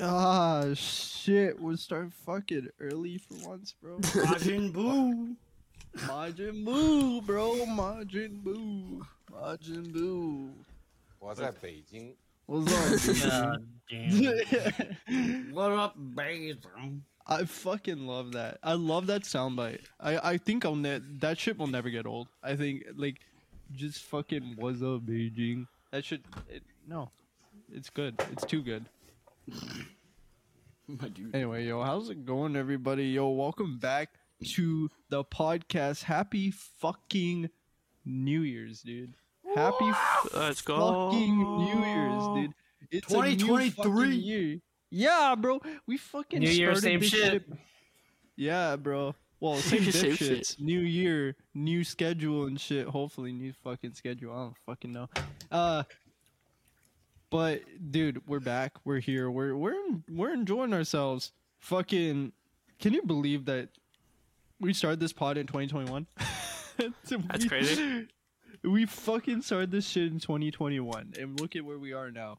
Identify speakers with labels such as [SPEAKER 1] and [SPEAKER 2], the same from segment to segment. [SPEAKER 1] Ah, shit. We'll start fucking early for once, bro.
[SPEAKER 2] Majin Buu.
[SPEAKER 1] Majin Buu, bro. Majin Buu. Majin Buu.
[SPEAKER 3] 我在北京，
[SPEAKER 1] What's up,
[SPEAKER 2] God damn.
[SPEAKER 1] dude?
[SPEAKER 2] What up, Basin?
[SPEAKER 1] I fucking love that. I love that soundbite. I I think I'll ne- that shit will never get old. I think like just fucking was up Beijing. That shit it, no. It's good. It's too good.
[SPEAKER 2] My dude.
[SPEAKER 1] Anyway, yo, how's it going everybody? Yo, welcome back to the podcast. Happy fucking New Year's, dude. Happy f-
[SPEAKER 4] Let's go.
[SPEAKER 1] fucking New Year's, dude. It's 2023
[SPEAKER 2] 2023.
[SPEAKER 1] year. Yeah, bro. We fucking
[SPEAKER 4] New Year,
[SPEAKER 1] started
[SPEAKER 4] same
[SPEAKER 1] this
[SPEAKER 4] shit.
[SPEAKER 1] Yeah, bro. Well, same
[SPEAKER 4] Same
[SPEAKER 1] dipshits.
[SPEAKER 4] shit.
[SPEAKER 1] New year, new schedule and shit. Hopefully, new fucking schedule. I don't fucking know. Uh, but dude, we're back. We're here. We're we're we're enjoying ourselves. Fucking, can you believe that we started this pod in 2021?
[SPEAKER 4] That's crazy.
[SPEAKER 1] We fucking started this shit in 2021, and look at where we are now.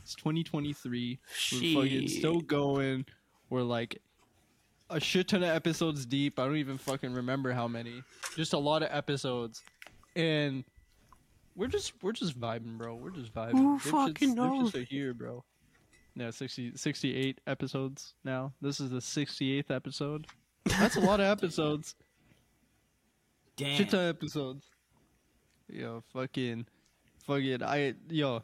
[SPEAKER 1] It's 2023. We're fucking
[SPEAKER 4] Shit.
[SPEAKER 1] still going. We're like a shit ton of episodes deep. I don't even fucking remember how many. Just a lot of episodes, and we're just we're just vibing, bro. We're just vibing.
[SPEAKER 4] Who
[SPEAKER 1] Dipshits-
[SPEAKER 4] fucking knows?
[SPEAKER 1] Dipshits are here, bro. Yeah, 60, 68 episodes now. This is the 68th episode. That's a lot of episodes.
[SPEAKER 2] Damn.
[SPEAKER 1] Shit ton of episodes. Yo, fucking, fucking, I, yo.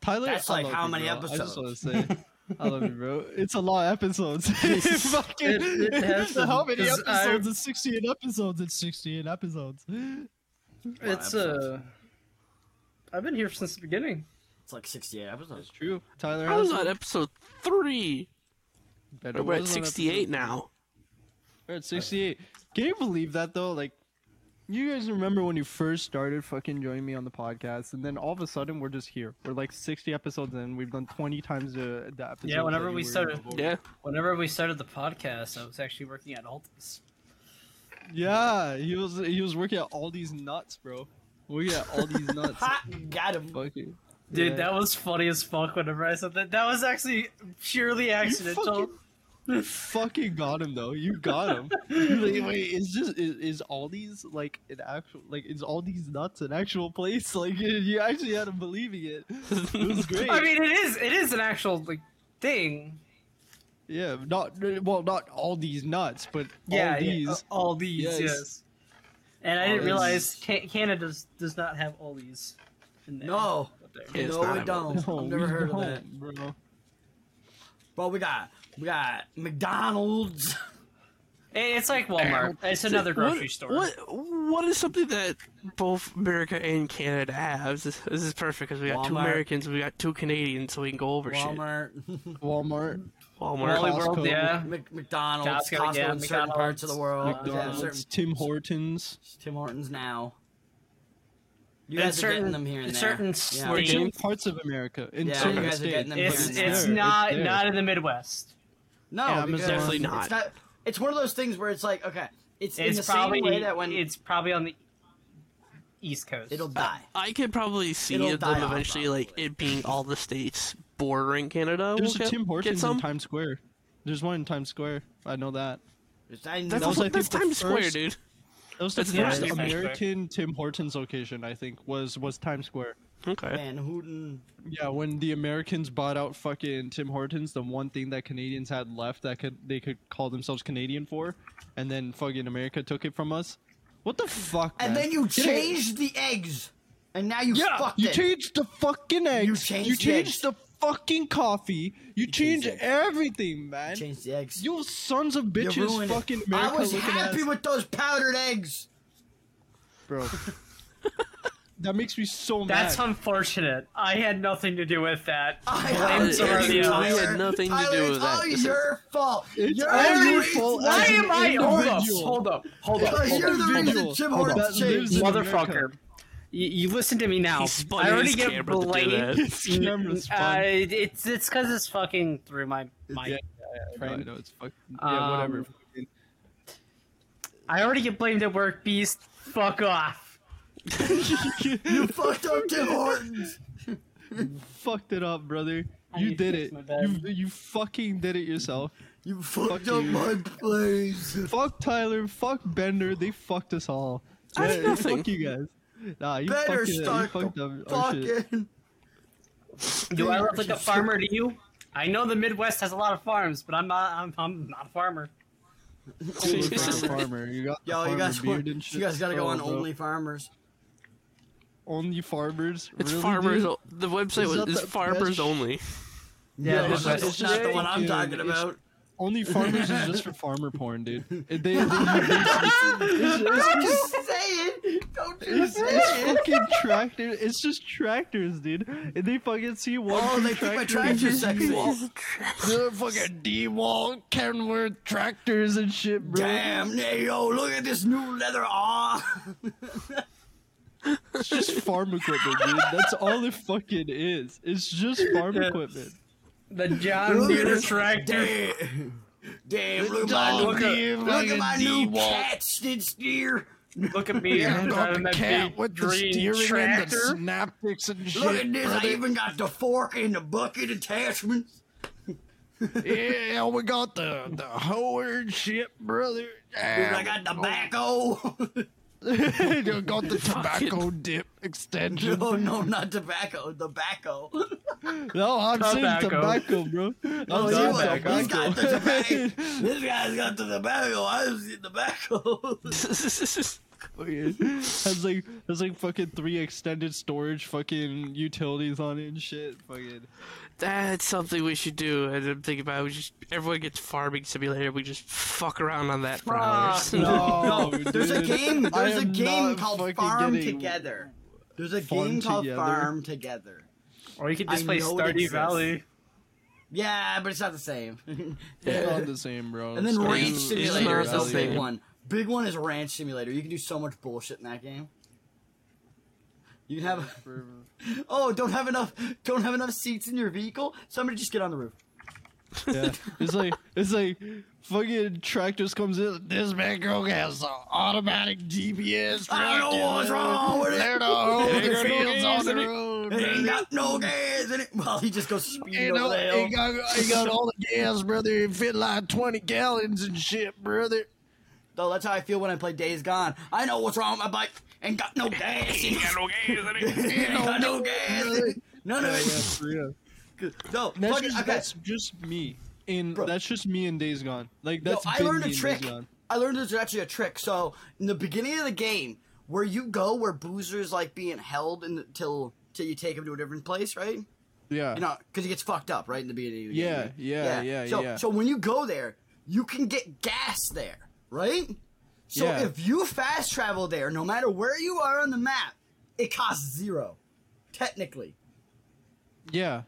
[SPEAKER 1] Tyler,
[SPEAKER 2] That's
[SPEAKER 1] I
[SPEAKER 2] like
[SPEAKER 1] love
[SPEAKER 2] how
[SPEAKER 1] you,
[SPEAKER 2] many
[SPEAKER 1] bro. I just want
[SPEAKER 2] episodes?
[SPEAKER 1] to say, I love you, bro. It's a lot of episodes. fucking,
[SPEAKER 4] It- it has
[SPEAKER 1] so how many
[SPEAKER 4] been, 'cause
[SPEAKER 1] episodes?
[SPEAKER 4] I-
[SPEAKER 1] It's 68 episodes. It's 68 episodes.
[SPEAKER 4] It's uh, I've been here since the beginning.
[SPEAKER 2] It's like 68 episodes.
[SPEAKER 1] true. Tyler,
[SPEAKER 4] I was
[SPEAKER 1] has
[SPEAKER 4] on episode three.
[SPEAKER 1] better
[SPEAKER 4] We're at
[SPEAKER 1] was on
[SPEAKER 4] sixty-eight
[SPEAKER 1] episode-
[SPEAKER 4] now.
[SPEAKER 1] We're at 68. Can you believe that, though? Like, you guys remember when you first started fucking joining me on the podcast, and then all of a sudden we're just here. We're like 60 episodes in. We've done 20 times the, the episode.
[SPEAKER 5] Yeah, whenever we started,
[SPEAKER 1] Oh,
[SPEAKER 4] Yeah,
[SPEAKER 5] whenever we started the podcast, I was actually working at Altus.
[SPEAKER 1] Yeah, he was he was working at all these nuts, bro. We got all these nuts.
[SPEAKER 2] Ha! Got him.
[SPEAKER 1] Fucking
[SPEAKER 5] Dude,
[SPEAKER 1] Yeah.
[SPEAKER 5] that was funny as fuck. Whenever I said that, that was actually purely accidental.
[SPEAKER 1] fucking- you fucking got him though. You got him. You're like, wait, is just is, is all these like an actual like is all these nuts an actual place? Like you- you actually had him believing it. It was great.
[SPEAKER 5] I mean, it is it is an actual like thing.
[SPEAKER 1] Yeah, not well, not all these nuts, but all
[SPEAKER 5] yeah, yeah,
[SPEAKER 1] these.
[SPEAKER 5] uh, all these,
[SPEAKER 1] Yes.
[SPEAKER 5] yes. And I
[SPEAKER 1] All
[SPEAKER 5] didn't
[SPEAKER 1] these.
[SPEAKER 5] realize ca- Canada does, does not have all these. In there.
[SPEAKER 2] No.
[SPEAKER 5] Up there.
[SPEAKER 4] It's
[SPEAKER 2] no,
[SPEAKER 4] not
[SPEAKER 2] we
[SPEAKER 4] him.
[SPEAKER 2] don't.
[SPEAKER 1] No,
[SPEAKER 2] Oh, I've never
[SPEAKER 1] we
[SPEAKER 2] heard
[SPEAKER 1] don't,
[SPEAKER 2] of that.
[SPEAKER 1] bro.
[SPEAKER 2] But we got we got McDonald's.
[SPEAKER 5] It- it's like Walmart. It's another grocery
[SPEAKER 4] what,
[SPEAKER 5] store.
[SPEAKER 4] What? What is something that both America and Canada has? This, this is perfect because we got two
[SPEAKER 2] Walmart.
[SPEAKER 4] Americans, we got two Canadians, so we can go over
[SPEAKER 2] Walmart,
[SPEAKER 1] Walmart.
[SPEAKER 4] shit. Walmart.
[SPEAKER 5] Wally
[SPEAKER 1] Costco.
[SPEAKER 5] World, yeah.
[SPEAKER 2] Mc- McDonald's,
[SPEAKER 5] Costco,
[SPEAKER 2] Costco,
[SPEAKER 5] yeah,
[SPEAKER 2] in certain parts of the world. Uh, Yeah,
[SPEAKER 1] McDonald's,
[SPEAKER 2] certain-
[SPEAKER 1] Tim Hortons.
[SPEAKER 2] Tim Hortons now. You
[SPEAKER 5] In
[SPEAKER 2] guys are
[SPEAKER 5] certain-
[SPEAKER 2] getting them here and
[SPEAKER 5] in
[SPEAKER 2] there.
[SPEAKER 5] certain
[SPEAKER 2] yeah.
[SPEAKER 5] states.
[SPEAKER 1] In parts of America. In
[SPEAKER 2] Yeah,
[SPEAKER 1] certain
[SPEAKER 4] you
[SPEAKER 2] guys are
[SPEAKER 1] states.
[SPEAKER 2] getting them
[SPEAKER 5] It's
[SPEAKER 2] Yeah,
[SPEAKER 5] it's
[SPEAKER 1] there,
[SPEAKER 5] not
[SPEAKER 1] there.
[SPEAKER 5] not in the Midwest.
[SPEAKER 2] No,
[SPEAKER 1] Yeah,
[SPEAKER 2] because
[SPEAKER 1] Amazon.
[SPEAKER 4] Definitely not.
[SPEAKER 2] It's, not, it's one of those things where it's like, okay, it's, in
[SPEAKER 5] It's
[SPEAKER 2] the
[SPEAKER 5] probably
[SPEAKER 2] same way that when
[SPEAKER 5] it's probably on the East Coast.
[SPEAKER 2] it'll die.
[SPEAKER 4] I could probably see
[SPEAKER 2] It'll
[SPEAKER 4] them
[SPEAKER 2] die off,
[SPEAKER 4] eventually, like
[SPEAKER 2] probably.
[SPEAKER 4] it being all the states bordering Canada.
[SPEAKER 1] There's
[SPEAKER 4] will
[SPEAKER 1] a
[SPEAKER 4] get,
[SPEAKER 1] Tim
[SPEAKER 4] get
[SPEAKER 1] Hortons
[SPEAKER 4] some.
[SPEAKER 1] in Times Square. There's one in Times Square. I know that.
[SPEAKER 2] It's- I
[SPEAKER 4] That's,
[SPEAKER 2] know-
[SPEAKER 1] was, I think,
[SPEAKER 4] that's
[SPEAKER 1] the
[SPEAKER 4] Times Square,
[SPEAKER 1] first-
[SPEAKER 4] dude.
[SPEAKER 1] That was the
[SPEAKER 4] That's
[SPEAKER 1] first
[SPEAKER 5] nice. Yeah, it's
[SPEAKER 1] American Tim Hortons location, I think, was was Times Square.
[SPEAKER 4] Okay.
[SPEAKER 2] Van Houten.
[SPEAKER 1] Yeah, when the Americans bought out fucking Tim Hortons, the one thing that Canadians had left that could they could call themselves Canadian for, and then fucking America took it from us. What the fuck?
[SPEAKER 2] And
[SPEAKER 1] man?
[SPEAKER 2] then you
[SPEAKER 1] Get it-
[SPEAKER 2] changed the eggs, and now you
[SPEAKER 1] Yeah,
[SPEAKER 2] fucked
[SPEAKER 1] you
[SPEAKER 2] it.
[SPEAKER 1] changed the fucking eggs.
[SPEAKER 2] changed
[SPEAKER 1] You
[SPEAKER 2] the eggs.
[SPEAKER 1] changed the fucking coffee. You
[SPEAKER 2] changed
[SPEAKER 1] changed
[SPEAKER 2] the eggs.
[SPEAKER 1] everything, man.
[SPEAKER 2] changed the eggs.
[SPEAKER 1] You sons of
[SPEAKER 2] You
[SPEAKER 1] bitches,
[SPEAKER 2] ruined it.
[SPEAKER 1] fucking
[SPEAKER 2] I
[SPEAKER 1] America
[SPEAKER 2] was
[SPEAKER 1] looking
[SPEAKER 2] happy
[SPEAKER 1] ass.
[SPEAKER 2] with those powdered eggs.
[SPEAKER 1] bro. that makes me so
[SPEAKER 5] That's
[SPEAKER 1] mad.
[SPEAKER 5] unfortunate. I had nothing to do with that.
[SPEAKER 2] I
[SPEAKER 5] Blame
[SPEAKER 2] it's
[SPEAKER 5] somebody
[SPEAKER 2] your-
[SPEAKER 5] else.
[SPEAKER 2] Tyler.
[SPEAKER 4] We had nothing to do
[SPEAKER 2] Tyler,
[SPEAKER 4] with
[SPEAKER 2] it's
[SPEAKER 4] that.
[SPEAKER 2] all
[SPEAKER 4] This is-
[SPEAKER 2] your fault.
[SPEAKER 1] It's
[SPEAKER 2] you're
[SPEAKER 1] all
[SPEAKER 2] the
[SPEAKER 1] your
[SPEAKER 2] reason-
[SPEAKER 1] fault
[SPEAKER 2] Why
[SPEAKER 1] as an
[SPEAKER 2] am I?
[SPEAKER 1] individual.
[SPEAKER 5] Hold up!
[SPEAKER 1] individual.
[SPEAKER 5] Hold up! Hold up!
[SPEAKER 2] Because
[SPEAKER 5] Hold
[SPEAKER 2] you're
[SPEAKER 5] up.
[SPEAKER 2] the
[SPEAKER 1] Hold
[SPEAKER 2] reason
[SPEAKER 1] up.
[SPEAKER 2] Tim
[SPEAKER 1] Hold up.
[SPEAKER 2] Hortons
[SPEAKER 1] That lives
[SPEAKER 2] changed.
[SPEAKER 1] in
[SPEAKER 5] Motherfucker! You, you listen to me now.
[SPEAKER 4] He spun
[SPEAKER 5] I already
[SPEAKER 4] his
[SPEAKER 5] get
[SPEAKER 4] camera to do
[SPEAKER 5] blamed.
[SPEAKER 4] that.
[SPEAKER 1] His camera spun.
[SPEAKER 5] Uh, it's it's because it's fucking through my my.
[SPEAKER 1] Yeah, I know, I know, it's fucking, yeah,
[SPEAKER 5] Um,
[SPEAKER 1] whatever.
[SPEAKER 5] I already get blamed at work, beast. Fuck off.
[SPEAKER 2] You fucked up Tim Hortons.
[SPEAKER 1] fucked it up, brother.
[SPEAKER 5] I
[SPEAKER 1] You
[SPEAKER 5] need
[SPEAKER 1] did
[SPEAKER 5] to
[SPEAKER 1] it.
[SPEAKER 5] fix my bed.
[SPEAKER 1] You you fucking did it yourself.
[SPEAKER 2] You fucked up
[SPEAKER 1] you.
[SPEAKER 2] my place.
[SPEAKER 1] Fuck Tyler. Fuck Bender. They fucked us all.
[SPEAKER 4] I did
[SPEAKER 1] Yeah,
[SPEAKER 4] nothing.
[SPEAKER 1] Fuck you guys. Nah, you
[SPEAKER 2] Better
[SPEAKER 1] fucking, you
[SPEAKER 2] start
[SPEAKER 1] fucked
[SPEAKER 2] the
[SPEAKER 1] up our shit.
[SPEAKER 2] fucking.
[SPEAKER 5] Do I look like a farmer to you? I know the Midwest has a lot of farms, but I'm not. I'm, I'm not a farmer.
[SPEAKER 1] You look like a farmer. You got the
[SPEAKER 2] Yo, you
[SPEAKER 1] farmer
[SPEAKER 2] guys,
[SPEAKER 1] beard
[SPEAKER 2] want,
[SPEAKER 1] and shit.
[SPEAKER 2] you guys gotta go
[SPEAKER 1] Oh,
[SPEAKER 2] on
[SPEAKER 1] bro.
[SPEAKER 2] Only Farmers.
[SPEAKER 1] Only farmers.
[SPEAKER 4] It's
[SPEAKER 1] Really,
[SPEAKER 4] farmers.
[SPEAKER 1] dude?
[SPEAKER 4] o- The website
[SPEAKER 1] Is
[SPEAKER 4] was
[SPEAKER 1] that
[SPEAKER 4] is
[SPEAKER 1] the
[SPEAKER 4] farmers
[SPEAKER 1] best-
[SPEAKER 4] only.
[SPEAKER 2] Yo,
[SPEAKER 5] Yeah, that's
[SPEAKER 2] it's,
[SPEAKER 5] right.
[SPEAKER 2] it's not the one I'm
[SPEAKER 1] Dude,
[SPEAKER 2] talking
[SPEAKER 1] it's-
[SPEAKER 2] about.
[SPEAKER 1] Only farmers is just for farmer porn, dude. They, they, they- it's, it's
[SPEAKER 2] I'm
[SPEAKER 1] just-
[SPEAKER 2] just saying. Don't you
[SPEAKER 1] It's,
[SPEAKER 2] say
[SPEAKER 1] it's
[SPEAKER 2] it.
[SPEAKER 1] fucking tractors. It's just tractors, dude. And they fucking see one.
[SPEAKER 2] Oh, they think my tractor's sexy.
[SPEAKER 1] They're fucking D Wall, Kenworth tractors and shit, bro.
[SPEAKER 2] Damn, hey, yo, look at this new leather Ah, arm.
[SPEAKER 1] It's just farm equipment, dude. That's all it fucking is. It's just farm
[SPEAKER 5] Yeah.
[SPEAKER 1] equipment.
[SPEAKER 5] The John
[SPEAKER 2] Look at
[SPEAKER 5] Deere
[SPEAKER 2] this
[SPEAKER 5] tractor.
[SPEAKER 2] Damn, damn look, at my new,
[SPEAKER 5] Look at-
[SPEAKER 2] look at my new cat skid steer.
[SPEAKER 5] Look at me. I'm driving that big green tractor.
[SPEAKER 1] snapsticks and
[SPEAKER 2] Look at this, I even got the fork and the bucket attachments.
[SPEAKER 1] Yeah, we got the the hoe and shit, brother.
[SPEAKER 2] Dude, I got tobacco.
[SPEAKER 1] got the
[SPEAKER 4] tobacco
[SPEAKER 1] dip extension.
[SPEAKER 2] no, no, not tobacco, tobacco.
[SPEAKER 1] No, I'm saying
[SPEAKER 5] Tobacco.
[SPEAKER 1] tobacco, bro. I'm
[SPEAKER 2] Oh, you
[SPEAKER 1] saying
[SPEAKER 2] went-
[SPEAKER 5] tobacco.
[SPEAKER 2] He's got the tobacco. this guy's got the tobacco. I was the tobacco.
[SPEAKER 1] has like has like fucking three extended storage fucking utilities on it and shit. Fucking
[SPEAKER 4] That's something we should do. And I'm thinking about it. we just everyone gets farming simulator. We just fuck around on that for hours.
[SPEAKER 1] no,
[SPEAKER 2] There's a
[SPEAKER 1] dude.
[SPEAKER 2] game.
[SPEAKER 1] I
[SPEAKER 2] There's a
[SPEAKER 1] am
[SPEAKER 2] game
[SPEAKER 1] not
[SPEAKER 2] called
[SPEAKER 1] fucking
[SPEAKER 2] Farm
[SPEAKER 1] getting
[SPEAKER 2] Together. There's a
[SPEAKER 1] Farm
[SPEAKER 2] game called
[SPEAKER 1] Together?
[SPEAKER 2] Farm Together.
[SPEAKER 5] Or you could
[SPEAKER 2] I
[SPEAKER 5] just play
[SPEAKER 2] know it
[SPEAKER 5] Stardew
[SPEAKER 2] exists.
[SPEAKER 5] Valley.
[SPEAKER 2] Yeah, but it's not the same.
[SPEAKER 1] It's not the same, bro.
[SPEAKER 2] and then
[SPEAKER 1] Stardew
[SPEAKER 2] Ranch
[SPEAKER 1] is
[SPEAKER 2] Simulator
[SPEAKER 1] not
[SPEAKER 2] is
[SPEAKER 1] the
[SPEAKER 2] the
[SPEAKER 4] Valley.
[SPEAKER 2] big
[SPEAKER 1] same.
[SPEAKER 2] one. Big one is Ranch Simulator. You can do so much bullshit in that game. You can have oh, don't have enough, don't have enough seats in your vehicle. Somebody just get on the roof.
[SPEAKER 1] Yeah, it's like it's like fucking tractors comes in. This man girl has an automatic GPS.
[SPEAKER 2] I don't know what's wrong with it.
[SPEAKER 1] They're the whole
[SPEAKER 2] It ain't
[SPEAKER 1] fields
[SPEAKER 2] got
[SPEAKER 1] on the
[SPEAKER 2] gas in it.
[SPEAKER 1] road.
[SPEAKER 2] It
[SPEAKER 1] brother.
[SPEAKER 2] ain't got no gas in it. Well, he just goes speed
[SPEAKER 1] You
[SPEAKER 2] over
[SPEAKER 1] know,
[SPEAKER 2] the hill.
[SPEAKER 1] he got, he got all the gas, brother. It fit like 20 gallons and shit, brother.
[SPEAKER 2] Though that's how I feel when I play Days Gone. I know what's wrong with my bike. Ain't got no gas in it. Ain't got no gas in it. None of it. No,
[SPEAKER 1] That's,
[SPEAKER 2] fucking,
[SPEAKER 1] just,
[SPEAKER 2] okay.
[SPEAKER 1] that's just me. And
[SPEAKER 2] Bro.
[SPEAKER 1] that's just me and Days Gone. Like,
[SPEAKER 2] Yo,
[SPEAKER 1] that's
[SPEAKER 2] I
[SPEAKER 1] been
[SPEAKER 2] learned
[SPEAKER 1] me
[SPEAKER 2] a
[SPEAKER 1] in
[SPEAKER 2] trick.
[SPEAKER 1] Days Gone.
[SPEAKER 2] I learned there's actually a trick. So in the beginning of the game, where you go, where Boozer's like being held until till you take him to a different place, right?
[SPEAKER 1] Yeah.
[SPEAKER 2] You know, because he gets fucked up right in the beginning. Of the
[SPEAKER 1] Yeah,
[SPEAKER 2] game, right?
[SPEAKER 1] yeah, yeah,
[SPEAKER 2] So,
[SPEAKER 1] yeah.
[SPEAKER 2] so when you go there, you can get gas there, right? So
[SPEAKER 1] Yeah.
[SPEAKER 2] if you fast travel there, no matter where you are on the map, it costs zero, technically,
[SPEAKER 1] yeah.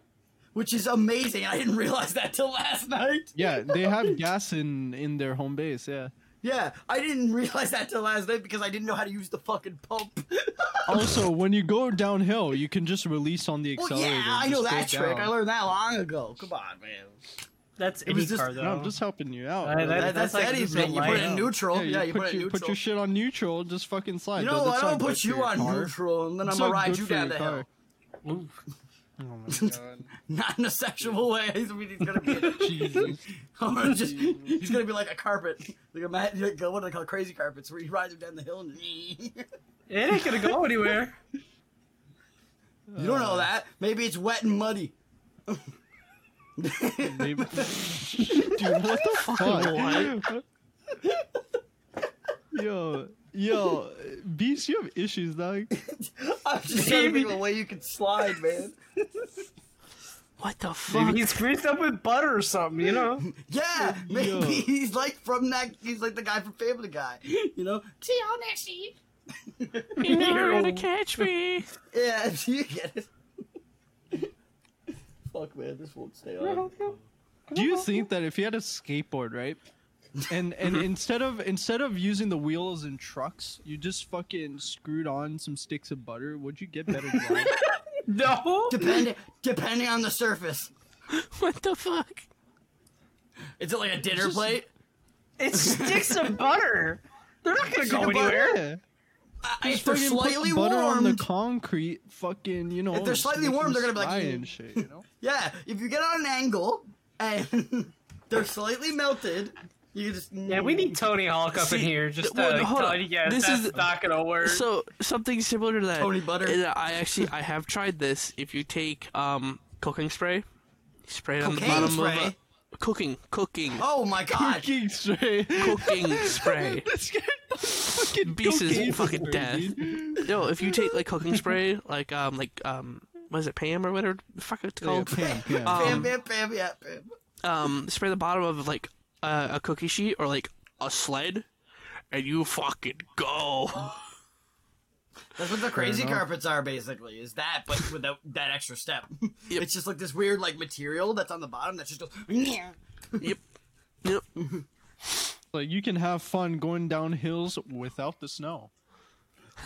[SPEAKER 2] which is amazing. I didn't realize that till last night.
[SPEAKER 1] Yeah. They have gas in in their home base. Yeah.
[SPEAKER 2] Yeah, I didn't realize that till last night because I didn't know how to use the fucking pump.
[SPEAKER 1] Also, when you go downhill, you can just release on the
[SPEAKER 2] Oh. well,
[SPEAKER 1] accelerator.
[SPEAKER 2] yeah, I
[SPEAKER 1] Just
[SPEAKER 2] know
[SPEAKER 1] go
[SPEAKER 2] that trick.
[SPEAKER 1] down.
[SPEAKER 2] I learned that long ago. Come on, man.
[SPEAKER 5] That's
[SPEAKER 2] was
[SPEAKER 5] any
[SPEAKER 2] just-
[SPEAKER 5] car though.
[SPEAKER 1] No, I'm just helping you out.
[SPEAKER 5] Uh,
[SPEAKER 1] bro.
[SPEAKER 5] that-
[SPEAKER 2] That, that's
[SPEAKER 5] That's like
[SPEAKER 2] Eddie's
[SPEAKER 5] just a
[SPEAKER 2] thing. You put it in
[SPEAKER 5] line.
[SPEAKER 2] neutral. Yeah, you,
[SPEAKER 1] put,
[SPEAKER 2] put, it in
[SPEAKER 1] your,
[SPEAKER 2] neutral.
[SPEAKER 1] put your shit on neutral. Just fucking slide.
[SPEAKER 2] you
[SPEAKER 1] though.
[SPEAKER 2] know
[SPEAKER 1] That's
[SPEAKER 2] what?
[SPEAKER 1] not
[SPEAKER 2] I'll
[SPEAKER 1] good
[SPEAKER 2] put
[SPEAKER 1] for
[SPEAKER 2] you
[SPEAKER 1] your
[SPEAKER 2] on
[SPEAKER 1] car.
[SPEAKER 2] neutral, and then
[SPEAKER 1] It's
[SPEAKER 2] I'm gonna
[SPEAKER 1] not
[SPEAKER 2] ride
[SPEAKER 1] good
[SPEAKER 2] you
[SPEAKER 1] for
[SPEAKER 2] down
[SPEAKER 1] your
[SPEAKER 2] the hill.
[SPEAKER 1] car.
[SPEAKER 2] Not in a sexual way. He's, I mean, he's gonna get it.
[SPEAKER 1] Jesus.
[SPEAKER 2] I'm gonna just, he's gonna be like a carpet, like a ma- like what do they call crazy carpets, where he rides him down the hill. And you
[SPEAKER 5] It ain't gonna go anywhere.
[SPEAKER 2] don't
[SPEAKER 1] Uh.
[SPEAKER 2] know that. Maybe it's wet and muddy.
[SPEAKER 1] Maybe- Dude, what the fuck? yo, yo, Beast, you have issues, dog.
[SPEAKER 2] I'm just trying to think of a way you could slide, man.
[SPEAKER 4] What the fuck?
[SPEAKER 5] Maybe he's greased up with butter or something. You know.
[SPEAKER 2] Yeah, maybe
[SPEAKER 1] Yo.
[SPEAKER 2] he's like from that. He's like the guy from Family Guy. You know, see y'all next week.
[SPEAKER 4] You're never gonna catch me.
[SPEAKER 2] Yeah, you get it. Fuck, man, this won't stay on.
[SPEAKER 1] Do you think that if you had a skateboard, right? And and
[SPEAKER 2] Mm-hmm.
[SPEAKER 1] instead of instead of using the wheels and trucks, you just fucking screwed on some sticks of butter, would you get better drive?
[SPEAKER 5] No.
[SPEAKER 2] Depending, depending on the surface.
[SPEAKER 4] What the fuck?
[SPEAKER 2] Is it like a dinner
[SPEAKER 1] Just-
[SPEAKER 2] plate?
[SPEAKER 5] It's sticks of butter. They're not gonna go
[SPEAKER 2] of butter.
[SPEAKER 5] anywhere.
[SPEAKER 1] Yeah.
[SPEAKER 2] I-
[SPEAKER 1] Just
[SPEAKER 2] if they're
[SPEAKER 1] fucking put
[SPEAKER 2] slightly
[SPEAKER 1] butter on the
[SPEAKER 2] warmed,
[SPEAKER 1] concrete, fucking you know.
[SPEAKER 2] If they're slightly warm, they're gonna be like,
[SPEAKER 1] fry
[SPEAKER 2] "Mm."
[SPEAKER 1] and shit, you know.
[SPEAKER 2] yeah. If you get on an angle and they're slightly melted, you just
[SPEAKER 5] Yeah, we need Tony Hawk up
[SPEAKER 4] See,
[SPEAKER 5] in here just to
[SPEAKER 4] well, hold
[SPEAKER 5] tell
[SPEAKER 4] on.
[SPEAKER 5] you guys
[SPEAKER 4] This
[SPEAKER 5] that's
[SPEAKER 4] is-
[SPEAKER 5] not gonna work.
[SPEAKER 4] So something similar to that.
[SPEAKER 2] Tony Butter.
[SPEAKER 4] is that I actually I have tried this. If you take um cooking spray, spray it on the
[SPEAKER 2] Cocaine
[SPEAKER 4] bottom
[SPEAKER 2] spray?
[SPEAKER 4] of a cooking cooking
[SPEAKER 2] Oh my god!
[SPEAKER 1] Fucking straight.
[SPEAKER 4] cooking spray.
[SPEAKER 1] This guy- fucking
[SPEAKER 4] Beast is
[SPEAKER 1] cocaine
[SPEAKER 4] fucking
[SPEAKER 1] spray,
[SPEAKER 4] death.
[SPEAKER 1] dude.
[SPEAKER 4] No, if you take like cooking spray, like um like um was it Pam or whatever the fuck it's
[SPEAKER 1] Yeah,
[SPEAKER 4] called?
[SPEAKER 1] Pam, Pam.
[SPEAKER 2] Bam,
[SPEAKER 4] Um,
[SPEAKER 2] bam, bam, yeah, bam.
[SPEAKER 4] um spray the bottom of like uh, a cookie sheet or like a sled, and you fucking go.
[SPEAKER 2] That's what the crazy
[SPEAKER 1] enough.
[SPEAKER 2] carpets are, basically. Is that, but without that extra step.
[SPEAKER 4] Yep.
[SPEAKER 2] It's just like this weird, like material that's on the bottom that just goes. "Meow."
[SPEAKER 4] yep. Yep.
[SPEAKER 1] Like you can have fun going down hills without the snow.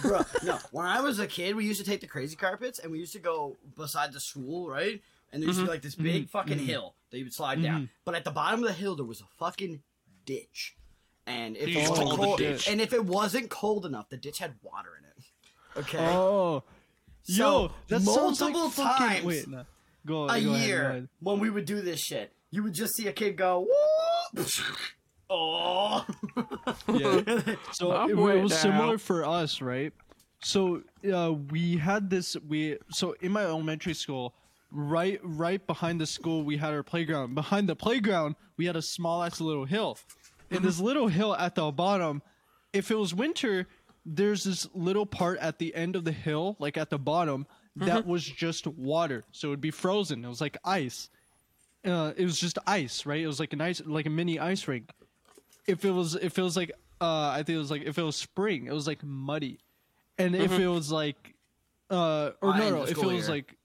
[SPEAKER 2] Bro, no. When I was a kid, we used to take the crazy carpets and we used to go beside the school, right? And there used to
[SPEAKER 1] Mm-hmm.
[SPEAKER 2] be like this big fucking hill that you would slide down. But at the bottom of the hill, there was a fucking ditch. And if,
[SPEAKER 4] You
[SPEAKER 2] it,
[SPEAKER 4] just
[SPEAKER 2] was
[SPEAKER 4] call it the
[SPEAKER 2] cold,
[SPEAKER 4] ditch.
[SPEAKER 2] and if it wasn't cold enough, the ditch had water in it. Okay.
[SPEAKER 1] Oh,
[SPEAKER 2] So,
[SPEAKER 1] yo, that sounds like
[SPEAKER 2] multiple
[SPEAKER 1] fucking-
[SPEAKER 2] times
[SPEAKER 1] Wait, no. Go,
[SPEAKER 2] a
[SPEAKER 1] go ahead,
[SPEAKER 2] year
[SPEAKER 1] go ahead.
[SPEAKER 2] when we would do this shit. You would just see a kid go, "Whoop." oh,
[SPEAKER 1] Yeah. So
[SPEAKER 4] Up
[SPEAKER 1] it,
[SPEAKER 4] way
[SPEAKER 1] it was
[SPEAKER 4] now.
[SPEAKER 1] similar for us, right? So uh, we had this. We so in my elementary school, right, right behind the school, we had our playground. Behind the playground, we had a small ass little hill. And this little hill at the bottom, if it was winter, there's this little part at the end of the hill, like at the bottom, that was just water. So it'd be frozen. It was like ice. Uh, it was just ice, right? It was like an ice, like a mini ice rink if it was if it was like uh I think it was like if it was spring, it was like muddy. And
[SPEAKER 5] Mm-hmm.
[SPEAKER 1] if it was like uh or
[SPEAKER 2] Mine
[SPEAKER 1] no, no
[SPEAKER 2] was
[SPEAKER 1] if it was
[SPEAKER 2] clear.
[SPEAKER 1] like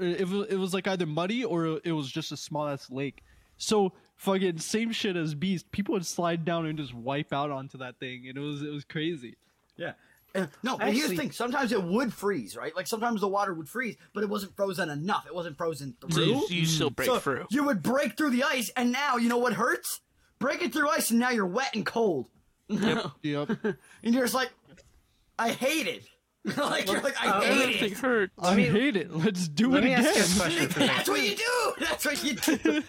[SPEAKER 1] uh, if it it was like either muddy or it was just a small ass lake. So fucking same shit as beast. People would slide down and just wipe out onto that thing and it was it was crazy.
[SPEAKER 2] yeah. Uh, No, but here's the
[SPEAKER 5] Actually-
[SPEAKER 2] thing. Sometimes it would freeze, right? Like sometimes the water would freeze, but it wasn't frozen enough. It wasn't frozen
[SPEAKER 4] So
[SPEAKER 2] through.
[SPEAKER 4] you, you still break
[SPEAKER 2] So
[SPEAKER 4] through.
[SPEAKER 2] You would break through the ice, and now you know what hurts? Breaking through ice, and now you're wet and cold,
[SPEAKER 1] Yep.
[SPEAKER 2] and you're just like, I hate it. like you're like, I
[SPEAKER 5] uh,
[SPEAKER 2] hate
[SPEAKER 4] Everything
[SPEAKER 2] it.
[SPEAKER 4] hurts.
[SPEAKER 1] I hate it. Let's do
[SPEAKER 5] Let
[SPEAKER 1] it
[SPEAKER 5] me
[SPEAKER 1] again.
[SPEAKER 5] ask you a question. for that.
[SPEAKER 2] That's what you do. That's what you do. You
[SPEAKER 5] All right,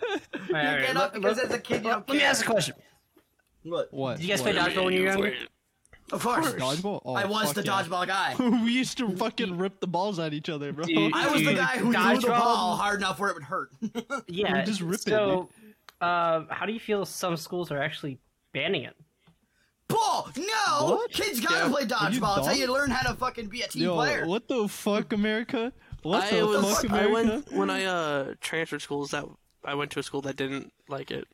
[SPEAKER 5] all right,
[SPEAKER 2] get
[SPEAKER 5] let-
[SPEAKER 2] up because
[SPEAKER 5] let-
[SPEAKER 2] as a kid you don't
[SPEAKER 5] let me ask a question.
[SPEAKER 2] What?
[SPEAKER 1] What?
[SPEAKER 5] Did you guys play dodgeball when you were younger?
[SPEAKER 2] Of course.
[SPEAKER 1] dodgeball? Oh,
[SPEAKER 2] I was
[SPEAKER 1] fuck
[SPEAKER 2] the
[SPEAKER 1] yeah.
[SPEAKER 2] dodgeball guy.
[SPEAKER 1] we used to fucking rip the balls at each other, bro.
[SPEAKER 5] Dude.
[SPEAKER 2] I was the
[SPEAKER 5] Dude,
[SPEAKER 2] guy who threw the
[SPEAKER 5] dodgeball-
[SPEAKER 2] ball hard enough where it would hurt.
[SPEAKER 5] Yeah,
[SPEAKER 1] just rip it,
[SPEAKER 5] so, uh, how do you feel some schools are actually banning it?
[SPEAKER 2] Ball! No!
[SPEAKER 1] What?
[SPEAKER 2] Kids gotta
[SPEAKER 1] Yeah.
[SPEAKER 2] play
[SPEAKER 1] Are you
[SPEAKER 2] dodgeball. That's how
[SPEAKER 1] dumb?
[SPEAKER 2] you learn how to fucking be a team
[SPEAKER 1] Yo,
[SPEAKER 2] player.
[SPEAKER 1] what the fuck, America? What
[SPEAKER 4] I
[SPEAKER 1] the
[SPEAKER 4] was
[SPEAKER 1] fuck,
[SPEAKER 4] I
[SPEAKER 1] America?
[SPEAKER 4] went when I uh transferred schools that I went to a school that didn't like it.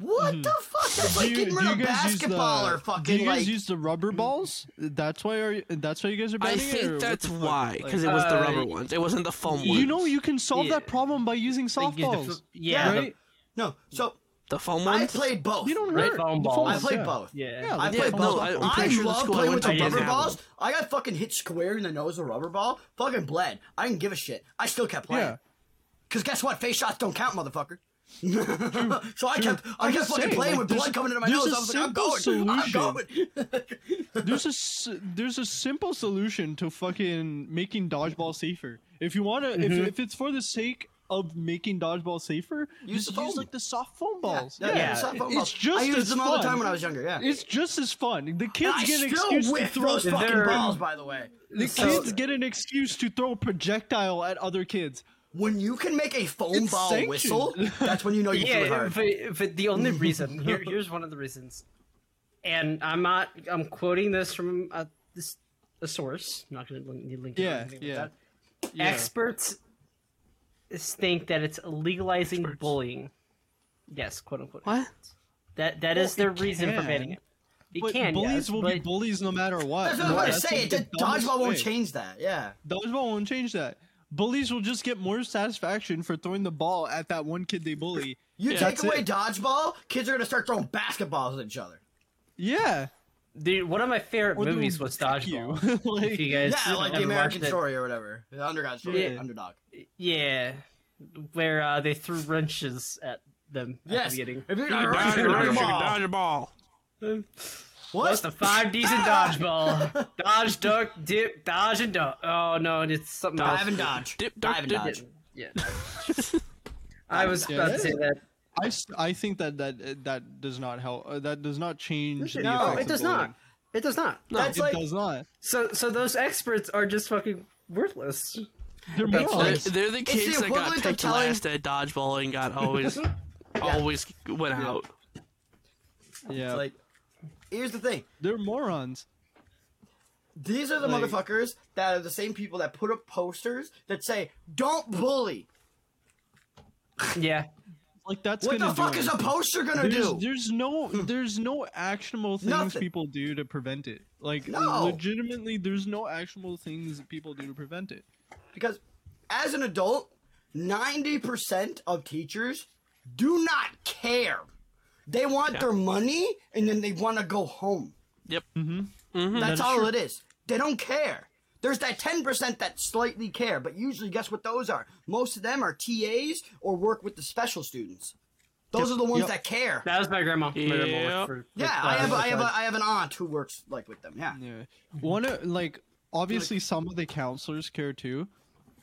[SPEAKER 1] Hmm.
[SPEAKER 2] What the fuck? That's like getting rid of basketball or
[SPEAKER 1] do
[SPEAKER 2] fucking
[SPEAKER 1] you guys
[SPEAKER 2] like. Hmm.
[SPEAKER 1] use the rubber balls? That's why are you, that's why you guys are
[SPEAKER 4] I
[SPEAKER 1] banning it, or
[SPEAKER 4] think
[SPEAKER 1] what
[SPEAKER 4] that's
[SPEAKER 1] the fuck?
[SPEAKER 4] why
[SPEAKER 1] Like-
[SPEAKER 4] because it was the
[SPEAKER 5] Uh,
[SPEAKER 4] rubber ones. It wasn't the foam ones.
[SPEAKER 1] you know you can solve that
[SPEAKER 5] Yeah.
[SPEAKER 1] problem by using
[SPEAKER 5] Like, you
[SPEAKER 1] softballs,
[SPEAKER 5] def- yeah, the-
[SPEAKER 1] right?
[SPEAKER 2] No, so
[SPEAKER 4] the foam
[SPEAKER 2] I
[SPEAKER 4] ones.
[SPEAKER 2] played both.
[SPEAKER 1] You don't
[SPEAKER 5] Right,
[SPEAKER 1] hurt.
[SPEAKER 5] foam
[SPEAKER 1] The
[SPEAKER 5] balls.
[SPEAKER 2] I played
[SPEAKER 1] yeah.
[SPEAKER 2] both.
[SPEAKER 5] Yeah.
[SPEAKER 1] Yeah,
[SPEAKER 2] I
[SPEAKER 1] the
[SPEAKER 2] played
[SPEAKER 1] foam
[SPEAKER 2] both.
[SPEAKER 4] no, I- I'm
[SPEAKER 2] I
[SPEAKER 4] pretty sure the
[SPEAKER 2] love
[SPEAKER 4] school I
[SPEAKER 2] playing
[SPEAKER 4] went
[SPEAKER 2] with
[SPEAKER 4] to
[SPEAKER 2] the
[SPEAKER 4] didn't
[SPEAKER 2] rubber
[SPEAKER 4] have
[SPEAKER 2] balls.
[SPEAKER 4] them.
[SPEAKER 2] I got fucking hit square in the nose with a rubber ball. Fucking bled. I didn't give a shit. I still kept playing.
[SPEAKER 1] Yeah.
[SPEAKER 2] Cause guess what? Face shots don't count, motherfucker. so I kept, I
[SPEAKER 1] I'm
[SPEAKER 2] kept
[SPEAKER 1] just
[SPEAKER 2] fucking
[SPEAKER 1] saying,
[SPEAKER 2] playing
[SPEAKER 1] like,
[SPEAKER 2] with
[SPEAKER 1] there's-
[SPEAKER 2] blood coming into my
[SPEAKER 1] there's
[SPEAKER 2] nose.
[SPEAKER 1] a
[SPEAKER 2] I was like, I'm going,
[SPEAKER 1] simple
[SPEAKER 2] I'm going.
[SPEAKER 1] There's a s- there's a simple solution to fucking making dodgeball safer. If you wanna,
[SPEAKER 2] Mm-hmm.
[SPEAKER 1] if, if it's for the sake of making dodgeball safer,
[SPEAKER 2] Use
[SPEAKER 1] just
[SPEAKER 2] the
[SPEAKER 1] use
[SPEAKER 2] foam.
[SPEAKER 1] like the soft foam balls.
[SPEAKER 2] Yeah, yeah,
[SPEAKER 5] Yeah,
[SPEAKER 2] soft foam
[SPEAKER 1] it's
[SPEAKER 2] balls.
[SPEAKER 1] just
[SPEAKER 2] I
[SPEAKER 1] as
[SPEAKER 2] used them all the
[SPEAKER 1] fun.
[SPEAKER 2] time when I was younger. Yeah,
[SPEAKER 1] It's just as fun. The
[SPEAKER 2] And
[SPEAKER 1] kids
[SPEAKER 2] I
[SPEAKER 1] get an
[SPEAKER 2] still
[SPEAKER 1] excuse to
[SPEAKER 2] whiff
[SPEAKER 1] throw
[SPEAKER 2] those fucking
[SPEAKER 5] They're-
[SPEAKER 2] balls. By the way,
[SPEAKER 1] The
[SPEAKER 2] So-
[SPEAKER 1] kids get an excuse to throw a projectile at other kids.
[SPEAKER 2] when you can make a foam
[SPEAKER 1] It's
[SPEAKER 2] ball
[SPEAKER 1] sanctioned.
[SPEAKER 2] whistle, that's when you know you threw it
[SPEAKER 5] yeah,
[SPEAKER 2] hard.
[SPEAKER 5] but, but the only reason here, here's one of the reasons, and I'm not I'm quoting this from a this a source. I'm not going to link, link it or
[SPEAKER 1] Yeah,
[SPEAKER 5] anything like
[SPEAKER 1] yeah,
[SPEAKER 5] that.
[SPEAKER 1] yeah.
[SPEAKER 5] Experts think that it's legalizing bullying. Yes, quote unquote.
[SPEAKER 4] What?
[SPEAKER 5] That that is
[SPEAKER 1] Well,
[SPEAKER 5] their
[SPEAKER 1] it
[SPEAKER 5] reason for
[SPEAKER 1] can.
[SPEAKER 5] banning it. It
[SPEAKER 1] But
[SPEAKER 5] can,
[SPEAKER 1] bullies
[SPEAKER 5] yes,
[SPEAKER 1] will be
[SPEAKER 5] but
[SPEAKER 1] bullies no matter what.
[SPEAKER 2] That's what I'm
[SPEAKER 1] No,
[SPEAKER 2] about to
[SPEAKER 1] that's
[SPEAKER 2] say.
[SPEAKER 1] like
[SPEAKER 2] It
[SPEAKER 1] the
[SPEAKER 2] just-
[SPEAKER 1] dumbest
[SPEAKER 2] Dodgeball won't
[SPEAKER 1] way.
[SPEAKER 2] change that. Yeah.
[SPEAKER 1] Dodgeball won't change that. Bullies will just get more satisfaction for throwing the ball at that one kid they bully.
[SPEAKER 2] You
[SPEAKER 4] Yeah,
[SPEAKER 2] take
[SPEAKER 1] that's
[SPEAKER 2] away
[SPEAKER 1] it.
[SPEAKER 2] dodgeball, kids are gonna start throwing basketballs at each other.
[SPEAKER 1] Yeah.
[SPEAKER 5] dude, one of my favorite
[SPEAKER 1] Or do
[SPEAKER 5] movies was
[SPEAKER 1] fuck you.
[SPEAKER 5] Dodgeball.
[SPEAKER 1] Like,
[SPEAKER 5] if you guys
[SPEAKER 2] Yeah, like the
[SPEAKER 5] ever watched
[SPEAKER 2] American
[SPEAKER 5] it.
[SPEAKER 2] story or whatever, the underdog story,
[SPEAKER 1] Yeah.
[SPEAKER 2] underdog.
[SPEAKER 5] Yeah, where uh, they threw wrenches at them at
[SPEAKER 2] Yes.
[SPEAKER 5] the beginning.
[SPEAKER 2] If you're not
[SPEAKER 4] Dodge
[SPEAKER 2] running,
[SPEAKER 4] your
[SPEAKER 2] you're
[SPEAKER 4] ball,
[SPEAKER 2] running the ball.
[SPEAKER 4] dodge your ball.
[SPEAKER 5] What's the five D's in
[SPEAKER 2] Ah!
[SPEAKER 5] dodgeball? dodge, duck, dip, dodge, and duck. Oh no, and it's something else.
[SPEAKER 2] Dive and dodge.
[SPEAKER 4] Dip, duck,
[SPEAKER 2] Dive and
[SPEAKER 4] dip.
[SPEAKER 2] dodge.
[SPEAKER 5] Yeah. I was
[SPEAKER 1] Yeah,
[SPEAKER 5] about to
[SPEAKER 1] that
[SPEAKER 5] say
[SPEAKER 1] is-
[SPEAKER 5] that.
[SPEAKER 1] I, s- I think that that uh, that does not help. Uh, that does not change. the
[SPEAKER 5] No,
[SPEAKER 1] effects
[SPEAKER 5] it
[SPEAKER 1] of
[SPEAKER 5] does not.
[SPEAKER 1] bullying.
[SPEAKER 5] It does not.
[SPEAKER 2] That's
[SPEAKER 1] It
[SPEAKER 2] like
[SPEAKER 1] does not.
[SPEAKER 5] So, so those experts are just fucking worthless.
[SPEAKER 1] They're
[SPEAKER 5] That's
[SPEAKER 4] They're,
[SPEAKER 1] morons.
[SPEAKER 4] they're the
[SPEAKER 2] the
[SPEAKER 4] kids that got
[SPEAKER 2] equivalent of
[SPEAKER 4] picked
[SPEAKER 2] telling-
[SPEAKER 4] last at dodgeball and got always, always went out.
[SPEAKER 1] Yeah,
[SPEAKER 2] It's like, here's the thing.
[SPEAKER 1] they're morons.
[SPEAKER 2] These are the
[SPEAKER 1] Like-
[SPEAKER 2] motherfuckers that are the same people that put up posters that say, don't bully.
[SPEAKER 5] Yeah.
[SPEAKER 1] Like that's
[SPEAKER 2] What
[SPEAKER 1] gonna
[SPEAKER 2] the fuck
[SPEAKER 1] do
[SPEAKER 2] is
[SPEAKER 1] it.
[SPEAKER 2] a poster gonna
[SPEAKER 1] there's,
[SPEAKER 2] do? Hmm.
[SPEAKER 1] there's no there's no actionable things
[SPEAKER 2] Nothing.
[SPEAKER 1] people do to prevent it. Like
[SPEAKER 2] No.
[SPEAKER 1] legitimately, there's no actionable things that people do to prevent it.
[SPEAKER 2] Because as an adult, 90% of teachers do not care. They want their money and then they want to go home.
[SPEAKER 4] Yep.
[SPEAKER 2] That's
[SPEAKER 1] Mm-hmm. is
[SPEAKER 2] all
[SPEAKER 1] true.
[SPEAKER 2] it is. They don't care. There's that 10% that slightly care, but usually guess what those are? Most of them are TAs or work with the special students. Those are the ones
[SPEAKER 1] Yep.
[SPEAKER 2] that care.
[SPEAKER 5] That was my grandma. My grandma worked
[SPEAKER 4] Yep.
[SPEAKER 5] for-
[SPEAKER 2] yeah,
[SPEAKER 5] for-
[SPEAKER 2] I have,
[SPEAKER 5] uh,
[SPEAKER 2] I, have a, I have an aunt who works like with them. Yeah.
[SPEAKER 1] Yeah. Mm-hmm. One of like obviously some of the counselors care too,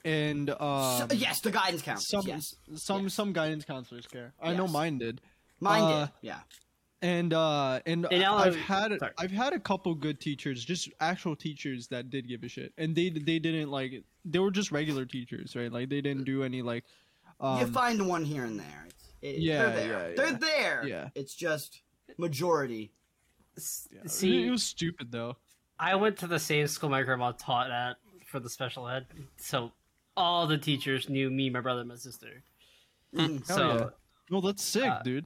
[SPEAKER 1] and um,
[SPEAKER 2] So- yes, the guidance counselors.
[SPEAKER 1] some
[SPEAKER 2] yes,
[SPEAKER 1] some some guidance counselors care. I know
[SPEAKER 2] Yes.
[SPEAKER 1] mine did.
[SPEAKER 2] mine
[SPEAKER 1] uh,
[SPEAKER 2] did. Yeah.
[SPEAKER 1] and uh and,
[SPEAKER 5] And I'll-
[SPEAKER 1] i've had
[SPEAKER 5] sorry.
[SPEAKER 1] i've had a couple good teachers just actual teachers that did give a shit and they they didn't like they were just regular teachers right like they didn't do any like
[SPEAKER 2] you
[SPEAKER 1] um
[SPEAKER 2] find one here and there. It's, it,
[SPEAKER 1] Yeah,
[SPEAKER 2] they're there.
[SPEAKER 1] yeah,
[SPEAKER 2] they're
[SPEAKER 1] yeah.
[SPEAKER 2] there.
[SPEAKER 1] Yeah.
[SPEAKER 2] It's just majority.
[SPEAKER 5] s-
[SPEAKER 1] it
[SPEAKER 5] See,
[SPEAKER 1] was stupid though
[SPEAKER 5] I went to the same school my grandma taught at for the special ed, so all the teachers knew me, my brother, and my sister. Hmm. so
[SPEAKER 1] well that's sick
[SPEAKER 5] Uh,
[SPEAKER 1] dude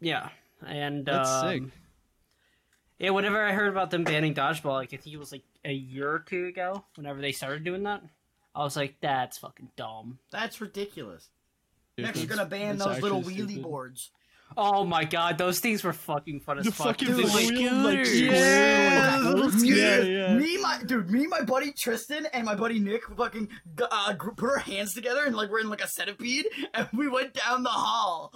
[SPEAKER 5] yeah. and
[SPEAKER 1] that's
[SPEAKER 5] um,
[SPEAKER 1] sick
[SPEAKER 5] Yeah, whenever I heard about them banning dodgeball, like I think it was like a year or two ago, whenever they started doing that, I was like, that's fucking dumb.
[SPEAKER 2] That's ridiculous.
[SPEAKER 1] dude.
[SPEAKER 2] Next, you're
[SPEAKER 1] That's-
[SPEAKER 2] gonna ban
[SPEAKER 1] that's
[SPEAKER 2] those little
[SPEAKER 1] actually
[SPEAKER 2] wheelie
[SPEAKER 1] stupid.
[SPEAKER 2] boards.
[SPEAKER 5] Oh my god, those things were fucking fun as
[SPEAKER 1] the
[SPEAKER 5] fuck.
[SPEAKER 1] fucking
[SPEAKER 5] dude.
[SPEAKER 1] little
[SPEAKER 5] Like,
[SPEAKER 1] wheel, like,
[SPEAKER 4] scooters.
[SPEAKER 1] square, like,
[SPEAKER 2] Me,
[SPEAKER 1] boats. yeah, yeah.
[SPEAKER 2] me, my dude, me, my buddy Tristan, and my buddy Nick fucking uh, gr- put our hands together and like we're in like a centipede, and we went down the hall.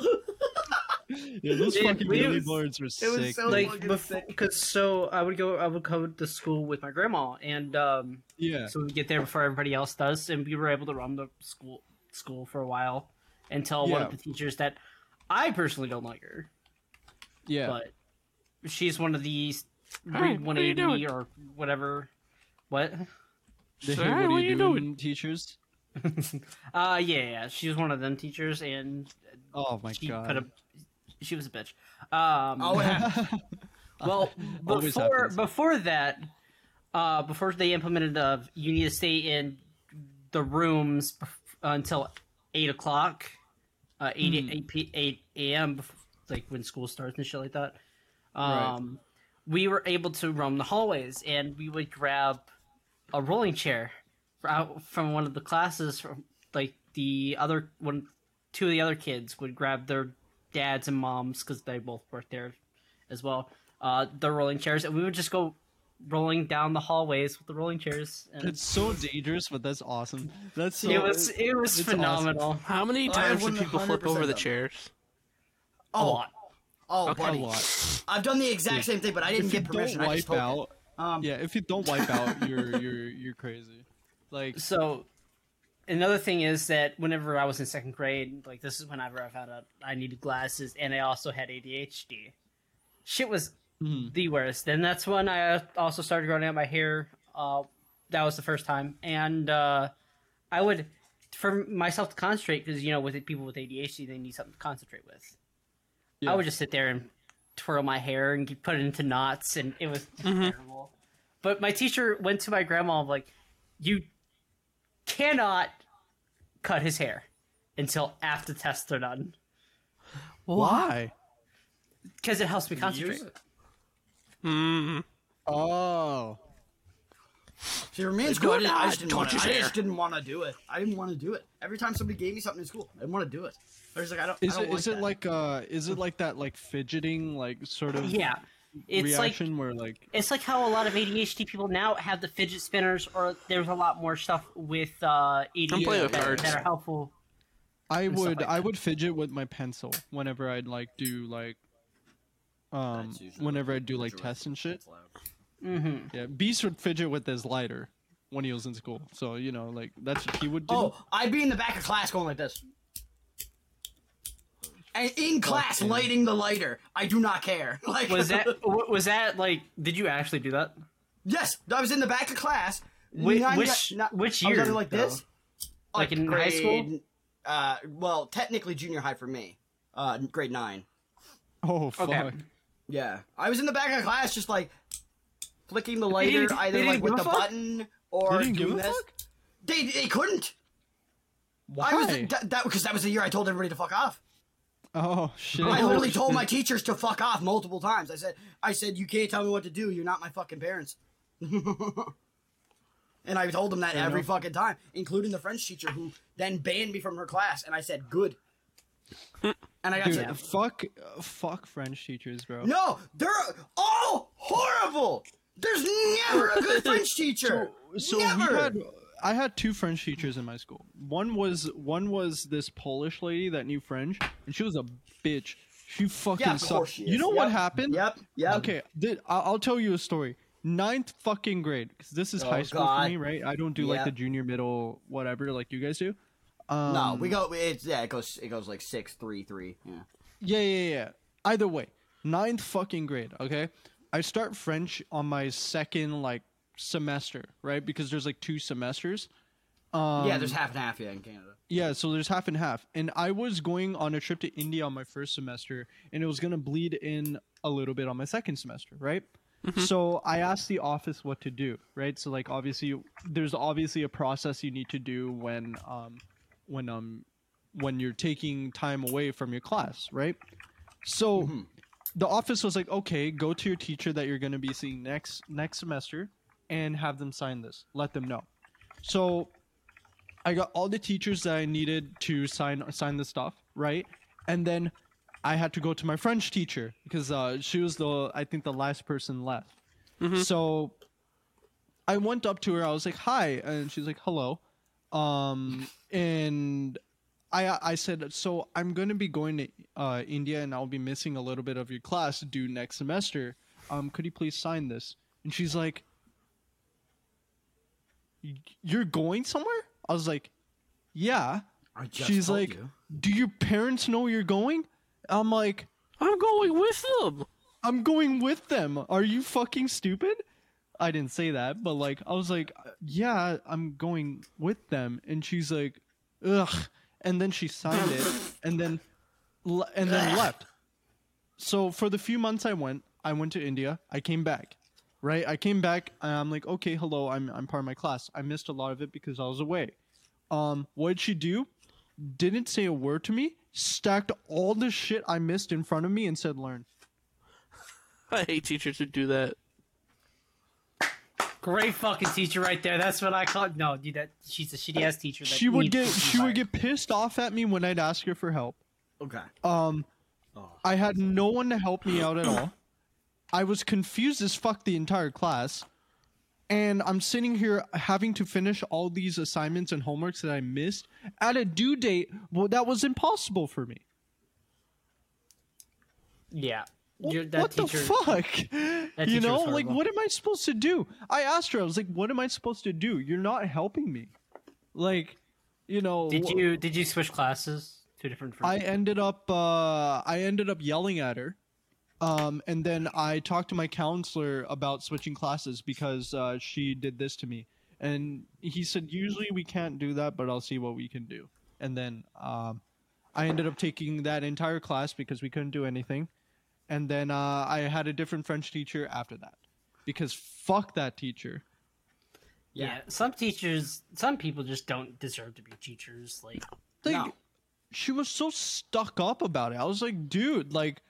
[SPEAKER 1] Yeah, those
[SPEAKER 5] Dude,
[SPEAKER 1] fucking
[SPEAKER 5] we-
[SPEAKER 1] wheelie boards were sick.
[SPEAKER 2] was so,
[SPEAKER 1] dude.
[SPEAKER 5] like
[SPEAKER 2] fucking
[SPEAKER 5] before, because so I would go, I would go to school with my grandma, and um,
[SPEAKER 1] yeah,
[SPEAKER 5] so we get there before everybody else does, and we were able to run the school school for a while until one of
[SPEAKER 1] Yeah.
[SPEAKER 5] the teachers that I personally don't like her,
[SPEAKER 1] yeah.
[SPEAKER 5] but she's one of these
[SPEAKER 4] Hey,
[SPEAKER 5] breed
[SPEAKER 4] what are you
[SPEAKER 5] 180
[SPEAKER 4] doing?
[SPEAKER 5] or whatever. What?
[SPEAKER 1] They
[SPEAKER 4] So,
[SPEAKER 1] hate,
[SPEAKER 4] hey,
[SPEAKER 1] what, are you doing,
[SPEAKER 4] doing?"
[SPEAKER 1] teachers?
[SPEAKER 5] Uh, yeah, yeah, she was one of them teachers, and
[SPEAKER 1] Oh my
[SPEAKER 5] she
[SPEAKER 1] god.
[SPEAKER 5] put a. She was a bitch. Um,
[SPEAKER 2] Oh, it happened.
[SPEAKER 5] well,
[SPEAKER 1] Always
[SPEAKER 5] before
[SPEAKER 1] happens.
[SPEAKER 5] before that, uh, before they implemented the you need to stay in the rooms bef- until eight o'clock, uh, eight
[SPEAKER 1] Hmm.
[SPEAKER 5] eight p- eight a.m. bef- like when school starts and shit like that.
[SPEAKER 1] Right.
[SPEAKER 5] Um, we were able to roam the hallways, and we would grab a rolling chair fr- out from one of the classes. From like the other one, two of the other kids would grab their dads and moms because they both worked there as well. Uh, the rolling chairs, and we would just go rolling down the hallways with the rolling chairs. And
[SPEAKER 1] It's so dangerous, but that's awesome. That's so,
[SPEAKER 5] it was it was
[SPEAKER 1] it's
[SPEAKER 5] phenomenal.
[SPEAKER 4] How many
[SPEAKER 2] I have
[SPEAKER 4] times did people flip
[SPEAKER 2] 100%
[SPEAKER 4] over the
[SPEAKER 2] done.
[SPEAKER 4] chairs?
[SPEAKER 5] A
[SPEAKER 2] Oh,
[SPEAKER 5] lot.
[SPEAKER 2] oh,
[SPEAKER 4] Okay.
[SPEAKER 1] a
[SPEAKER 2] buddy,
[SPEAKER 1] lot.
[SPEAKER 2] I've done the exact same thing, but I didn't
[SPEAKER 1] If you
[SPEAKER 2] get
[SPEAKER 1] don't
[SPEAKER 2] permission. I just
[SPEAKER 1] wipe
[SPEAKER 2] told it.
[SPEAKER 1] out,
[SPEAKER 2] Um,
[SPEAKER 1] yeah, if you don't wipe out, you're you're you're crazy. Like
[SPEAKER 5] So another thing is that whenever I was in second grade, like this is whenever I found out I needed glasses, and I also had ADHD. Shit was
[SPEAKER 1] Mhm.
[SPEAKER 5] the worst. Then that's when I also started growing out my hair. Uh, that was the first time, and uh, I would for myself to concentrate because you know with people with ADHD they need something to concentrate with.
[SPEAKER 1] Yeah.
[SPEAKER 5] I would just sit there and twirl my hair and get- put it into knots, and it was terrible. But my teacher went to my grandma and like, "You cannot cut his hair until after tests are done
[SPEAKER 1] why?
[SPEAKER 5] because it helps me concentrate."
[SPEAKER 4] Mm.
[SPEAKER 1] Oh,
[SPEAKER 2] See, for me in school, I, didn't, I just
[SPEAKER 4] not
[SPEAKER 2] didn't want
[SPEAKER 4] touch
[SPEAKER 2] to. I
[SPEAKER 4] his
[SPEAKER 2] just
[SPEAKER 4] hair.
[SPEAKER 2] didn't want to do it. I didn't want to do it. Every time somebody gave me something in school, I didn't want to do it. I was like, I don't.
[SPEAKER 1] is
[SPEAKER 2] I don't
[SPEAKER 1] it
[SPEAKER 2] like
[SPEAKER 1] is it
[SPEAKER 2] that.
[SPEAKER 1] like uh is it like that like fidgeting like sort of
[SPEAKER 5] Yeah, it's like
[SPEAKER 1] reaction where like
[SPEAKER 5] it's like how a lot of ADHD people now have the fidget spinners, or there's a lot more stuff with uh, ADHD
[SPEAKER 4] playing with
[SPEAKER 5] that,
[SPEAKER 4] cards.
[SPEAKER 5] that are helpful.
[SPEAKER 1] I
[SPEAKER 5] stuff
[SPEAKER 1] would
[SPEAKER 5] like
[SPEAKER 1] I
[SPEAKER 5] that.
[SPEAKER 1] would fidget with my pencil whenever I'd like do like Um,
[SPEAKER 2] That's usually
[SPEAKER 1] whenever
[SPEAKER 2] what
[SPEAKER 1] I do like
[SPEAKER 2] Jurassic
[SPEAKER 1] tests and shit,
[SPEAKER 2] Park's allowed.
[SPEAKER 5] Mm-hmm.
[SPEAKER 1] yeah, Beast would fidget with his lighter when he was in school. So you know, like that's what he would do.
[SPEAKER 2] Oh, I'd be in the back of class going like this. And in class, lighting the lighter. I do not care. Like
[SPEAKER 5] Was that wa- was that like? Did you actually do that?
[SPEAKER 2] Yes, I was in the back of class.
[SPEAKER 5] Whi-
[SPEAKER 2] Nine-
[SPEAKER 5] which-
[SPEAKER 2] not-
[SPEAKER 5] which
[SPEAKER 2] I was
[SPEAKER 5] year,
[SPEAKER 2] either like this,
[SPEAKER 5] Like in high school?
[SPEAKER 2] grade, Uh, well, technically junior high for me. Uh, grade nine.
[SPEAKER 1] Oh, fuck!
[SPEAKER 5] Okay.
[SPEAKER 2] Yeah, I was in the back of class, just like flicking the lighter,
[SPEAKER 5] didn't-
[SPEAKER 2] either
[SPEAKER 5] they
[SPEAKER 2] like
[SPEAKER 5] didn't
[SPEAKER 2] with
[SPEAKER 5] give a
[SPEAKER 2] the
[SPEAKER 5] fuck?
[SPEAKER 2] button or
[SPEAKER 1] They didn't give
[SPEAKER 2] doing
[SPEAKER 1] a
[SPEAKER 2] this.
[SPEAKER 1] fuck?
[SPEAKER 2] They they couldn't.
[SPEAKER 1] Why?
[SPEAKER 2] I was that that because that was the year I told everybody to fuck off.
[SPEAKER 1] oh shit!
[SPEAKER 2] I literally told my teachers to fuck off multiple times. I said, I said, you can't tell me what to do. You're not my fucking parents. and I told them that every fucking time, including the French teacher who then banned me from her class. And I said, good. and I got
[SPEAKER 1] Dude,
[SPEAKER 2] to,
[SPEAKER 1] fuck, uh, fuck French teachers, bro.
[SPEAKER 2] no, they're all horrible. There's never a good French teacher.
[SPEAKER 1] So
[SPEAKER 2] never.
[SPEAKER 1] we had I had two French teachers in my school. One was one was this Polish lady that knew French, and she was a bitch. She fucking
[SPEAKER 2] yeah, of
[SPEAKER 1] sucked.
[SPEAKER 2] course she
[SPEAKER 1] You
[SPEAKER 2] is.
[SPEAKER 1] know what
[SPEAKER 2] Yep,
[SPEAKER 1] happened?
[SPEAKER 2] Yep. Yep.
[SPEAKER 1] Okay, th- I- I'll tell you a story. Ninth fucking grade, because this is
[SPEAKER 2] Oh,
[SPEAKER 1] high school for
[SPEAKER 2] God.
[SPEAKER 1] me, right? I don't do like
[SPEAKER 2] Yeah.
[SPEAKER 1] the junior, middle, whatever, like you guys do. Um,
[SPEAKER 2] No, we go. It's yeah. It goes. It goes like six, three, three. Yeah.
[SPEAKER 1] Yeah, yeah, yeah. Either way, ninth fucking grade. Okay, I start French on my second like semester, right? Because there's like two semesters. Um,
[SPEAKER 2] yeah. There's half and half. Yeah, in Canada.
[SPEAKER 1] Yeah, so there's half and half. And I was going on a trip to India on my first semester, and it was going to bleed in a little bit on my second semester, right? So I asked the office what to do, right? So like obviously there's obviously a process you need to do when um when um when you're taking time away from your class, right? So the office was like, "Okay, go to your teacher that you're going to be seeing next next semester and have them sign this. Let them know." So I got all the teachers that I needed to sign sign the stuff, right? And then I had to go to my French teacher because uh, she was the I think the last person left. So I went up to her. I was like, "Hi," and she's like, "Hello," um, and I I said, "So I'm going to be going to uh, India, and I'll be missing a little bit of your class due next semester. Um, could you please sign this?" And she's like, "Y- "You're going somewhere?" I was like, "Yeah."
[SPEAKER 2] I just
[SPEAKER 1] She's
[SPEAKER 2] told
[SPEAKER 1] like,
[SPEAKER 2] you.
[SPEAKER 1] "Do your parents know you're going?" I'm like,
[SPEAKER 4] I'm going with them.
[SPEAKER 1] I'm going with them. Are you fucking stupid? I didn't say that, but like I was like, yeah, I'm going with them, and she's like, ugh, and then she signed it, and then, le- and then left. So for the few months I went, I went to India. I came back, right? I came back, and I'm like, okay, hello, I'm I'm part of my class. I missed a lot of it because I was away. Um, what did she do? Didn't say a word to me. Stacked all the shit I missed in front of me and said, learn.
[SPEAKER 4] I hate teachers who do that.
[SPEAKER 5] Great fucking teacher right there. That's what I call. No, dude, that she's a shitty ass teacher. That
[SPEAKER 1] she would
[SPEAKER 5] needs
[SPEAKER 1] get
[SPEAKER 5] to be
[SPEAKER 1] she would get
[SPEAKER 5] fired.
[SPEAKER 1] pissed off at me when I'd ask her for help.
[SPEAKER 2] Okay.
[SPEAKER 1] Um,
[SPEAKER 2] Oh.
[SPEAKER 1] I had no one to help me out at all. I was confused as fuck the entire class, and I'm sitting here having to finish all these assignments and homeworks that I missed at a due date. Well, that was impossible for me.
[SPEAKER 5] Yeah.
[SPEAKER 1] Wh-
[SPEAKER 5] You're- that
[SPEAKER 1] what
[SPEAKER 5] teacher,
[SPEAKER 1] the fuck? you
[SPEAKER 5] teacher
[SPEAKER 1] know,
[SPEAKER 5] was
[SPEAKER 1] like,
[SPEAKER 5] horrible.
[SPEAKER 1] what am I supposed to do? I asked her. I was like, "What am I supposed to do? You're not helping me." Like, you know,
[SPEAKER 5] Did
[SPEAKER 1] wh-
[SPEAKER 5] you did you switch classes to different?
[SPEAKER 1] I ended up uh, I ended up yelling at her, um, and then I talked to my counselor about switching classes because uh, she did this to me, and he said usually we can't do that, but I'll see what we can do. And then um, I ended up taking that entire class because we couldn't do anything, and then uh, I had a different French teacher after that because fuck that teacher.
[SPEAKER 5] yeah. Some teachers, some people just don't deserve to be teachers. Like
[SPEAKER 1] Like,
[SPEAKER 2] No.
[SPEAKER 1] she was so stuck up about it. I was like, dude, like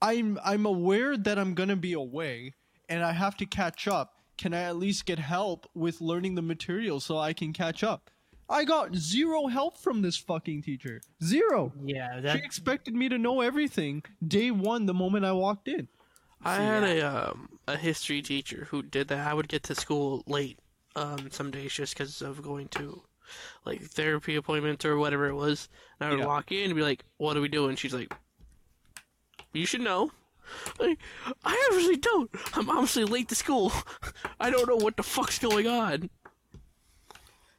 [SPEAKER 1] I'm I'm aware that I'm gonna be away and I have to catch up. Can I at least get help with learning the material so I can catch up? I got zero help from this fucking teacher. Zero.
[SPEAKER 5] yeah,
[SPEAKER 1] She
[SPEAKER 5] that
[SPEAKER 1] expected me to know everything day one the moment I walked in.
[SPEAKER 4] I had a um, a history teacher who did that. I would get to school late um, some days just because of going to like therapy appointments or whatever it was. And I would
[SPEAKER 1] Yeah.
[SPEAKER 4] walk in and be like, "What are we doing?" She's like, "You should know." Like, I obviously don't. I'm obviously late to school. I don't know what the fuck's going on.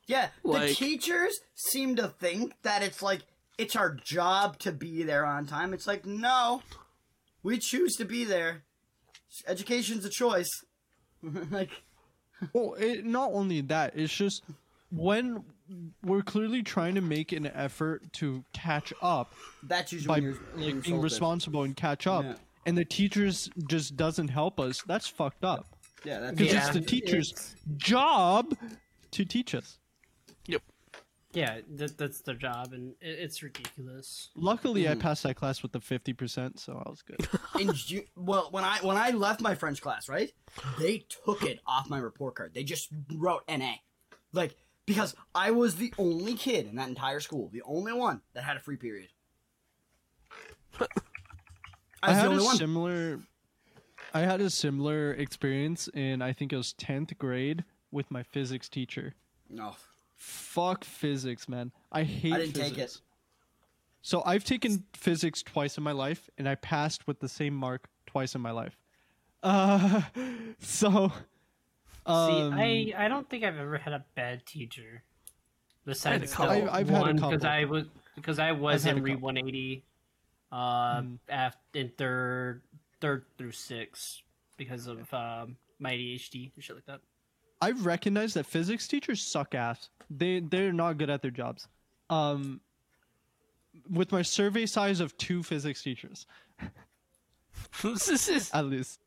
[SPEAKER 2] Yeah, the
[SPEAKER 4] Like-
[SPEAKER 2] teachers seem to think that it's like it's our job to be there on time. It's like no, we choose to be there. Education's a choice. like
[SPEAKER 1] Well, it, not only that, it's just when we're clearly trying to make an effort to catch up
[SPEAKER 2] that's usually
[SPEAKER 1] by
[SPEAKER 2] when you're
[SPEAKER 1] like, being responsible and catch up,
[SPEAKER 2] Yeah.
[SPEAKER 1] and the teachers just doesn't help us. That's fucked up
[SPEAKER 2] Yeah, that's
[SPEAKER 1] because
[SPEAKER 4] Yeah.
[SPEAKER 1] it's the teacher's job to teach us.
[SPEAKER 5] Yeah, that, that's their job, and it, it's ridiculous.
[SPEAKER 1] Luckily,
[SPEAKER 2] Mm.
[SPEAKER 1] I passed that class with a fifty percent, so I was good.
[SPEAKER 2] in Ju- well when I when I left my French class, right? They took it off my report card. They just wrote NA. Like because I was the only kid in that entire school, the only one that had a free period. I
[SPEAKER 1] I
[SPEAKER 2] was the
[SPEAKER 1] had a
[SPEAKER 2] only one.
[SPEAKER 1] similar. I had a similar experience in I think it was tenth grade with my physics teacher.
[SPEAKER 2] No.
[SPEAKER 1] Fuck physics, man. I hate.
[SPEAKER 2] didn't
[SPEAKER 1] physics.
[SPEAKER 2] take it.
[SPEAKER 1] So I've taken physics twice in my life, and I passed with the same mark twice in my life. Uh, so. Um,
[SPEAKER 5] See, I I don't think I've ever had a bad teacher.
[SPEAKER 4] had a
[SPEAKER 5] Besides,
[SPEAKER 4] couple.
[SPEAKER 1] I- I've had a
[SPEAKER 5] one because
[SPEAKER 1] couple.
[SPEAKER 5] I was because I was
[SPEAKER 1] had a
[SPEAKER 5] in re
[SPEAKER 1] couple. Hmm.
[SPEAKER 5] 180, um, af- in third third through sixth because of um, my ADHD and shit like that.
[SPEAKER 1] I recognize that physics teachers suck ass. They they're not good at their jobs. Um, with my survey size of two physics teachers,
[SPEAKER 4] this is
[SPEAKER 1] at least,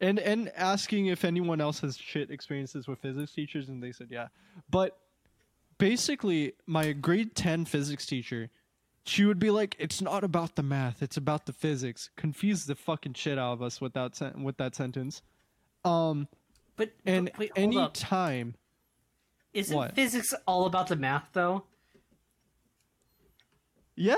[SPEAKER 1] and and asking if anyone else has shit experiences with physics teachers, and they said yeah. But basically, my grade ten physics teacher, she would be like, "It's not about the math; it's about the physics." Confuse the fucking shit out of us with that sen- with that sentence. Um,
[SPEAKER 5] But
[SPEAKER 1] and
[SPEAKER 5] but wait, hold
[SPEAKER 1] any
[SPEAKER 5] up.
[SPEAKER 1] time.
[SPEAKER 5] isn't
[SPEAKER 1] what?
[SPEAKER 5] physics all about the math though?
[SPEAKER 1] Yeah,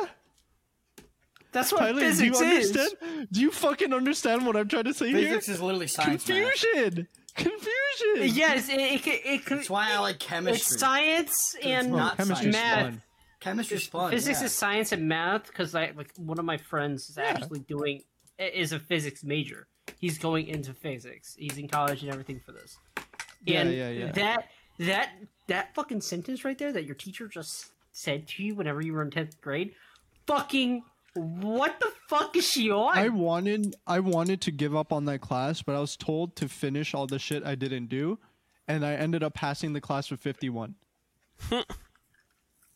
[SPEAKER 5] That's what
[SPEAKER 1] Tyler, do you
[SPEAKER 5] physics is.
[SPEAKER 1] understand? Do you fucking understand what I'm trying to say
[SPEAKER 2] Physics
[SPEAKER 1] here?
[SPEAKER 2] is literally science. man.
[SPEAKER 1] Confusion, confusion.
[SPEAKER 5] Yes, it it, it, it,
[SPEAKER 2] That's why I like chemistry.
[SPEAKER 5] it's science and
[SPEAKER 2] not
[SPEAKER 1] Chemistry's
[SPEAKER 5] math.
[SPEAKER 1] fun.
[SPEAKER 2] Chemistry's fun.
[SPEAKER 5] physics
[SPEAKER 2] yeah.
[SPEAKER 5] is science and math because like one of my friends is actually doing i- is a physics major he's going into physics he's in college and everything for this
[SPEAKER 1] Yeah,
[SPEAKER 5] and
[SPEAKER 1] yeah, yeah.
[SPEAKER 5] that that that fucking sentence right there that your teacher just said to you whenever you were in 10th grade fucking what the fuck is she on
[SPEAKER 1] I wanted, I wanted to give up on that class, but I was told to finish all the shit I didn't do, and I ended up passing the class with 51.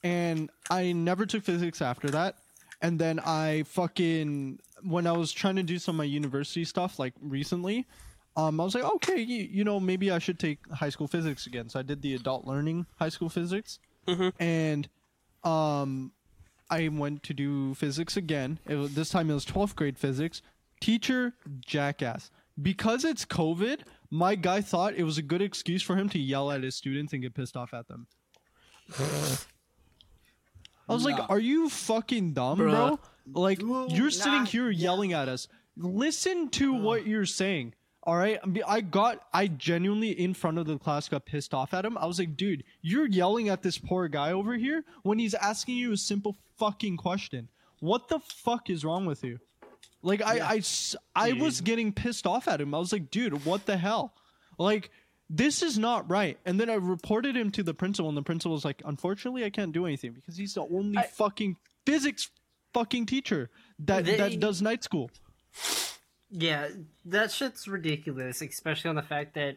[SPEAKER 1] and I never took physics after that. And then I fucking when I was trying to do some of my university stuff, like recently, um, I was like, okay, you, you know, maybe I should take high school physics again. So I did the adult learning high school physics, and um, I went to do physics again. It was, this time it was 12th grade physics. Teacher, jackass. Because it's COVID, my guy thought it was a good excuse for him to yell at his students and get pissed off at them. I was
[SPEAKER 2] Nah.
[SPEAKER 1] like, are you fucking dumb,
[SPEAKER 4] Bruh.
[SPEAKER 1] bro? Like,
[SPEAKER 2] Do
[SPEAKER 1] you're sitting
[SPEAKER 2] not
[SPEAKER 1] here yelling at us. Listen to what you're saying. All right. I mean, I got, I genuinely in front of the class got pissed off at him. I was like, dude, you're yelling at this poor guy over here when he's asking you a simple fucking question. What the fuck is wrong with you? Like, I, I s- I was getting pissed off at him. I was like, dude, what the hell? Like, this is not right. And then I reported him to the principal, and the principal was like, unfortunately, I can't do anything because he's the only fucking physics fucking teacher that,
[SPEAKER 5] They-
[SPEAKER 1] that does night school.
[SPEAKER 5] yeah that shit's ridiculous especially on the fact that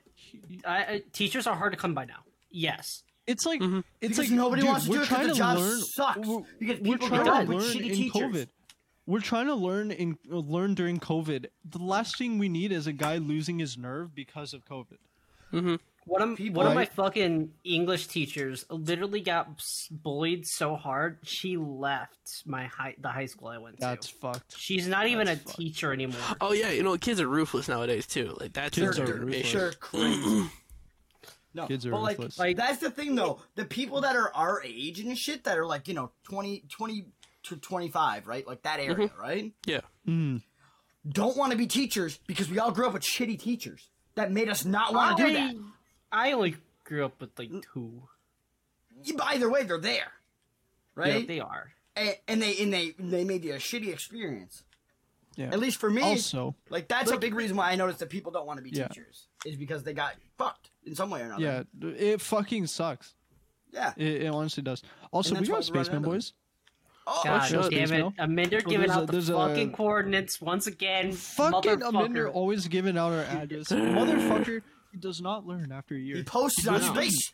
[SPEAKER 5] I, I, teachers are hard to come by now yes
[SPEAKER 1] It's like it's
[SPEAKER 2] Because
[SPEAKER 1] like
[SPEAKER 2] nobody
[SPEAKER 1] dude,
[SPEAKER 2] wants to
[SPEAKER 1] we're
[SPEAKER 2] do it 'cause
[SPEAKER 1] trying
[SPEAKER 2] the
[SPEAKER 1] to
[SPEAKER 2] job
[SPEAKER 1] learn,
[SPEAKER 2] sucks.
[SPEAKER 1] We're,
[SPEAKER 2] Because
[SPEAKER 1] we're
[SPEAKER 2] people
[SPEAKER 1] trying
[SPEAKER 2] grow up
[SPEAKER 1] to
[SPEAKER 2] with
[SPEAKER 1] learn
[SPEAKER 2] shitty
[SPEAKER 1] in
[SPEAKER 2] teachers.
[SPEAKER 1] COVID. We're trying to learn in uh, learn during COVID. The last thing we need is a guy losing his nerve because of COVID.
[SPEAKER 5] One of,
[SPEAKER 2] People-
[SPEAKER 5] one of my
[SPEAKER 1] Right.
[SPEAKER 5] fucking English teachers literally got s- bullied so hard she left my high the high school I went
[SPEAKER 1] That's
[SPEAKER 5] to.
[SPEAKER 1] fucked.
[SPEAKER 5] She's not even a
[SPEAKER 1] that's fucked.
[SPEAKER 5] teacher anymore.
[SPEAKER 4] Oh yeah, you know kids are ruthless nowadays too. Like that's
[SPEAKER 1] Kids
[SPEAKER 4] another
[SPEAKER 1] are ruthless.
[SPEAKER 4] issue.
[SPEAKER 2] They're crazy. No,
[SPEAKER 1] Kids are
[SPEAKER 2] but like,
[SPEAKER 1] ruthless.
[SPEAKER 2] like, that's the thing though. The people that are our age and shit that are like, you know, 20, 20 to 25, right? Like that area,
[SPEAKER 5] Mm-hmm.
[SPEAKER 2] right?
[SPEAKER 4] Yeah.
[SPEAKER 1] Mm.
[SPEAKER 2] Don't want to be teachers because we all grew up with shitty teachers that made us not want to do that.
[SPEAKER 5] I only grew up with like two.
[SPEAKER 2] Yeah, but Either way, they're there. Right?
[SPEAKER 5] They are.
[SPEAKER 2] and, and they and they they made you a shitty experience.
[SPEAKER 1] Yeah.
[SPEAKER 2] At least for me,
[SPEAKER 1] also,
[SPEAKER 2] like that's a big reason why I noticed that people don't want to be
[SPEAKER 1] Yeah.
[SPEAKER 2] teachers is because they got fucked in some way or another.
[SPEAKER 1] yeah, it fucking sucks.
[SPEAKER 2] Yeah.
[SPEAKER 1] It, it honestly does. Also,
[SPEAKER 2] And
[SPEAKER 1] we
[SPEAKER 2] that's
[SPEAKER 1] got
[SPEAKER 2] why we run
[SPEAKER 1] Spaceman
[SPEAKER 2] into them.
[SPEAKER 1] boys.
[SPEAKER 2] Oh,
[SPEAKER 5] God
[SPEAKER 1] shows
[SPEAKER 5] damn
[SPEAKER 1] these,
[SPEAKER 5] it.
[SPEAKER 1] uh, no?
[SPEAKER 5] Aminder
[SPEAKER 1] Well,
[SPEAKER 5] giving
[SPEAKER 1] there's a-
[SPEAKER 5] out the
[SPEAKER 1] there's a-
[SPEAKER 5] fucking coordinates once again.
[SPEAKER 1] Fucking Amender
[SPEAKER 5] motherfucker.
[SPEAKER 1] always giving out our address. Motherfucker, he does not learn after a
[SPEAKER 2] he
[SPEAKER 1] year.
[SPEAKER 2] posted on
[SPEAKER 1] Yeah.
[SPEAKER 2] space.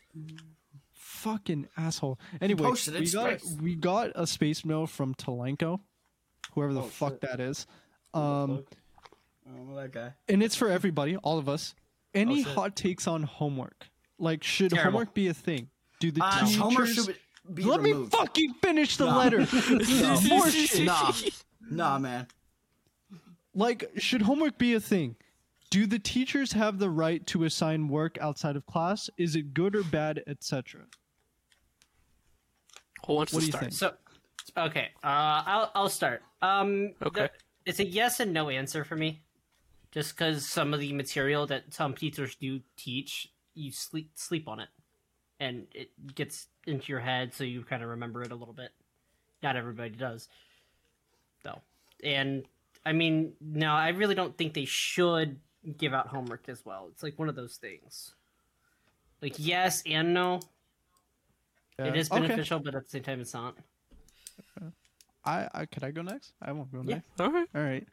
[SPEAKER 1] Fucking asshole. Anyway,
[SPEAKER 2] posted it
[SPEAKER 1] we got
[SPEAKER 2] space.
[SPEAKER 1] we got a space mail from Talenko, whoever the
[SPEAKER 2] Oh,
[SPEAKER 1] fuck
[SPEAKER 2] shit.
[SPEAKER 1] that is. Um,
[SPEAKER 2] Oh, well, that guy.
[SPEAKER 1] and it's for everybody, all of us. Any
[SPEAKER 2] Oh, shit.
[SPEAKER 1] hot takes on homework? Like, should
[SPEAKER 5] Terrible.
[SPEAKER 1] homework be a thing? Do the
[SPEAKER 2] Uh,
[SPEAKER 1] teachers?
[SPEAKER 2] Homer should be
[SPEAKER 1] Let
[SPEAKER 2] removed.
[SPEAKER 1] me fucking finish the
[SPEAKER 2] Nah.
[SPEAKER 1] letter.
[SPEAKER 2] No.
[SPEAKER 1] More shit.
[SPEAKER 2] Nah. Nah, man.
[SPEAKER 1] Like, should homework be a thing? Do the teachers have the right to assign work outside of class? Is it good or bad, etc.?
[SPEAKER 4] Who wants
[SPEAKER 1] What
[SPEAKER 4] to
[SPEAKER 1] do you
[SPEAKER 4] start?
[SPEAKER 1] think?
[SPEAKER 5] So, okay, uh, I'll I'll start. Um,
[SPEAKER 4] Okay.
[SPEAKER 5] the- it's a yes and no answer for me, just because some of the material that some teachers do teach, you sleep sleep on it, and it gets into your head, so you kind of remember it a little bit. Not everybody does, though. And I mean, no, I really don't think they should give out homework as well. It's like one of those things. Like yes and no. it
[SPEAKER 1] Yeah.
[SPEAKER 5] is
[SPEAKER 1] Okay.
[SPEAKER 5] beneficial, but at the same time, it's not.
[SPEAKER 1] I, I could I go next? I won't go
[SPEAKER 5] Yeah.
[SPEAKER 1] next.
[SPEAKER 4] Okay.
[SPEAKER 1] All right.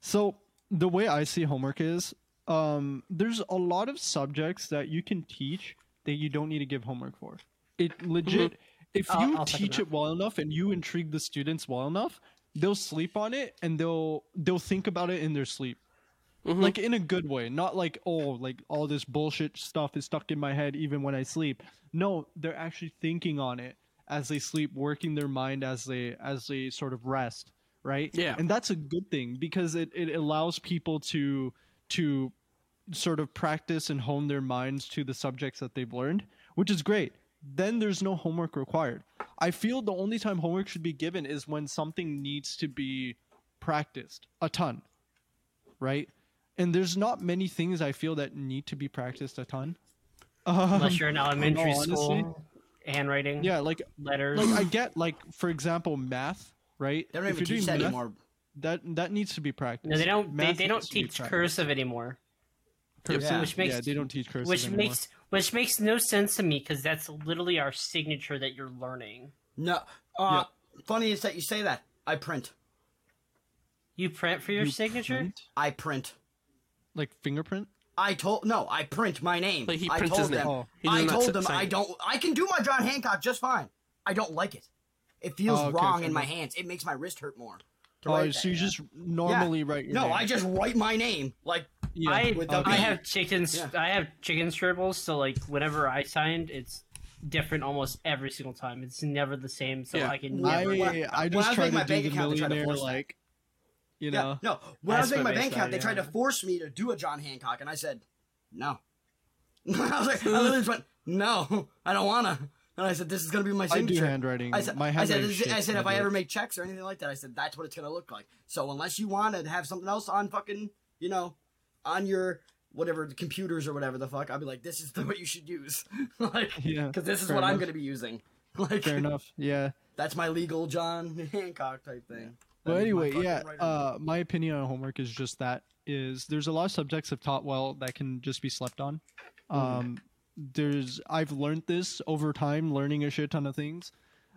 [SPEAKER 1] So the way I see homework is, um, there's a lot of subjects that you can teach that you don't need to give homework for. It legit, if
[SPEAKER 5] Mm-hmm. I'll-
[SPEAKER 1] you
[SPEAKER 5] I'll second
[SPEAKER 1] teach
[SPEAKER 5] that.
[SPEAKER 1] it well enough and you intrigue the students well enough, they'll sleep on it and they'll they'll think about it in their sleep.
[SPEAKER 4] Mhm.
[SPEAKER 1] Like in a good way, not like oh, like all this bullshit stuff is stuck in my head even when I sleep. No, they're actually thinking on it as they sleep, working their mind as they as they sort of rest, right?
[SPEAKER 4] Yeah.
[SPEAKER 1] And that's a good thing because it, it allows people to to sort of practice and hone their minds to the subjects that they've learned, which is great. Then there's no homework required. I feel the only time homework should be given is when something needs to be practiced a ton, right? And there's not many things I feel that need to be practiced a ton. Um,
[SPEAKER 5] unless you're in elementary
[SPEAKER 1] all honesty.
[SPEAKER 5] school, handwriting,
[SPEAKER 1] yeah, like
[SPEAKER 5] letters.
[SPEAKER 1] like I get like for example math, right?
[SPEAKER 2] They don't even teach that anymore.
[SPEAKER 1] that that needs to be practiced.
[SPEAKER 5] no, they don't. They,
[SPEAKER 1] Math
[SPEAKER 5] they don't
[SPEAKER 1] needs to be
[SPEAKER 5] teach
[SPEAKER 1] practiced.
[SPEAKER 5] cursive anymore,
[SPEAKER 2] Yeah.
[SPEAKER 5] which makes
[SPEAKER 1] yeah, they don't teach cursive
[SPEAKER 5] which
[SPEAKER 1] anymore.
[SPEAKER 5] makes which makes no sense to me because that's literally our signature that you're learning.
[SPEAKER 2] No. Uh, Funny is that you say that. I print.
[SPEAKER 5] You print for your
[SPEAKER 1] You
[SPEAKER 5] signature.
[SPEAKER 1] print?
[SPEAKER 2] I print.
[SPEAKER 1] like fingerprint.
[SPEAKER 2] I told no. I print my name.
[SPEAKER 4] Like, he
[SPEAKER 2] I
[SPEAKER 4] prints
[SPEAKER 2] told
[SPEAKER 4] his name.
[SPEAKER 2] them.
[SPEAKER 1] Oh.
[SPEAKER 4] He does
[SPEAKER 2] I
[SPEAKER 4] not
[SPEAKER 2] told
[SPEAKER 4] s-
[SPEAKER 2] them
[SPEAKER 4] sign
[SPEAKER 2] I
[SPEAKER 4] it.
[SPEAKER 2] don't. I can do my John Hancock just fine. I don't like it. It feels
[SPEAKER 1] Oh, okay,
[SPEAKER 2] wrong
[SPEAKER 1] fair
[SPEAKER 2] in my
[SPEAKER 1] enough.
[SPEAKER 2] hands. It makes my wrist hurt more. to
[SPEAKER 1] Oh,
[SPEAKER 2] write
[SPEAKER 1] so
[SPEAKER 2] that.
[SPEAKER 1] you just normally write your
[SPEAKER 2] no.
[SPEAKER 1] name.
[SPEAKER 2] I just write my name. Like
[SPEAKER 1] yeah.
[SPEAKER 5] I
[SPEAKER 2] without
[SPEAKER 5] I
[SPEAKER 2] the-
[SPEAKER 5] have chickens.
[SPEAKER 2] Yeah.
[SPEAKER 5] I have chicken scribbles. So like whenever I signed, it's different almost every single time. It's never the same. So
[SPEAKER 4] Yeah.
[SPEAKER 5] I can
[SPEAKER 1] I,
[SPEAKER 5] never.
[SPEAKER 2] when I
[SPEAKER 1] I
[SPEAKER 2] was
[SPEAKER 1] just try to
[SPEAKER 2] making my
[SPEAKER 1] do
[SPEAKER 2] bank
[SPEAKER 1] the
[SPEAKER 2] account, they tried to
[SPEAKER 1] millionaire
[SPEAKER 2] force that.
[SPEAKER 1] like, you
[SPEAKER 2] yeah,
[SPEAKER 1] know.
[SPEAKER 2] no. When I was
[SPEAKER 5] That's
[SPEAKER 2] making
[SPEAKER 5] what
[SPEAKER 2] my
[SPEAKER 5] they
[SPEAKER 2] bank account,
[SPEAKER 5] said,
[SPEAKER 2] they tried
[SPEAKER 5] yeah.
[SPEAKER 2] to force me to do a John Hancock, and I said no. I was like, I literally just went no. I don't wanna. And I said, this is gonna be my
[SPEAKER 1] I do
[SPEAKER 2] signature.
[SPEAKER 1] handwriting.
[SPEAKER 2] I said,
[SPEAKER 1] my
[SPEAKER 2] I said,
[SPEAKER 1] handwriting.
[SPEAKER 2] "This- I said, if I ever make checks or anything like that, I said that's what it's gonna look like. So unless you want to have something else on fucking, you know, on your whatever the computers or whatever the fuck, I'd be like, this is the, what you should use, like, because
[SPEAKER 1] Yeah,
[SPEAKER 2] this is
[SPEAKER 1] fair
[SPEAKER 2] what I'm
[SPEAKER 1] enough.
[SPEAKER 2] gonna be using. Like,
[SPEAKER 1] Fair enough. Yeah.
[SPEAKER 2] that's my legal John Hancock type thing.
[SPEAKER 1] Well,
[SPEAKER 2] I need my
[SPEAKER 1] anyway,
[SPEAKER 2] fucking
[SPEAKER 1] yeah.
[SPEAKER 2] writing.
[SPEAKER 1] Uh, my opinion on homework is just that: is there's a lot of subjects I've taught well that can just be slept on.
[SPEAKER 2] Mm-hmm.
[SPEAKER 1] Um, there's I've learned this over time, learning a shit ton of things.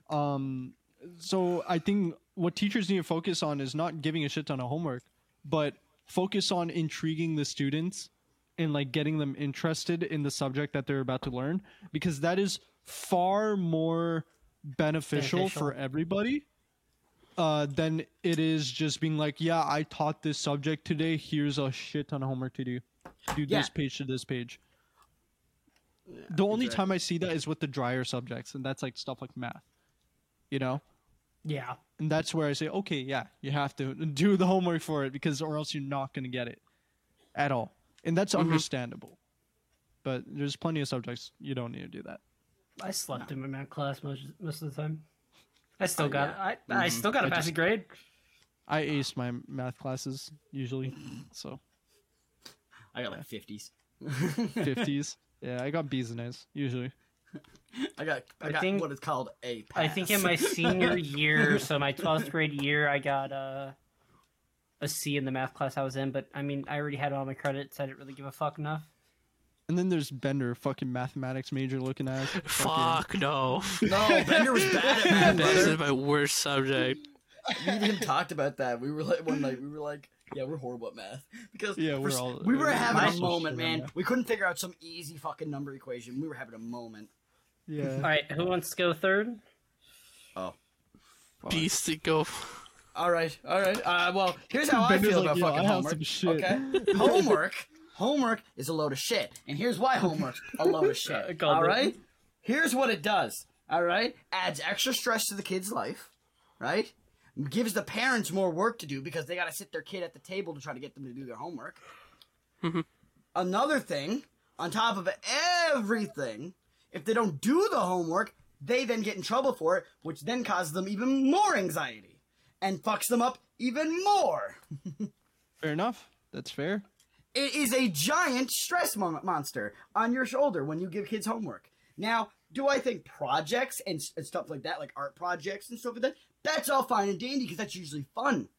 [SPEAKER 1] Um, so I think what teachers need to focus on is not giving a shit ton of homework, but focus on intriguing the students and like getting them interested in the subject that they're about to learn because that is far more beneficial. for everybody uh, then it is just being like, yeah, I taught this subject today. Here's a shit ton of homework to do. Do
[SPEAKER 2] Yeah.
[SPEAKER 1] this page to this page. the only
[SPEAKER 2] exactly.
[SPEAKER 1] time I see that is with the drier subjects, and that's like stuff like math, you know.
[SPEAKER 5] Yeah.
[SPEAKER 1] And that's where I say, okay, yeah, you have to do the homework for it because, or else you're not gonna get it at all, and that's
[SPEAKER 2] Mm-hmm.
[SPEAKER 1] understandable. But there's plenty of subjects you don't need to do that.
[SPEAKER 5] I slept in my math class most most of the time. I still got I I
[SPEAKER 1] Mm-hmm.
[SPEAKER 5] still got a passing grade.
[SPEAKER 1] I aced my math classes usually, so
[SPEAKER 2] I got like fifties.
[SPEAKER 1] 50s. yeah, I got B's and A's usually.
[SPEAKER 2] I got I,
[SPEAKER 5] I
[SPEAKER 2] got
[SPEAKER 5] think-
[SPEAKER 2] what is called a pass.
[SPEAKER 5] I think in my senior year, so my twelfth grade year, I got uh, a C in the math class I was in, but I mean, I already had all my credits. I didn't really give a fuck enough.
[SPEAKER 1] And then there's Bender, fucking mathematics major looking ass. Fucking-
[SPEAKER 4] Fuck no.
[SPEAKER 2] No, Bender was bad at math.
[SPEAKER 4] This
[SPEAKER 2] brother.
[SPEAKER 4] is my worst subject.
[SPEAKER 2] We even talked about that. We were like one night. We were like, yeah, we're horrible at math because
[SPEAKER 1] Yeah,
[SPEAKER 2] for
[SPEAKER 1] we're
[SPEAKER 2] s-
[SPEAKER 1] all-
[SPEAKER 2] we were
[SPEAKER 1] we're
[SPEAKER 2] having
[SPEAKER 1] all
[SPEAKER 2] a moment,
[SPEAKER 1] shit on
[SPEAKER 2] man.
[SPEAKER 1] math.
[SPEAKER 2] We couldn't figure out some easy fucking number equation. We were having a moment.
[SPEAKER 5] All
[SPEAKER 1] Yeah.
[SPEAKER 5] right, who wants to go third?
[SPEAKER 2] Oh.
[SPEAKER 4] Beast to go.
[SPEAKER 2] All right, all right. Uh, well, here's how I
[SPEAKER 1] Bender's
[SPEAKER 2] feel
[SPEAKER 1] like,
[SPEAKER 2] about
[SPEAKER 1] "Yo, I
[SPEAKER 2] fucking
[SPEAKER 1] have
[SPEAKER 2] homework.
[SPEAKER 1] some shit."
[SPEAKER 2] Okay, homework, homework is a load of shit, and here's why homework's a load of
[SPEAKER 5] Uh,
[SPEAKER 2] shit.
[SPEAKER 5] go,
[SPEAKER 2] all
[SPEAKER 5] Luke.
[SPEAKER 2] right, here's what it does. All right, adds extra stress to the kid's life. Right, gives the parents more work to do because they got to sit their kid at the table to try to get them to do their homework. Another thing, on top of everything, if they don't do the homework, they then get in trouble for it, which then causes them even more anxiety and fucks them up even more.
[SPEAKER 1] Fair enough. That's fair.
[SPEAKER 2] It is a giant stress mon- monster on your shoulder when you give kids homework. Now, do I think projects and, s- and stuff like that, like art projects and stuff like that, that's all fine and dandy because that's usually fun.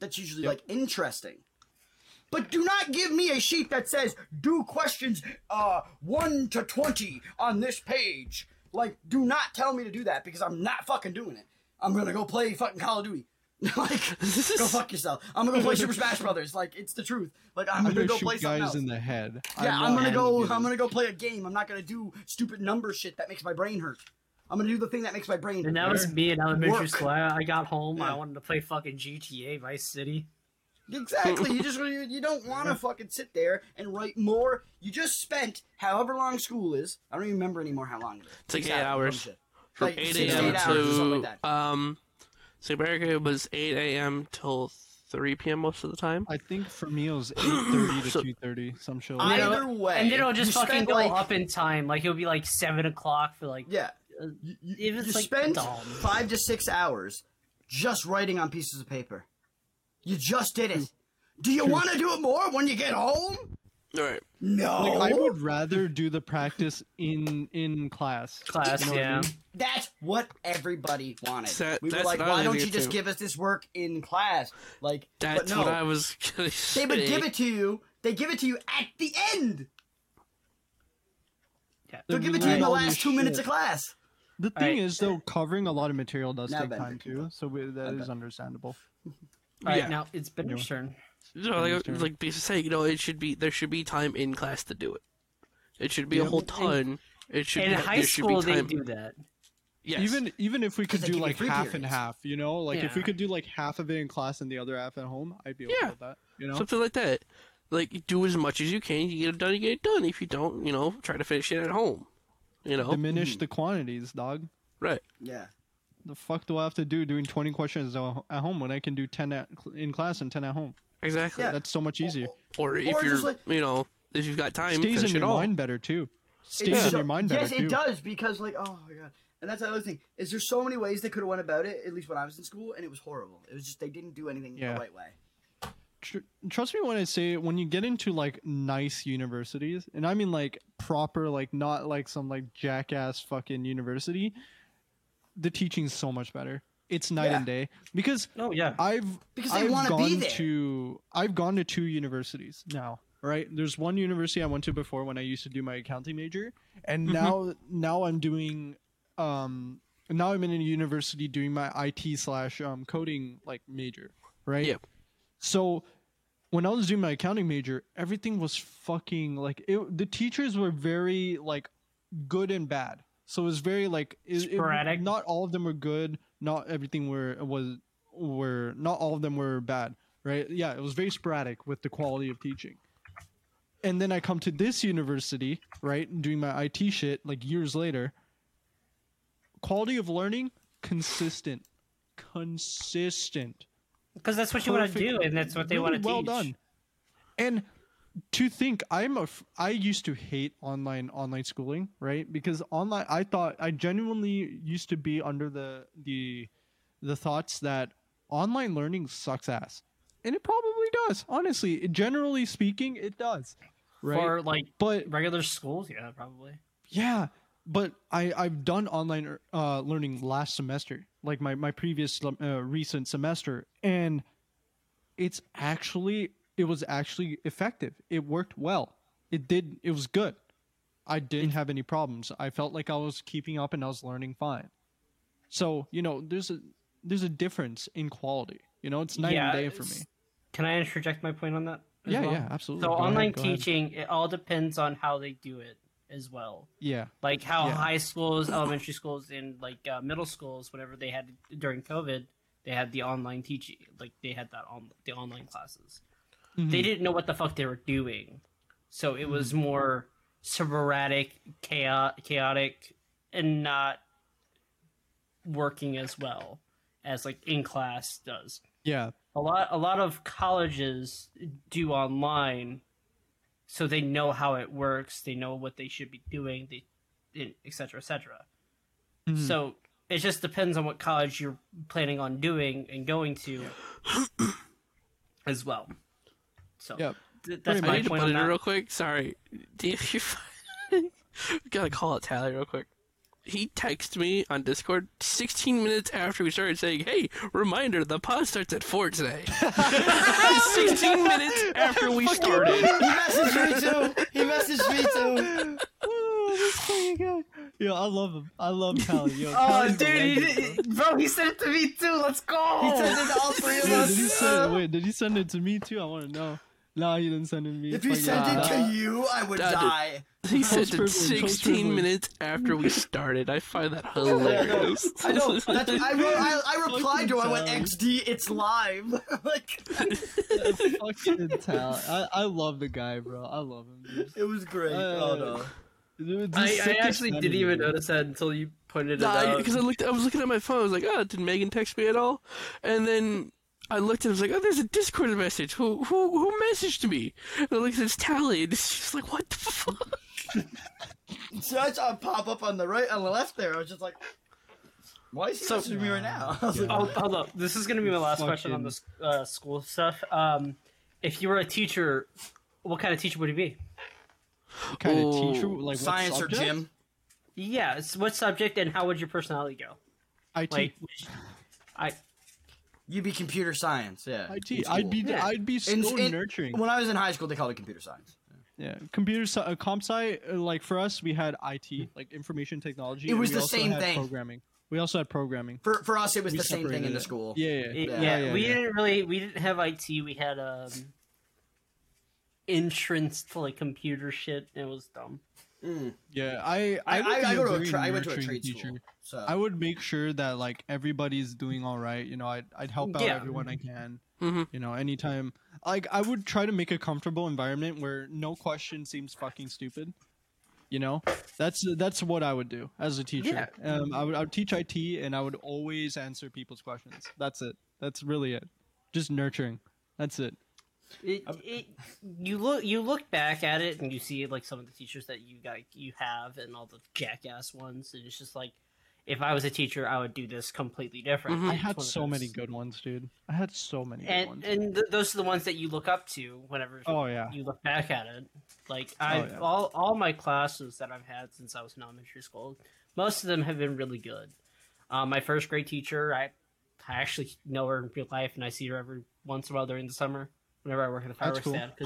[SPEAKER 2] That's usually like interesting. But do not give me a sheet that says do questions uh 1 to 20 on this page. Like do not tell me to do that because I'm not fucking doing it. I'm going to go play fucking Call of Duty. like go fuck yourself. I'm going to go play Super Smash Brothers. Like it's the truth. Like I'm,
[SPEAKER 1] I'm
[SPEAKER 2] going to
[SPEAKER 1] gonna,
[SPEAKER 2] go play
[SPEAKER 1] shoot
[SPEAKER 2] something
[SPEAKER 1] guys
[SPEAKER 2] else.
[SPEAKER 1] in the head.
[SPEAKER 2] yeah,
[SPEAKER 1] I
[SPEAKER 2] I'm
[SPEAKER 1] know
[SPEAKER 2] going to
[SPEAKER 1] how
[SPEAKER 2] go
[SPEAKER 1] do
[SPEAKER 2] I'm
[SPEAKER 1] this.
[SPEAKER 2] going to go play a game. I'm not going to do stupid number shit that makes my brain hurt. I'm going to do the thing that makes my brain
[SPEAKER 5] And
[SPEAKER 2] hurt.
[SPEAKER 5] that was me in elementary
[SPEAKER 2] Work.
[SPEAKER 5] school. I, I got home.
[SPEAKER 2] Yeah.
[SPEAKER 5] I wanted to play fucking GTA Vice City.
[SPEAKER 2] Exactly. You just you, you don't want to fucking sit there and write more. You just spent however long school is. I don't even remember anymore how long it is.
[SPEAKER 4] It's like
[SPEAKER 2] Six
[SPEAKER 4] eight hours.
[SPEAKER 2] some shit.
[SPEAKER 4] From
[SPEAKER 2] Like,
[SPEAKER 4] 8
[SPEAKER 2] six,
[SPEAKER 4] a.m.
[SPEAKER 2] eight hours or something like
[SPEAKER 4] to. Um, so America was 8 a.m. till 3 p.m. most of the time.
[SPEAKER 1] I think for meals, eight thirty
[SPEAKER 4] So-
[SPEAKER 1] to two thirty. Some show.
[SPEAKER 2] I-
[SPEAKER 5] You know,
[SPEAKER 2] Either way,
[SPEAKER 5] and then it'll just
[SPEAKER 2] you
[SPEAKER 5] fucking
[SPEAKER 2] spend,
[SPEAKER 5] go
[SPEAKER 2] like-
[SPEAKER 5] up in time. Like it'll be like seven o'clock for like
[SPEAKER 2] Yeah.
[SPEAKER 5] uh,
[SPEAKER 2] You, you,
[SPEAKER 5] If it's,
[SPEAKER 2] you
[SPEAKER 5] like,
[SPEAKER 2] spent
[SPEAKER 5] dumb.
[SPEAKER 2] five to six hours just writing on pieces of paper. You just did it. Do you want to do it more when you get home?
[SPEAKER 4] All right.
[SPEAKER 2] No.
[SPEAKER 1] Like, I would rather do the practice in in class.
[SPEAKER 5] class.
[SPEAKER 1] You know what I
[SPEAKER 5] yeah.
[SPEAKER 1] mean?
[SPEAKER 2] That's what everybody wanted.
[SPEAKER 4] That-
[SPEAKER 2] we were
[SPEAKER 4] that's
[SPEAKER 2] like,
[SPEAKER 4] what I was
[SPEAKER 2] why don't
[SPEAKER 4] thinking
[SPEAKER 2] you just
[SPEAKER 4] too.
[SPEAKER 2] give us this work in class? Like, but
[SPEAKER 4] That's
[SPEAKER 2] no.
[SPEAKER 4] what I was gonna say.
[SPEAKER 2] They would give it to you. They give it to you at the end.
[SPEAKER 5] Yeah.
[SPEAKER 2] They'll give it to you in the
[SPEAKER 1] All
[SPEAKER 2] last
[SPEAKER 1] your
[SPEAKER 2] two minutes of
[SPEAKER 1] shit.
[SPEAKER 2] class.
[SPEAKER 1] The
[SPEAKER 5] All right.
[SPEAKER 1] thing is, though, covering a lot of material does
[SPEAKER 2] Now
[SPEAKER 1] take
[SPEAKER 2] Bender
[SPEAKER 1] time
[SPEAKER 2] can
[SPEAKER 1] too, so we, that
[SPEAKER 2] Okay.
[SPEAKER 1] is understandable.
[SPEAKER 5] All right,
[SPEAKER 4] Yeah.
[SPEAKER 5] now it's Bender's turn.
[SPEAKER 4] No, like,
[SPEAKER 1] Understand.
[SPEAKER 4] like Beast was saying, you know, it should be there should be time in class to do it. It should be a whole ton. It should
[SPEAKER 5] In
[SPEAKER 4] be,
[SPEAKER 5] high
[SPEAKER 4] there should be
[SPEAKER 5] school, they
[SPEAKER 4] time.
[SPEAKER 5] do that.
[SPEAKER 4] Yes.
[SPEAKER 1] Even even if we could
[SPEAKER 2] Because they
[SPEAKER 1] do
[SPEAKER 2] give you
[SPEAKER 1] like
[SPEAKER 2] free
[SPEAKER 1] half and
[SPEAKER 2] periods.
[SPEAKER 1] half, you know, like if we
[SPEAKER 5] Yeah.
[SPEAKER 1] could do like half of it in class and the other half at home, I'd be okay
[SPEAKER 4] Yeah.
[SPEAKER 1] with that. You know,
[SPEAKER 4] something like that. Like you do as much as you can. You get it done. You get it done. If you don't, you know, try to finish it at home. You know,
[SPEAKER 5] oh.
[SPEAKER 1] diminish the quantities, dog.
[SPEAKER 4] right?
[SPEAKER 2] Yeah.
[SPEAKER 1] The fuck do I have to do doing twenty questions o- at home when I can do ten at, in class and ten at home?
[SPEAKER 4] Exactly.
[SPEAKER 2] Yeah.
[SPEAKER 1] That's so much easier.
[SPEAKER 4] Or if
[SPEAKER 2] Or
[SPEAKER 4] you're,
[SPEAKER 2] just like-
[SPEAKER 4] you know, if you've got time,
[SPEAKER 1] Stays in
[SPEAKER 4] finish
[SPEAKER 1] your
[SPEAKER 4] it all.
[SPEAKER 1] mind better too. Stays
[SPEAKER 2] It's
[SPEAKER 1] in
[SPEAKER 2] so-
[SPEAKER 1] your mind better
[SPEAKER 2] Yes,
[SPEAKER 1] too.
[SPEAKER 2] it does because like oh my god. And that's the other thing is there's so many ways they could have went about it. At least when I was in school, and it was horrible. It was just they didn't do anything
[SPEAKER 1] Yeah.
[SPEAKER 2] the right way.
[SPEAKER 1] tr- trust me when I say when you get into like nice universities, and I mean like proper, like not like some like jackass fucking university, the teaching's so much better. It's night
[SPEAKER 2] Yeah.
[SPEAKER 1] and day because
[SPEAKER 5] Oh yeah.
[SPEAKER 1] I've
[SPEAKER 2] Because they
[SPEAKER 1] I've
[SPEAKER 2] wanna be
[SPEAKER 1] gone
[SPEAKER 2] there.
[SPEAKER 1] to I've gone to two universities now. Right, there's one university I went to before when I used to do my accounting major, and
[SPEAKER 2] Mm-hmm.
[SPEAKER 1] now now I'm doing, um, now I'm in a university doing my IT slash um coding like major, right?
[SPEAKER 4] Yep.
[SPEAKER 1] So when I was doing my accounting major, everything was fucking like it, the teachers were very like good and bad. So it was very like it, it-
[SPEAKER 5] Sporadic.
[SPEAKER 1] not all of them were good. Not everything were was were not all of them were bad. Right? Yeah, it was very sporadic with the quality of teaching. And then I come to this university, right, and doing my IT shit like years later. Quality of learning consistent, consistent
[SPEAKER 5] Because that's what you want to
[SPEAKER 1] perfect-
[SPEAKER 5] do, and that's what they
[SPEAKER 1] really
[SPEAKER 5] want to
[SPEAKER 1] well
[SPEAKER 5] teach.
[SPEAKER 1] done and to think i'm a f- i used to hate online online schooling right because online i thought i genuinely used to be under the the the thoughts that online learning sucks ass and it probably does honestly generally speaking it does right
[SPEAKER 5] For like
[SPEAKER 1] but
[SPEAKER 5] regular schools, yeah, probably.
[SPEAKER 1] yeah, but I I've done online uh, learning last semester, like my my previous uh, recent semester, and it's actually it was actually effective. It worked well. It did it was good. I didn't have any problems. I felt like I was keeping up and I was learning fine. So, you know, there's a there's a difference in quality. You know, it's night
[SPEAKER 5] Yeah,
[SPEAKER 1] and day for me.
[SPEAKER 5] it's- Can I interject my point on that? as
[SPEAKER 1] Yeah,
[SPEAKER 5] well?
[SPEAKER 1] yeah, absolutely.
[SPEAKER 5] So
[SPEAKER 1] Go ahead,
[SPEAKER 5] online
[SPEAKER 1] go ahead.
[SPEAKER 5] teaching, it all depends on how they do it as well.
[SPEAKER 1] Yeah.
[SPEAKER 5] Like how
[SPEAKER 1] Yeah.
[SPEAKER 5] high schools, elementary schools, and like uh, middle schools, whenever they had during COVID, they had the online teaching. Like they had that on the online classes. They
[SPEAKER 1] Mhm.
[SPEAKER 5] didn't know what the fuck they were doing, so it
[SPEAKER 1] Hmm.
[SPEAKER 5] was more sporadic, chaos, chaotic, and not working as well as like in class does
[SPEAKER 1] Yeah.
[SPEAKER 5] a lot a lot of colleges do online so they know how it works they know what they should be doing they and et cetera et cetera
[SPEAKER 1] Mhm.
[SPEAKER 5] so it just depends on what college you're planning on doing and going to as well so
[SPEAKER 1] Yep.
[SPEAKER 5] th-
[SPEAKER 1] Pretty
[SPEAKER 5] that's
[SPEAKER 1] much.
[SPEAKER 4] I
[SPEAKER 5] my
[SPEAKER 4] need to
[SPEAKER 5] point
[SPEAKER 4] put
[SPEAKER 5] on
[SPEAKER 4] in
[SPEAKER 5] that.
[SPEAKER 4] real quick. Sorry. Do you, you gotta call it Tally real quick. He texted me on Discord 16 minutes after we started saying, "Hey, reminder, the pod starts at four today." 16 minutes after we started.
[SPEAKER 2] He messaged me too. He messaged me too.
[SPEAKER 1] Oh, this fucking guy. Yo, I love him. I love Tally. Yo,
[SPEAKER 5] Oh,
[SPEAKER 1] Tally's a
[SPEAKER 5] dude, he
[SPEAKER 1] legend, bro.
[SPEAKER 5] did- bro, he sent it to me too. Let's go.
[SPEAKER 2] He sent it to all three of
[SPEAKER 1] Dude,
[SPEAKER 2] us.
[SPEAKER 1] did
[SPEAKER 2] uh,
[SPEAKER 1] he send it? Wait, did he send it to me too? I want to know. Nah, he didn't send it to me.
[SPEAKER 2] If he
[SPEAKER 1] Fucking
[SPEAKER 2] sent it
[SPEAKER 1] nah.
[SPEAKER 2] to you, I would
[SPEAKER 4] Dad,
[SPEAKER 2] die.
[SPEAKER 4] He sent it
[SPEAKER 1] privilege, host
[SPEAKER 4] 16
[SPEAKER 1] privilege.
[SPEAKER 4] minutes after we started. I find that hilarious.
[SPEAKER 2] I know. That's, I, wrote, I, I replied to him. I went XD. It's live. like
[SPEAKER 1] Fucking Tally. I, I love the guy, bro. I love him. dude.
[SPEAKER 2] it was great.
[SPEAKER 1] Uh,
[SPEAKER 2] oh no.
[SPEAKER 1] Dude,
[SPEAKER 5] I,
[SPEAKER 1] he's sick as
[SPEAKER 5] actually
[SPEAKER 1] funny,
[SPEAKER 5] didn't even
[SPEAKER 1] dude.
[SPEAKER 5] notice that until you pointed it
[SPEAKER 4] Nah,
[SPEAKER 5] out.
[SPEAKER 4] because I looked, I was looking at my phone. I was like, "Oh, did Megan text me at all?" And then I looked and I was like, "Oh, there's a Discord message. Who who who messaged me?" And I looked at it's Tally, and she's like, "What the fuck?"
[SPEAKER 2] So I saw it pop up on the right, on the left there. I was just like, why is he
[SPEAKER 5] So-
[SPEAKER 2] messaging me right now? I was like,
[SPEAKER 5] Oh, hold up. This is going to be my last question on
[SPEAKER 1] Fucking-
[SPEAKER 5] this uh, school stuff. Um, if you were a teacher, what kind of teacher would you be?
[SPEAKER 1] What kind of teacher?
[SPEAKER 4] Ooh.
[SPEAKER 1] Like what
[SPEAKER 2] science or
[SPEAKER 1] subject?
[SPEAKER 2] gym?
[SPEAKER 5] Yeah, it's what subject and how would your personality go?
[SPEAKER 1] IT.
[SPEAKER 5] Like, which- I
[SPEAKER 2] You'd be computer science. Yeah.
[SPEAKER 1] IT. I'd be
[SPEAKER 5] Yeah.
[SPEAKER 1] I'd be so
[SPEAKER 2] In- in-
[SPEAKER 1] nurturing.
[SPEAKER 2] When I was in high school, they called it computer science.
[SPEAKER 1] yeah, computer sci- uh, comp sci. uh, Like for us, we had IT, like information technology.
[SPEAKER 2] Hmm. It
[SPEAKER 1] and
[SPEAKER 2] was
[SPEAKER 1] we
[SPEAKER 2] the
[SPEAKER 1] also
[SPEAKER 2] same
[SPEAKER 1] had
[SPEAKER 2] thing.
[SPEAKER 1] Programming. We also had programming.
[SPEAKER 2] For for us, it was
[SPEAKER 1] We
[SPEAKER 2] the same thing
[SPEAKER 1] separated
[SPEAKER 2] in the
[SPEAKER 1] it.
[SPEAKER 2] school.
[SPEAKER 1] Yeah, yeah,
[SPEAKER 5] it- yeah,
[SPEAKER 1] yeah,
[SPEAKER 5] we
[SPEAKER 1] yeah.
[SPEAKER 5] didn't really we didn't have IT. We had um entrance to like computer shit. It was dumb.
[SPEAKER 1] yeah. I
[SPEAKER 2] Mm. I,
[SPEAKER 1] would be
[SPEAKER 2] I, I, go to a
[SPEAKER 1] very
[SPEAKER 2] tra- I went to a
[SPEAKER 1] nurturing
[SPEAKER 2] trade
[SPEAKER 1] teacher.
[SPEAKER 2] school. uh, So
[SPEAKER 1] I would make sure that like everybody's doing all right. You know, I'd I'd help out
[SPEAKER 5] Yeah.
[SPEAKER 1] everyone I can.
[SPEAKER 4] Mhm.
[SPEAKER 1] You know, anytime like I would try to make a comfortable environment where no question seems fucking stupid. You know, that's that's what I would do as a teacher. Um, I would I would teach IT and I would always answer people's questions. That's it. That's really it. Just nurturing. That's it.
[SPEAKER 5] It, it, you look you look back at it and you see like some of the teachers that you got you have and all the jackass ones and it's just like if I was a teacher I would do this completely different.
[SPEAKER 4] Mhm.
[SPEAKER 1] Mm-hmm. I
[SPEAKER 5] It's
[SPEAKER 1] had
[SPEAKER 5] one of
[SPEAKER 1] so many
[SPEAKER 5] those.
[SPEAKER 1] good ones, dude. I had so many good
[SPEAKER 5] and
[SPEAKER 1] ones.
[SPEAKER 5] and th- those are the ones that you look up to whenever
[SPEAKER 1] oh yeah. Oh,
[SPEAKER 5] you look back at it. Like I
[SPEAKER 1] yeah.
[SPEAKER 5] have all all my classes that I've had since I was in elementary school, most of them have been really good. Um, my first grade teacher, I I actually know her in real life and I see her every once in a while during the summer whenever I work at the
[SPEAKER 1] That's
[SPEAKER 5] fireworks
[SPEAKER 1] cool.
[SPEAKER 5] stand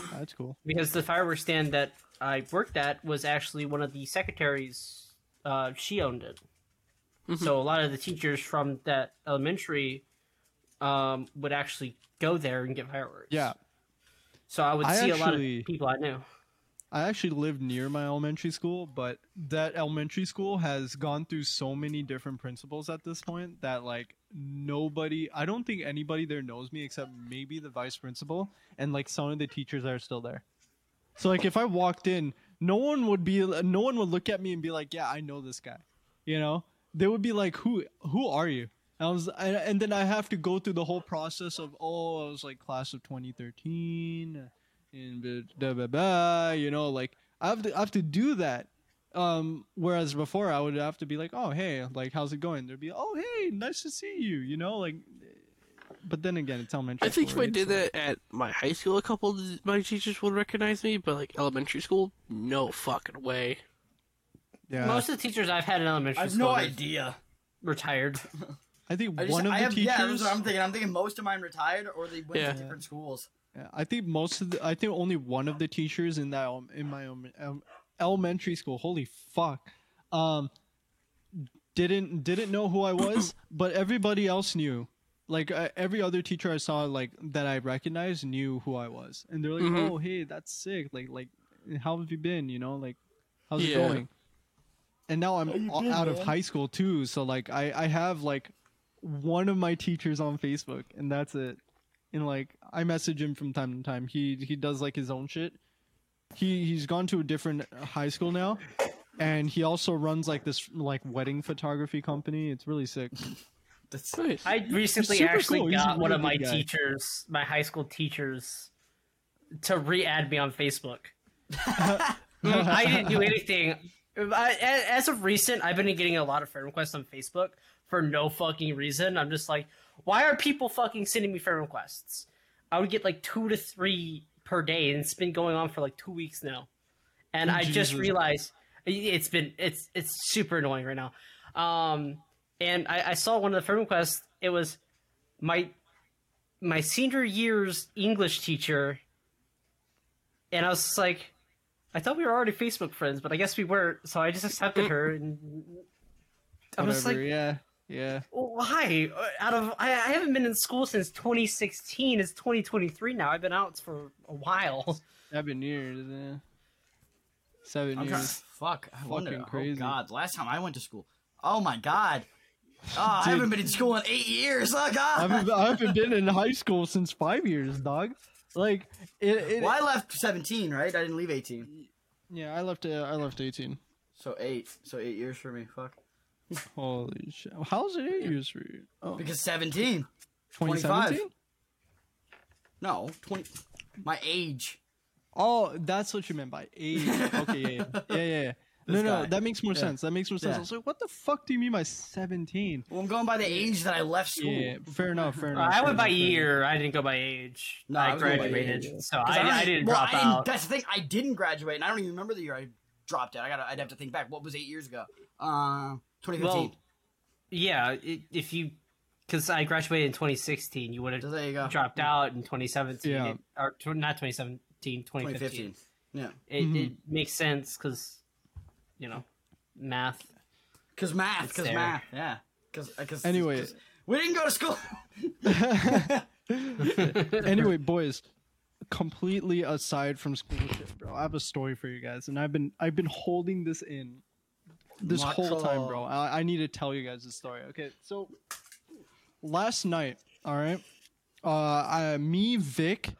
[SPEAKER 5] 'cause
[SPEAKER 1] That's cool.
[SPEAKER 5] because the fireworks stand that I worked at was actually one of the secretaries. Uh, she owned it, so a lot of the teachers from that elementary um, would actually go there and get fireworks.
[SPEAKER 1] Yeah.
[SPEAKER 5] So I would
[SPEAKER 1] I
[SPEAKER 5] see a lot of
[SPEAKER 1] actually-
[SPEAKER 5] people I knew.
[SPEAKER 1] I actually lived near my elementary school, but that elementary school has gone through so many different principals at this point that like nobody, I don't think anybody there knows me except maybe the vice principal and like some of the teachers that are still there. So like if I walked in, no one would be no one would look at me and be like, "Yeah, I know this guy." You know? They would be like, "Who who are you?" And I was and, and then I have to go through the whole process of, "Oh, I was like class of 2013." and blah, blah, blah, blah, you know, like I have to I have to do that. Um, whereas before I would have to be like, oh hey, like how's it going? There'd be, oh hey, nice to see you, you know, like. But then again, it's elementary.
[SPEAKER 4] I think if
[SPEAKER 1] school,
[SPEAKER 4] I
[SPEAKER 1] right?
[SPEAKER 4] did
[SPEAKER 1] So-
[SPEAKER 4] that at my high school, a couple of my teachers would recognize me, but like elementary school, no fucking way.
[SPEAKER 1] yeah.
[SPEAKER 5] Most of the teachers I've had in elementary
[SPEAKER 2] I have
[SPEAKER 5] school
[SPEAKER 2] no
[SPEAKER 5] are
[SPEAKER 2] idea.
[SPEAKER 5] retired.
[SPEAKER 1] I think
[SPEAKER 2] I just,
[SPEAKER 1] one of
[SPEAKER 2] I
[SPEAKER 1] the
[SPEAKER 2] have,
[SPEAKER 1] teachers.
[SPEAKER 2] Yeah, that's what I'm thinking. I'm thinking most of mine retired or they went
[SPEAKER 4] Yeah.
[SPEAKER 2] to different schools.
[SPEAKER 1] Yeah, I think most of the, I think only one of the teachers in that um, in my um, um, elementary school. Holy fuck, um, didn't didn't know who I was, but everybody else knew. Like uh, every other teacher I saw, like that I recognized, knew who I was, and they're like,
[SPEAKER 4] Mhm.
[SPEAKER 1] "Oh, hey, that's sick! Like, like, how have you been? You know, like, how's it
[SPEAKER 4] Yeah.
[SPEAKER 1] going?" And now I'm
[SPEAKER 2] you
[SPEAKER 1] o-
[SPEAKER 2] been,
[SPEAKER 1] out of
[SPEAKER 2] man?
[SPEAKER 1] high school too, so like I I have like one of my teachers on Facebook, and that's it and like I message him from time to time. He he does like his own shit. He he's gone to a different high school now, and he also runs like this like wedding photography company. It's really sick.
[SPEAKER 2] That's,
[SPEAKER 4] Nice.
[SPEAKER 5] I recently
[SPEAKER 1] super
[SPEAKER 5] actually
[SPEAKER 1] cool. He's a
[SPEAKER 5] got one
[SPEAKER 1] really
[SPEAKER 5] of my
[SPEAKER 1] good guy.
[SPEAKER 5] teachers, my high school teachers, to re-add me on Facebook. I didn't do anything. I, a- as of recent, I've been getting a lot of friend requests on Facebook for no fucking reason. I'm just like, why are people fucking sending me friend requests? I would get like two to three per day, and it's been going on for like two weeks now. And I just
[SPEAKER 1] Jesus.
[SPEAKER 5] realized it's been it's it's super annoying right now. Um, and I, I saw one of the friend requests. It was my my senior year's English teacher, and I was just like, I thought we were already Facebook friends, but I guess we weren't. So I just accepted her, and I was
[SPEAKER 1] Whatever.
[SPEAKER 5] like,
[SPEAKER 1] yeah, yeah.
[SPEAKER 5] why? Uh, Out of I, I haven't been in school since 2016. It's 2023 now. I've been out for a while.
[SPEAKER 1] Seven years. Yeah. 7
[SPEAKER 2] I'm trying,
[SPEAKER 1] years.
[SPEAKER 2] fuck, I wonder.
[SPEAKER 1] fucking crazy.
[SPEAKER 2] Oh god, last time I went to school. Oh my god. Oh, I
[SPEAKER 1] Dude.
[SPEAKER 2] haven't been in school in eight years. Oh
[SPEAKER 1] I
[SPEAKER 2] god.
[SPEAKER 1] haven't, I haven't been in high school since five years, dog. Like it. it
[SPEAKER 2] Well, I left 17, right? I didn't leave 18.
[SPEAKER 1] Yeah, I left. Uh, I left eighteen.
[SPEAKER 2] So eight. So eight years for me. Fuck.
[SPEAKER 1] Holy shit! How's it eight years for you? Oh,
[SPEAKER 2] Because 17.
[SPEAKER 1] 2017?
[SPEAKER 2] No, 20. My age.
[SPEAKER 1] Oh, that's what you meant by age. Okay, yeah, yeah, yeah. yeah, yeah. No,
[SPEAKER 2] This
[SPEAKER 1] no,
[SPEAKER 2] guy.
[SPEAKER 1] that makes more sense. That makes more sense.
[SPEAKER 2] Yeah.
[SPEAKER 1] I was like, what the fuck do you mean by 17?
[SPEAKER 2] Well, I'm going by the age that I left
[SPEAKER 1] Yeah,
[SPEAKER 2] school.
[SPEAKER 1] yeah, fair enough, fair enough.
[SPEAKER 5] I
[SPEAKER 1] fair
[SPEAKER 5] went by
[SPEAKER 1] enough, fair
[SPEAKER 5] year. I didn't go by age.
[SPEAKER 2] No, I
[SPEAKER 5] I
[SPEAKER 2] was going by
[SPEAKER 5] graduated,
[SPEAKER 2] age.
[SPEAKER 5] so
[SPEAKER 2] 'Cause
[SPEAKER 5] I,
[SPEAKER 2] don't
[SPEAKER 5] I
[SPEAKER 2] even-
[SPEAKER 5] didn't
[SPEAKER 2] well,
[SPEAKER 5] drop
[SPEAKER 2] I
[SPEAKER 5] out.
[SPEAKER 2] That's the thing. I didn't graduate, and I don't even remember the year I dropped out. I got. to I'd have to think back. What was eight years ago? Uh, 2015.
[SPEAKER 5] Well, yeah, i- if you because I graduated in 2016, you would
[SPEAKER 2] so
[SPEAKER 5] have
[SPEAKER 2] there you go.
[SPEAKER 5] dropped out in 2017
[SPEAKER 1] Yeah.
[SPEAKER 5] or tw- not 2017, 2015.
[SPEAKER 2] 2015. Yeah.
[SPEAKER 5] It, it
[SPEAKER 2] Mm-hmm.
[SPEAKER 1] Mhm.
[SPEAKER 5] makes sense because you know math.
[SPEAKER 2] Because math.
[SPEAKER 5] It's
[SPEAKER 2] Because
[SPEAKER 5] there.
[SPEAKER 2] math. Yeah. Because.
[SPEAKER 1] Anyway.
[SPEAKER 2] we didn't go to school.
[SPEAKER 1] enough. anyway, boys, completely aside from school shit, bro. I have a story for you guys, and I've been I've been holding this in this whole time, bro. I, I need to tell you guys the story. Okay, so last night, all right, uh, I, me, Vic,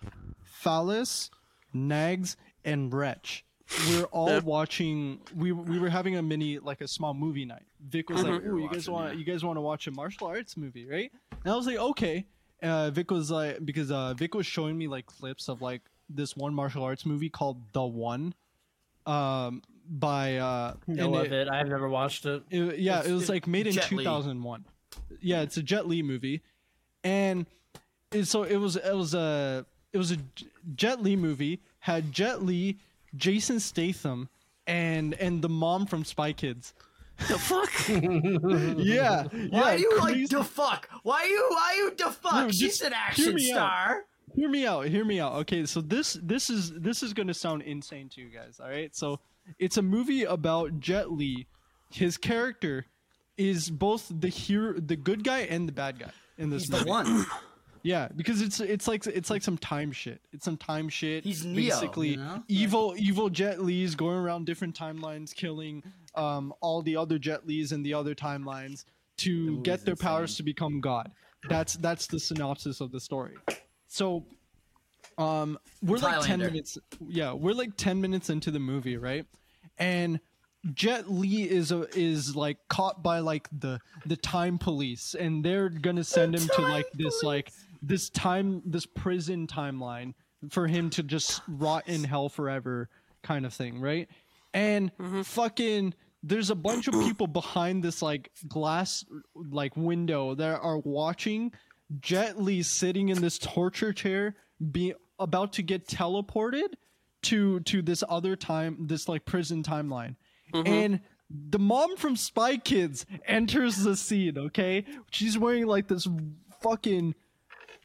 [SPEAKER 1] Phallus, Nags, and Wretch. We're all watching. We we were having a mini, like a small movie night. Vic was like,
[SPEAKER 2] We were
[SPEAKER 1] "Ooh, you guys
[SPEAKER 2] watching,
[SPEAKER 1] want
[SPEAKER 2] yeah.
[SPEAKER 1] you guys want to watch a martial arts movie, right?" And I was like, "Okay." Uh, Vic was like, because uh, Vic was showing me like clips of like this one martial arts movie called The One, um, by uh,
[SPEAKER 5] I
[SPEAKER 1] and
[SPEAKER 5] love it. I've never watched it.
[SPEAKER 1] it- yeah,
[SPEAKER 2] It's-
[SPEAKER 1] it was
[SPEAKER 2] it's
[SPEAKER 1] like made in
[SPEAKER 2] Jet Li.
[SPEAKER 1] 2001. Yeah, it's a Jet Li movie, and it, so it was it was a it was a J- Jet Li movie had Jet Li, Jason Statham, and and the mom from Spy Kids.
[SPEAKER 4] the fuck?
[SPEAKER 1] Yeah, yeah.
[SPEAKER 2] Why are you like
[SPEAKER 1] crazy-
[SPEAKER 2] the fuck? Why are you? Why are you the fuck?
[SPEAKER 1] No,
[SPEAKER 2] She's
[SPEAKER 1] just
[SPEAKER 2] an
[SPEAKER 1] hear
[SPEAKER 2] action
[SPEAKER 1] me out.
[SPEAKER 2] star.
[SPEAKER 1] hear me out hear me out okay so this this is this is gonna sound insane to you guys all right so it's a movie about jet li his character is both the hero the good guy and the bad guy in this
[SPEAKER 2] He's the
[SPEAKER 1] movie
[SPEAKER 2] one.
[SPEAKER 1] yeah because it's it's like it's like some time shit it's some time shit
[SPEAKER 2] He's Neo, you
[SPEAKER 1] basically
[SPEAKER 2] know?
[SPEAKER 1] evil evil jet li's going around different timelines killing um all the other jet li's in the other timelines to
[SPEAKER 2] movie's
[SPEAKER 1] get their
[SPEAKER 2] insane.
[SPEAKER 1] powers to become god that's that's the synopsis of the story so um we're like 10
[SPEAKER 2] Thailander.
[SPEAKER 1] minutes yeah we're like 10 minutes into the movie right and jet li is a, is like caught by like the the time police and they're gonna send him to like this like this time this prison timeline for him to just rot in hell forever kind of thing right and fucking there's a bunch of people behind this like glass like window that are watching Jet Li sitting in this torture chair be about to get teleported to to this other time this like prison timeline and the mom from Spy Kids enters the scene, okay? She's wearing like this fucking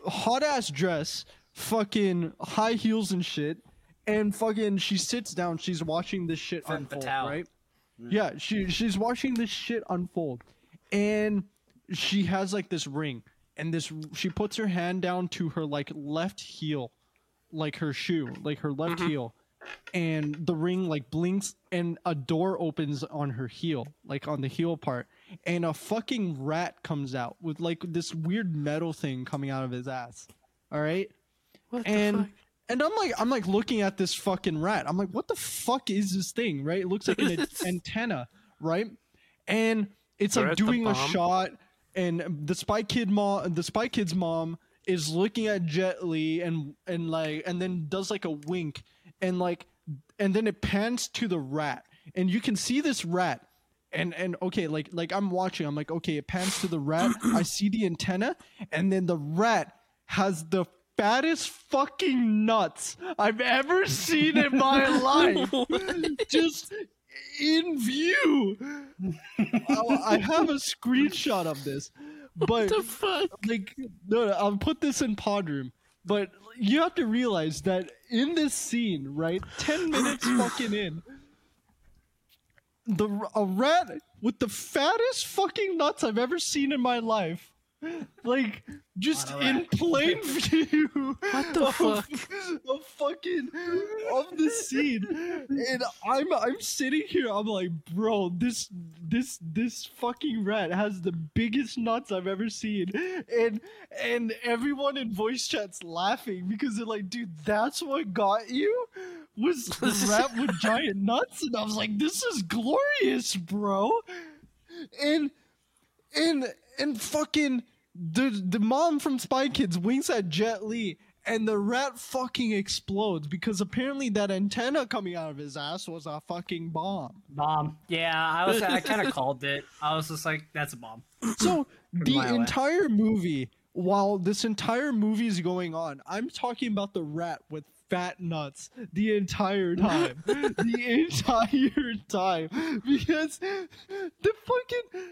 [SPEAKER 1] hot ass dress, fucking high heels and shit, and fucking she sits down, she's watching this shit
[SPEAKER 2] Femme
[SPEAKER 1] unfold,
[SPEAKER 2] fatale.
[SPEAKER 1] right? Yeah, she she's watching this shit unfold. And she has like this ring and this she puts her hand down to her like left heel, like her shoe, like her left heel and the ring like blinks and a door opens on her heel like on the heel part and a fucking rat comes out with like this weird metal thing coming out of his ass all right
[SPEAKER 4] What
[SPEAKER 1] and
[SPEAKER 4] the fuck?
[SPEAKER 1] and i'm like i'm like looking at this fucking rat i'm like what the fuck is this thing right it looks like an antenna right and it's
[SPEAKER 4] Or
[SPEAKER 1] like
[SPEAKER 4] at the
[SPEAKER 1] doing a
[SPEAKER 4] bomb.
[SPEAKER 1] shot and the spy kid mom the spy kid's mom is looking at jet li and and like and then does like a wink and like and then it pans to the rat and you can see this rat and and okay like like i'm watching i'm like okay it pans to the rat i see the antenna and then the rat has the fattest fucking nuts i've ever seen in my life just in view I- i have a screenshot of this but
[SPEAKER 4] the fuck?
[SPEAKER 1] like no, no, I'll put this in pod room. But you have to realize that in this scene, right, ten minutes fucking in, the a rat with the fattest fucking nuts I've ever seen in my life, like just
[SPEAKER 2] Not a
[SPEAKER 1] in
[SPEAKER 2] rat.
[SPEAKER 1] plain view
[SPEAKER 4] What the
[SPEAKER 1] of,
[SPEAKER 4] fuck?
[SPEAKER 1] of fucking of the scene, and I'm I'm sitting here, I'm like, bro, this this this fucking rat has the biggest nuts I've ever seen, and and everyone in voice chat's laughing because they're like, dude, that's what got you was the rat with giant nuts, and I was like, this is glorious, bro, and and and fucking the the mom from Spy Kids winks at Jet Li and the rat fucking explodes because apparently that antenna coming out of his ass was a fucking bomb.
[SPEAKER 5] Bomb. Yeah, I was. I kind of called it. I was just like, that's a bomb.
[SPEAKER 1] So the
[SPEAKER 5] mile away.
[SPEAKER 1] entire movie, while this entire movie is going on, I'm talking about the rat with fat nuts the entire time. the entire time. Because the fucking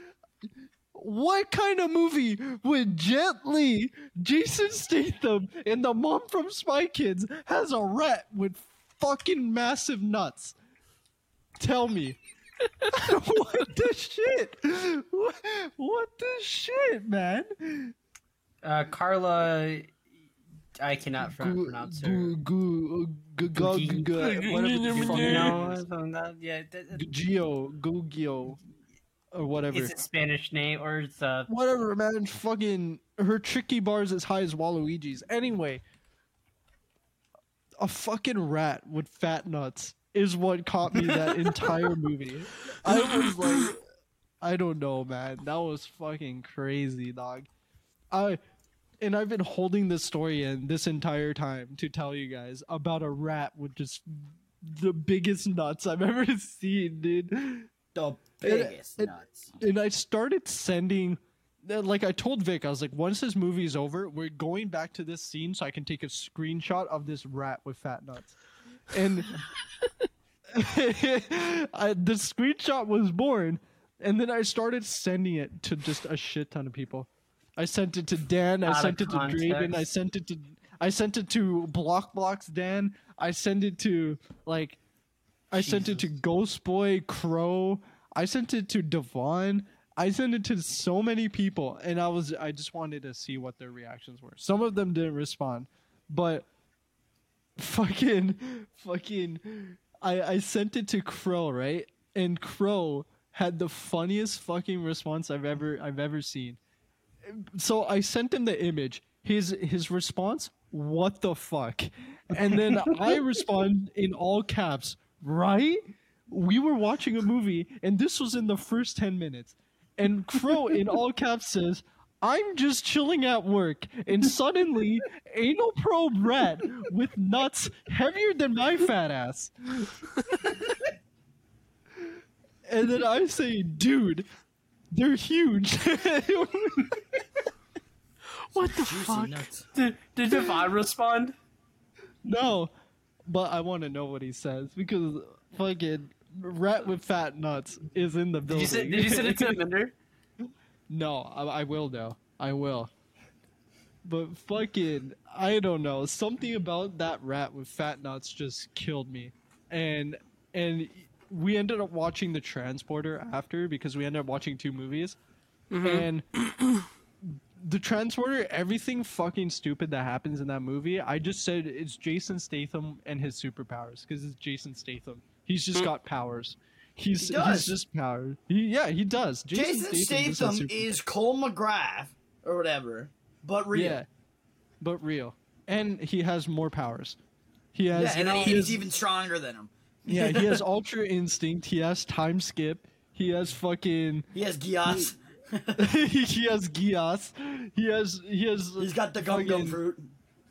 [SPEAKER 1] what kind of movie would Jet Li, Jason Statham, and the mom from Spy Kids has a rat with fucking massive nuts? Tell me. what the shit? What, what the shit, man?
[SPEAKER 5] Uh, Carla, I cannot fr-
[SPEAKER 1] Goo-
[SPEAKER 5] pronounce her.
[SPEAKER 1] goo- goo- goo- goo-
[SPEAKER 5] Googie.
[SPEAKER 1] goo- whatever the fuck it
[SPEAKER 5] No,
[SPEAKER 1] is.
[SPEAKER 5] I'm not- yeah, that- that-
[SPEAKER 1] Gio, Gugio, or whatever.
[SPEAKER 5] it's a Spanish name or uh, it's a
[SPEAKER 1] Whatever, man. Fucking her tricky bars as high as Waluigi's. Anyway, a fucking rat with fat nuts is what caught me that entire movie. I was like, I don't know, man. That was fucking crazy, dog. I and I've been holding this story in this entire time to tell you guys about a rat with just the biggest nuts I've ever seen, dude
[SPEAKER 2] The biggest
[SPEAKER 1] it-
[SPEAKER 2] nuts.
[SPEAKER 1] and I started sending uh, like I told Vic, I was like, once this movie is over, we're going back to this scene so I can take a screenshot of this rat with fat nuts. And I, the screenshot was born, and then I started sending it to just a shit ton of people. I sent it to Dan, I
[SPEAKER 5] Out of
[SPEAKER 1] sent it to Draven, I
[SPEAKER 5] context.
[SPEAKER 1] sent it to I sent it to Block Blocks Dan, I sent it to like I sent it to Ghost Boy, Crow. I sent it to Devon. I sent it to so many people, and I was I just wanted to see what their reactions were. Some of them didn't respond, but fucking fucking I I sent it to Crow right, and Crow had the funniest fucking response I've ever I've ever seen. So I sent him the image. His his response, what the fuck? And then I respond in all caps, right? We were watching a movie and this was in the first 10 minutes. And Crow in all caps says, I'm just chilling at work and suddenly anal probe rat with nuts heavier than my fat ass. and then I say, dude, they're huge.
[SPEAKER 4] What the
[SPEAKER 2] Juicy
[SPEAKER 4] fuck?
[SPEAKER 2] nuts.
[SPEAKER 5] Did, did Devon respond?
[SPEAKER 1] No, but I want to know what he says because fucking Rat with fat nuts is in the
[SPEAKER 5] Did
[SPEAKER 1] building.
[SPEAKER 5] you, send, did you send it to Minder?
[SPEAKER 1] No, I, I will though. I will. But fucking, I don't know. Something about that rat with fat nuts just killed me, and and we ended up watching the transporter after because we ended up watching two movies,
[SPEAKER 2] Mm-hmm.
[SPEAKER 1] and the transporter, everything fucking stupid that happens in that movie, I just said it's Jason Statham and his superpowers because it's Jason Statham. He's just got powers. He's
[SPEAKER 2] Hmm. He does.
[SPEAKER 1] he's just powered. He, yeah, he does.
[SPEAKER 2] Jason
[SPEAKER 1] just has
[SPEAKER 2] Statham
[SPEAKER 1] superpowers.
[SPEAKER 2] is Cole McGrath or whatever, but real.
[SPEAKER 1] Yeah, but real, and he has more powers. He has
[SPEAKER 2] Yeah, and then
[SPEAKER 1] he
[SPEAKER 2] he's
[SPEAKER 1] has-
[SPEAKER 2] even stronger than him.
[SPEAKER 1] yeah he has ultra instinct. He has time skip. He has fucking
[SPEAKER 2] He has Gias.
[SPEAKER 1] he has Gias. He has he has
[SPEAKER 2] He's got the gum gum
[SPEAKER 1] fucking-
[SPEAKER 2] fruit.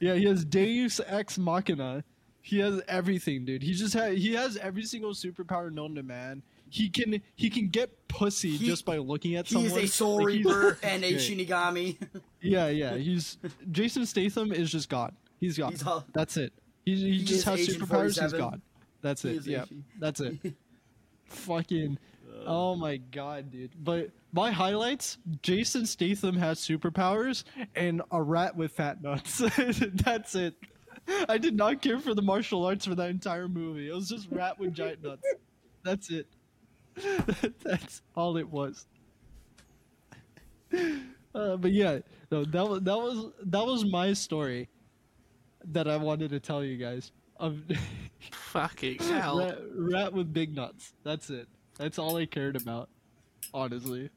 [SPEAKER 1] Yeah, he has Deus Ex Machina. He has everything, dude. He just ha- he has every single superpower known to man. He can he can get pussy
[SPEAKER 2] He-
[SPEAKER 1] just by looking at
[SPEAKER 2] He
[SPEAKER 1] someone.
[SPEAKER 2] is a soul
[SPEAKER 1] Like, he's-
[SPEAKER 2] reaper and a
[SPEAKER 1] great.
[SPEAKER 2] shinigami.
[SPEAKER 1] Yeah, yeah. He's Jason Statham is just God. He's God.
[SPEAKER 2] He's all-
[SPEAKER 1] That's it. He, he,
[SPEAKER 2] is
[SPEAKER 1] just has
[SPEAKER 2] Agent
[SPEAKER 1] superpowers. He's
[SPEAKER 2] 47.
[SPEAKER 1] God. That's
[SPEAKER 2] He
[SPEAKER 1] it.
[SPEAKER 2] is
[SPEAKER 1] Yeah.
[SPEAKER 2] Agent-
[SPEAKER 1] That's it. Fucking. Oh my god, dude. But my highlights: Jason Statham has superpowers and a rat with fat nuts. That's it. I did not care for the martial arts for that entire movie. It was just rat with giant nuts. That's it. That's all it was. Uh, but yeah, no, that was that was that was my story that I wanted to tell you guys of
[SPEAKER 4] Fucking hell.
[SPEAKER 1] rat, rat with big nuts. That's it. That's all I cared about, honestly.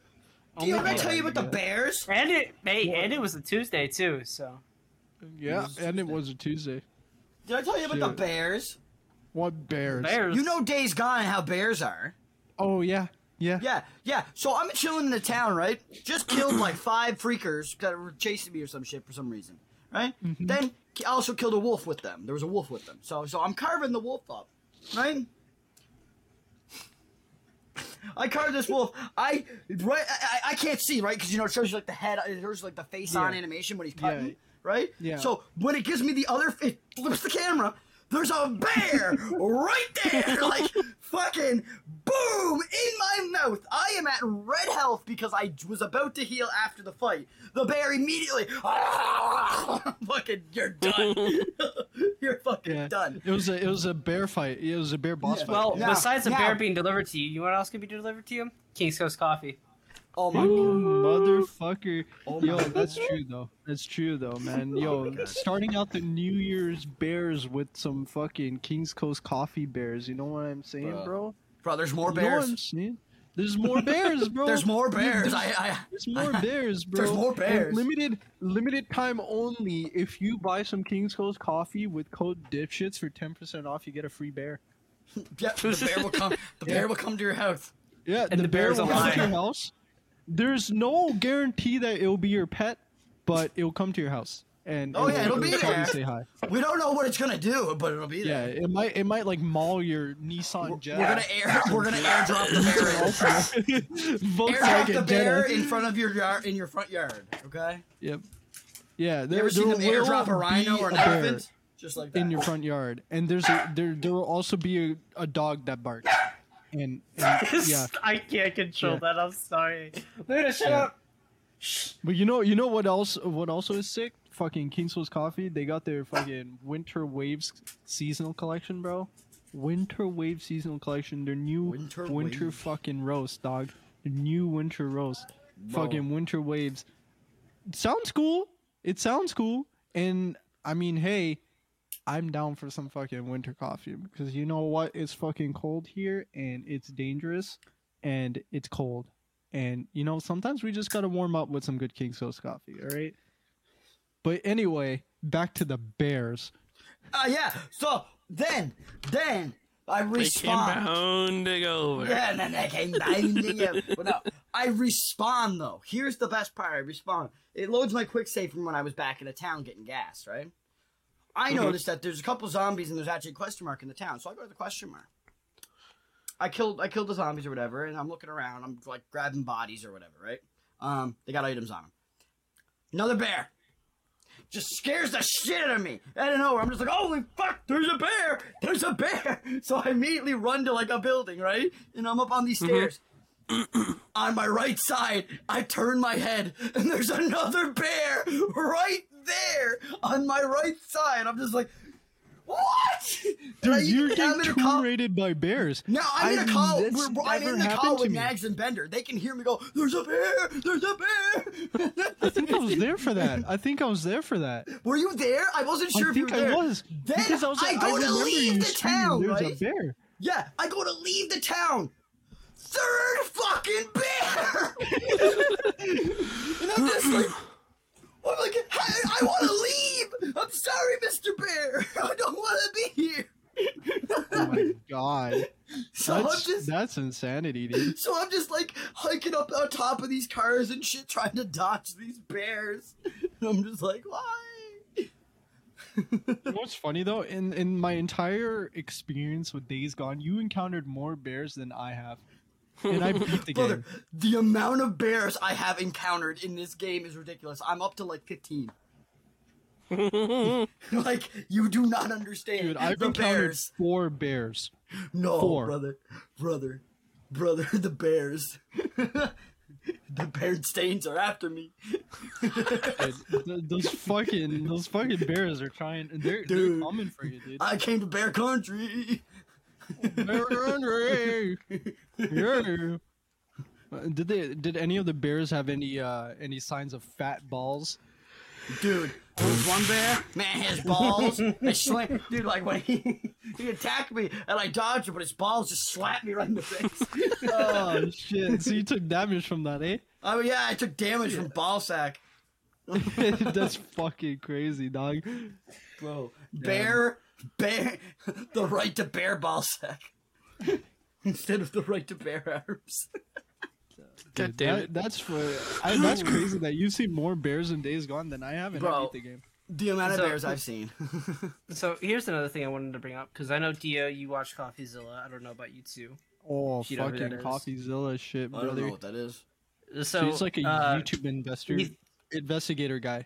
[SPEAKER 2] Do you want me
[SPEAKER 1] Oh my
[SPEAKER 2] to tell you
[SPEAKER 1] God,
[SPEAKER 2] about the Bears?
[SPEAKER 5] And it, hey, and it was a Tuesday too. So
[SPEAKER 1] Yeah, and it was a Tuesday.
[SPEAKER 2] Did I tell you about
[SPEAKER 1] Shoot.
[SPEAKER 2] the Bears?
[SPEAKER 1] What bears?
[SPEAKER 5] bears,
[SPEAKER 2] You know Days Gone and how Bears are.
[SPEAKER 1] Oh yeah, yeah.
[SPEAKER 2] Yeah, yeah. So I'm chilling in the town, right? Just killed like five freakers that were chasing me or some shit for some reason, right?
[SPEAKER 1] Mm-hmm.
[SPEAKER 2] Then I also killed a wolf with them. There was a wolf with them. So so I'm carving the wolf up, right? I carved this wolf. I right. I, I- I can't see right because you know it shows you like the head. It shows you, like the face on
[SPEAKER 1] Yeah.
[SPEAKER 2] animation when he's
[SPEAKER 1] Yeah.
[SPEAKER 2] cutting, right?
[SPEAKER 1] Yeah.
[SPEAKER 2] So when it gives me the other, it flips the camera. There's a bear right there, like fucking boom in my mouth. I am at red health because I was about to heal after the fight. The bear immediately, fucking, you're done. you're fucking
[SPEAKER 1] Yeah.
[SPEAKER 2] done.
[SPEAKER 1] It was a it was a bear fight. It was a bear boss fight.
[SPEAKER 5] Well,
[SPEAKER 2] Now-
[SPEAKER 5] besides a
[SPEAKER 2] now-
[SPEAKER 5] bear being delivered to you, you know what else can be delivered to you? King's Coast Coffee.
[SPEAKER 2] Oh my
[SPEAKER 1] You
[SPEAKER 2] god.
[SPEAKER 1] motherfucker.
[SPEAKER 2] Oh my
[SPEAKER 1] Yo,
[SPEAKER 2] God.
[SPEAKER 1] that's true though. That's true though, man. Yo, starting out the New Year's bears with some fucking Kings Coast coffee bears. You know what I'm saying,
[SPEAKER 3] Bruh.
[SPEAKER 1] bro?
[SPEAKER 2] Bro, there's more
[SPEAKER 1] You know what
[SPEAKER 2] bears.
[SPEAKER 1] I'm saying? There's more bears, bro.
[SPEAKER 2] There's more bears.
[SPEAKER 1] There's,
[SPEAKER 2] I, I,
[SPEAKER 1] there's more bears, bro.
[SPEAKER 2] There's more
[SPEAKER 1] And
[SPEAKER 2] bears.
[SPEAKER 1] Limited limited time only. If you buy some Kings Coast coffee with code dipshits for 10% off, you get a free bear.
[SPEAKER 2] yeah, the bear will come. The bear will come to your house.
[SPEAKER 1] Yeah,
[SPEAKER 5] And the bear's
[SPEAKER 1] will
[SPEAKER 5] a
[SPEAKER 1] come to
[SPEAKER 5] lion.
[SPEAKER 1] your house. There's no guarantee that it'll be your pet, but it'll come to your house. And
[SPEAKER 2] Oh,
[SPEAKER 1] it
[SPEAKER 2] yeah,
[SPEAKER 1] will-
[SPEAKER 2] it'll be
[SPEAKER 1] probably
[SPEAKER 2] there.
[SPEAKER 1] Say hi.
[SPEAKER 2] We don't know what it's gonna do, but it'll be
[SPEAKER 1] Yeah,
[SPEAKER 2] there.
[SPEAKER 1] it might it might like maul your Nissan Jazz.
[SPEAKER 2] We're gonna air. We're gonna airdrop the bear. in. Airdrop
[SPEAKER 1] Volkswagen
[SPEAKER 2] the bear
[SPEAKER 1] Jetta.
[SPEAKER 2] in front of your yard, in your front yard. Okay.
[SPEAKER 1] Yep. Yeah,
[SPEAKER 2] You
[SPEAKER 1] there,
[SPEAKER 2] ever seen
[SPEAKER 1] there
[SPEAKER 2] them airdrop
[SPEAKER 1] will
[SPEAKER 2] a rhino
[SPEAKER 1] be
[SPEAKER 2] or an
[SPEAKER 1] a bear
[SPEAKER 2] elephant? Just like that.
[SPEAKER 1] in your front yard, and there's a, there there will also be a, a dog that barks. And, and yeah,
[SPEAKER 5] I can't control
[SPEAKER 1] Yeah.
[SPEAKER 5] that. I'm sorry. Luna, shut
[SPEAKER 1] Yeah.
[SPEAKER 5] up.
[SPEAKER 1] But you know, you know what else? What also is sick? Fucking Kingswell's Coffee. They got their fucking Winter Waves seasonal collection, bro. Winter Wave seasonal collection. Their new
[SPEAKER 2] Winter
[SPEAKER 1] Winter,
[SPEAKER 2] Wave.
[SPEAKER 1] fucking roast, dog. Their new Winter roast. Fucking Winter Waves. Sounds cool. It sounds cool. And I mean, hey, I'm down for some fucking winter coffee because you know what? It's fucking cold here and it's dangerous and it's cold. And you know, sometimes we just gotta warm up with some good King's Coast coffee, all right? But anyway, back to the Bears.
[SPEAKER 2] Uh, yeah. So then, then I
[SPEAKER 4] They came
[SPEAKER 2] respond.
[SPEAKER 4] pounding over.
[SPEAKER 2] Yeah, and then they came banging in. But no, I respawn though. Here's the best part. I respawn. It loads my quick save from when I was back in the town getting gas, right? I noticed that there's a couple zombies and there's actually a question mark in the town, so I go to the question mark. I killed I killed the zombies or whatever, and I'm looking around. I'm like grabbing bodies or whatever, right? Um, they got items on them. Another bear. just scares the shit out of me. I don't know. I'm just like, holy fuck, there's a bear, there's a bear. So I immediately run to like a building, right? And I'm up on these
[SPEAKER 1] Mm-hmm.
[SPEAKER 2] stairs. on my right side, I turn my head, and there's another bear right there on my right side. I'm just like, what? And I-
[SPEAKER 1] Dude, you're
[SPEAKER 2] and I'm
[SPEAKER 1] getting
[SPEAKER 2] in a
[SPEAKER 1] tomb
[SPEAKER 2] col-
[SPEAKER 1] raided by bears.
[SPEAKER 2] no, I'm in a
[SPEAKER 1] I-
[SPEAKER 2] call.
[SPEAKER 1] that's
[SPEAKER 2] We're, I'm
[SPEAKER 1] never
[SPEAKER 2] in the
[SPEAKER 1] happened
[SPEAKER 2] call
[SPEAKER 1] to
[SPEAKER 2] with
[SPEAKER 1] me.
[SPEAKER 2] Nags and Bender. They can hear me go. There's a bear. There's a
[SPEAKER 1] I think I
[SPEAKER 2] bear.
[SPEAKER 1] was there for that. I think I was there for that.
[SPEAKER 2] were you there? I wasn't sure
[SPEAKER 1] I
[SPEAKER 2] if you
[SPEAKER 1] think
[SPEAKER 2] were
[SPEAKER 1] I
[SPEAKER 2] there.
[SPEAKER 1] was.
[SPEAKER 2] Then
[SPEAKER 1] because I was
[SPEAKER 2] I
[SPEAKER 1] like,
[SPEAKER 2] go to
[SPEAKER 1] remember
[SPEAKER 2] leave
[SPEAKER 1] you
[SPEAKER 2] the
[SPEAKER 1] screaming,
[SPEAKER 2] town,
[SPEAKER 1] There's a
[SPEAKER 2] right?
[SPEAKER 1] bear.
[SPEAKER 2] Yeah, I go to leave the town. Third fucking bear. and I'm just like. I'm like, I, I want to leave. I'm sorry, Mr. Bear. I don't want to be here.
[SPEAKER 1] Oh my god.
[SPEAKER 2] So I'm
[SPEAKER 1] That's,
[SPEAKER 2] just
[SPEAKER 1] that's insanity, dude.
[SPEAKER 2] So I'm just like hiking up on top of these cars and shit, trying to dodge these bears. And I'm just like, why?
[SPEAKER 1] You know what's funny though? In in my entire experience with Days Gone, you encountered more bears than I have. And I beat the
[SPEAKER 2] Brother,
[SPEAKER 1] game.
[SPEAKER 2] the amount of bears I have encountered in this game is ridiculous. I'm up to like 15. like, you do not understand.
[SPEAKER 1] Dude, I've
[SPEAKER 2] the
[SPEAKER 1] encountered
[SPEAKER 2] bears.
[SPEAKER 1] four bears.
[SPEAKER 2] No,
[SPEAKER 1] four.
[SPEAKER 2] brother. Brother. Brother, the bears. the bear stains are after me.
[SPEAKER 1] Dude, th- those fucking those fucking bears are trying they're
[SPEAKER 2] Dude.
[SPEAKER 1] they're coming for you, dude.
[SPEAKER 2] I came to bear country.
[SPEAKER 1] Bear Henry! Yeah. Uh, Did they? Did any of the bears have any uh any signs of fat balls?
[SPEAKER 2] Dude, there's one bear, man, his balls, they slam, dude, like when he, he attacked me and I dodged him, but his balls just slapped me right in the face.
[SPEAKER 1] Oh shit! So you took damage from that, eh?
[SPEAKER 2] Oh yeah, I took damage from ball sack.
[SPEAKER 1] That's fucking crazy, dog.
[SPEAKER 2] Bro, bear, bear, the right to bear ball sack. Instead of the right to bear arms.
[SPEAKER 4] God damn
[SPEAKER 1] That,
[SPEAKER 4] it.
[SPEAKER 1] that's for I, that's crazy that you've seen more bears in Days Gone than I have, and I
[SPEAKER 2] Bro.
[SPEAKER 1] beat the game.
[SPEAKER 2] The amount of
[SPEAKER 5] So-
[SPEAKER 2] bears I've seen.
[SPEAKER 5] So here's another thing I wanted to bring up because I know Dio, you watch CoffeeZilla. I don't know about you two.
[SPEAKER 1] Oh,
[SPEAKER 5] You know who
[SPEAKER 1] fucking
[SPEAKER 5] that is.
[SPEAKER 1] CoffeeZilla shit,
[SPEAKER 2] I don't know
[SPEAKER 1] brother.
[SPEAKER 2] what that is.
[SPEAKER 5] So
[SPEAKER 1] He's like a
[SPEAKER 5] uh,
[SPEAKER 1] YouTube investor,
[SPEAKER 5] he-
[SPEAKER 1] investigator guy.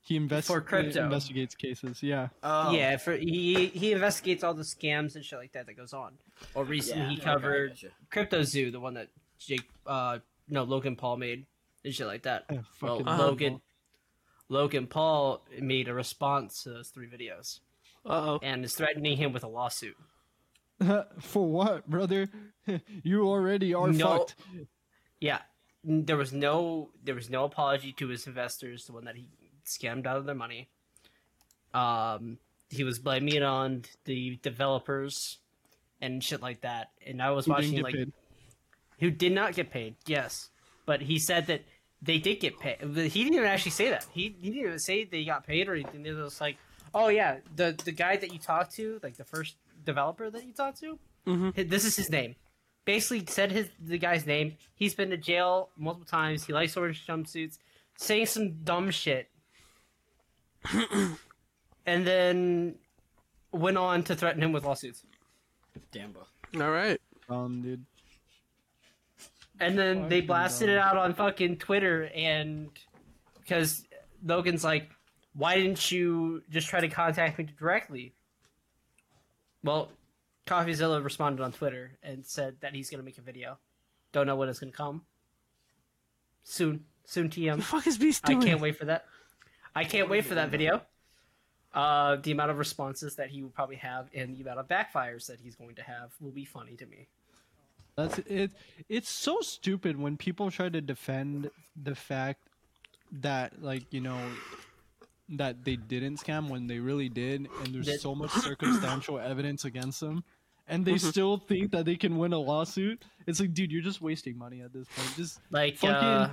[SPEAKER 1] He invests
[SPEAKER 5] For crypto.
[SPEAKER 1] investigates cases. Yeah.
[SPEAKER 2] Oh,
[SPEAKER 5] Yeah, for he he investigates all the scams and shit like that that goes on. Or recently
[SPEAKER 2] Yeah,
[SPEAKER 5] he
[SPEAKER 2] okay,
[SPEAKER 5] covered
[SPEAKER 2] gotcha.
[SPEAKER 5] Crypto Zoo, the one that Jake, uh, no Logan Paul made and shit like that.
[SPEAKER 1] Oh,
[SPEAKER 5] Well,
[SPEAKER 1] fucking
[SPEAKER 5] Logan, Logan Paul made a response to those three videos
[SPEAKER 4] Uh oh.
[SPEAKER 5] and is threatening him with a lawsuit.
[SPEAKER 1] For what, brother? you already are
[SPEAKER 5] No.
[SPEAKER 1] fucked.
[SPEAKER 5] Yeah, N- there was no there was no apology to his investors, the one that he scammed out of their money. Um, he was blaming it on the developers and shit like that. And I was
[SPEAKER 1] Who didn't
[SPEAKER 5] watching
[SPEAKER 1] get
[SPEAKER 5] like
[SPEAKER 1] paid.
[SPEAKER 5] who did not get paid. Yes, but he said that they did get paid. He didn't even actually say that. He, he didn't even say they got paid or anything. It was like, oh yeah, the the guy that you talked to, like the first developer that you talked to, hi- this is his name. Basically said his the guy's name. He's been to jail multiple times. He likes orange jumpsuits, saying some dumb shit, and then went on to threaten him with lawsuits.
[SPEAKER 2] Damn, bro.
[SPEAKER 4] All right.
[SPEAKER 1] Um, dude.
[SPEAKER 5] And then they
[SPEAKER 1] Fucking
[SPEAKER 5] blasted
[SPEAKER 1] dumb.
[SPEAKER 5] it out on fucking Twitter, and because Logan's like, why didn't you just try to contact me directly? Well, CoffeeZilla responded on Twitter and said that he's gonna make a video. Don't know when it's gonna come. Soon, soon, TM.
[SPEAKER 4] The fuck is Beast
[SPEAKER 5] I
[SPEAKER 4] doing?
[SPEAKER 5] can't wait for that. I can't wait for that video. Uh, the amount of responses that he will probably have and the amount of backfires that he's going to have will be funny to me.
[SPEAKER 1] That's it. It's so stupid when people try to defend the fact that, like, you know, that they didn't scam when they really did, and there's
[SPEAKER 5] That-
[SPEAKER 1] so much circumstantial evidence against them, and
[SPEAKER 5] Mm-hmm.
[SPEAKER 1] they still think that they can win a lawsuit. It's like, dude, you're just wasting money at this point. Just,
[SPEAKER 5] Like,
[SPEAKER 1] Fucking-
[SPEAKER 5] uh,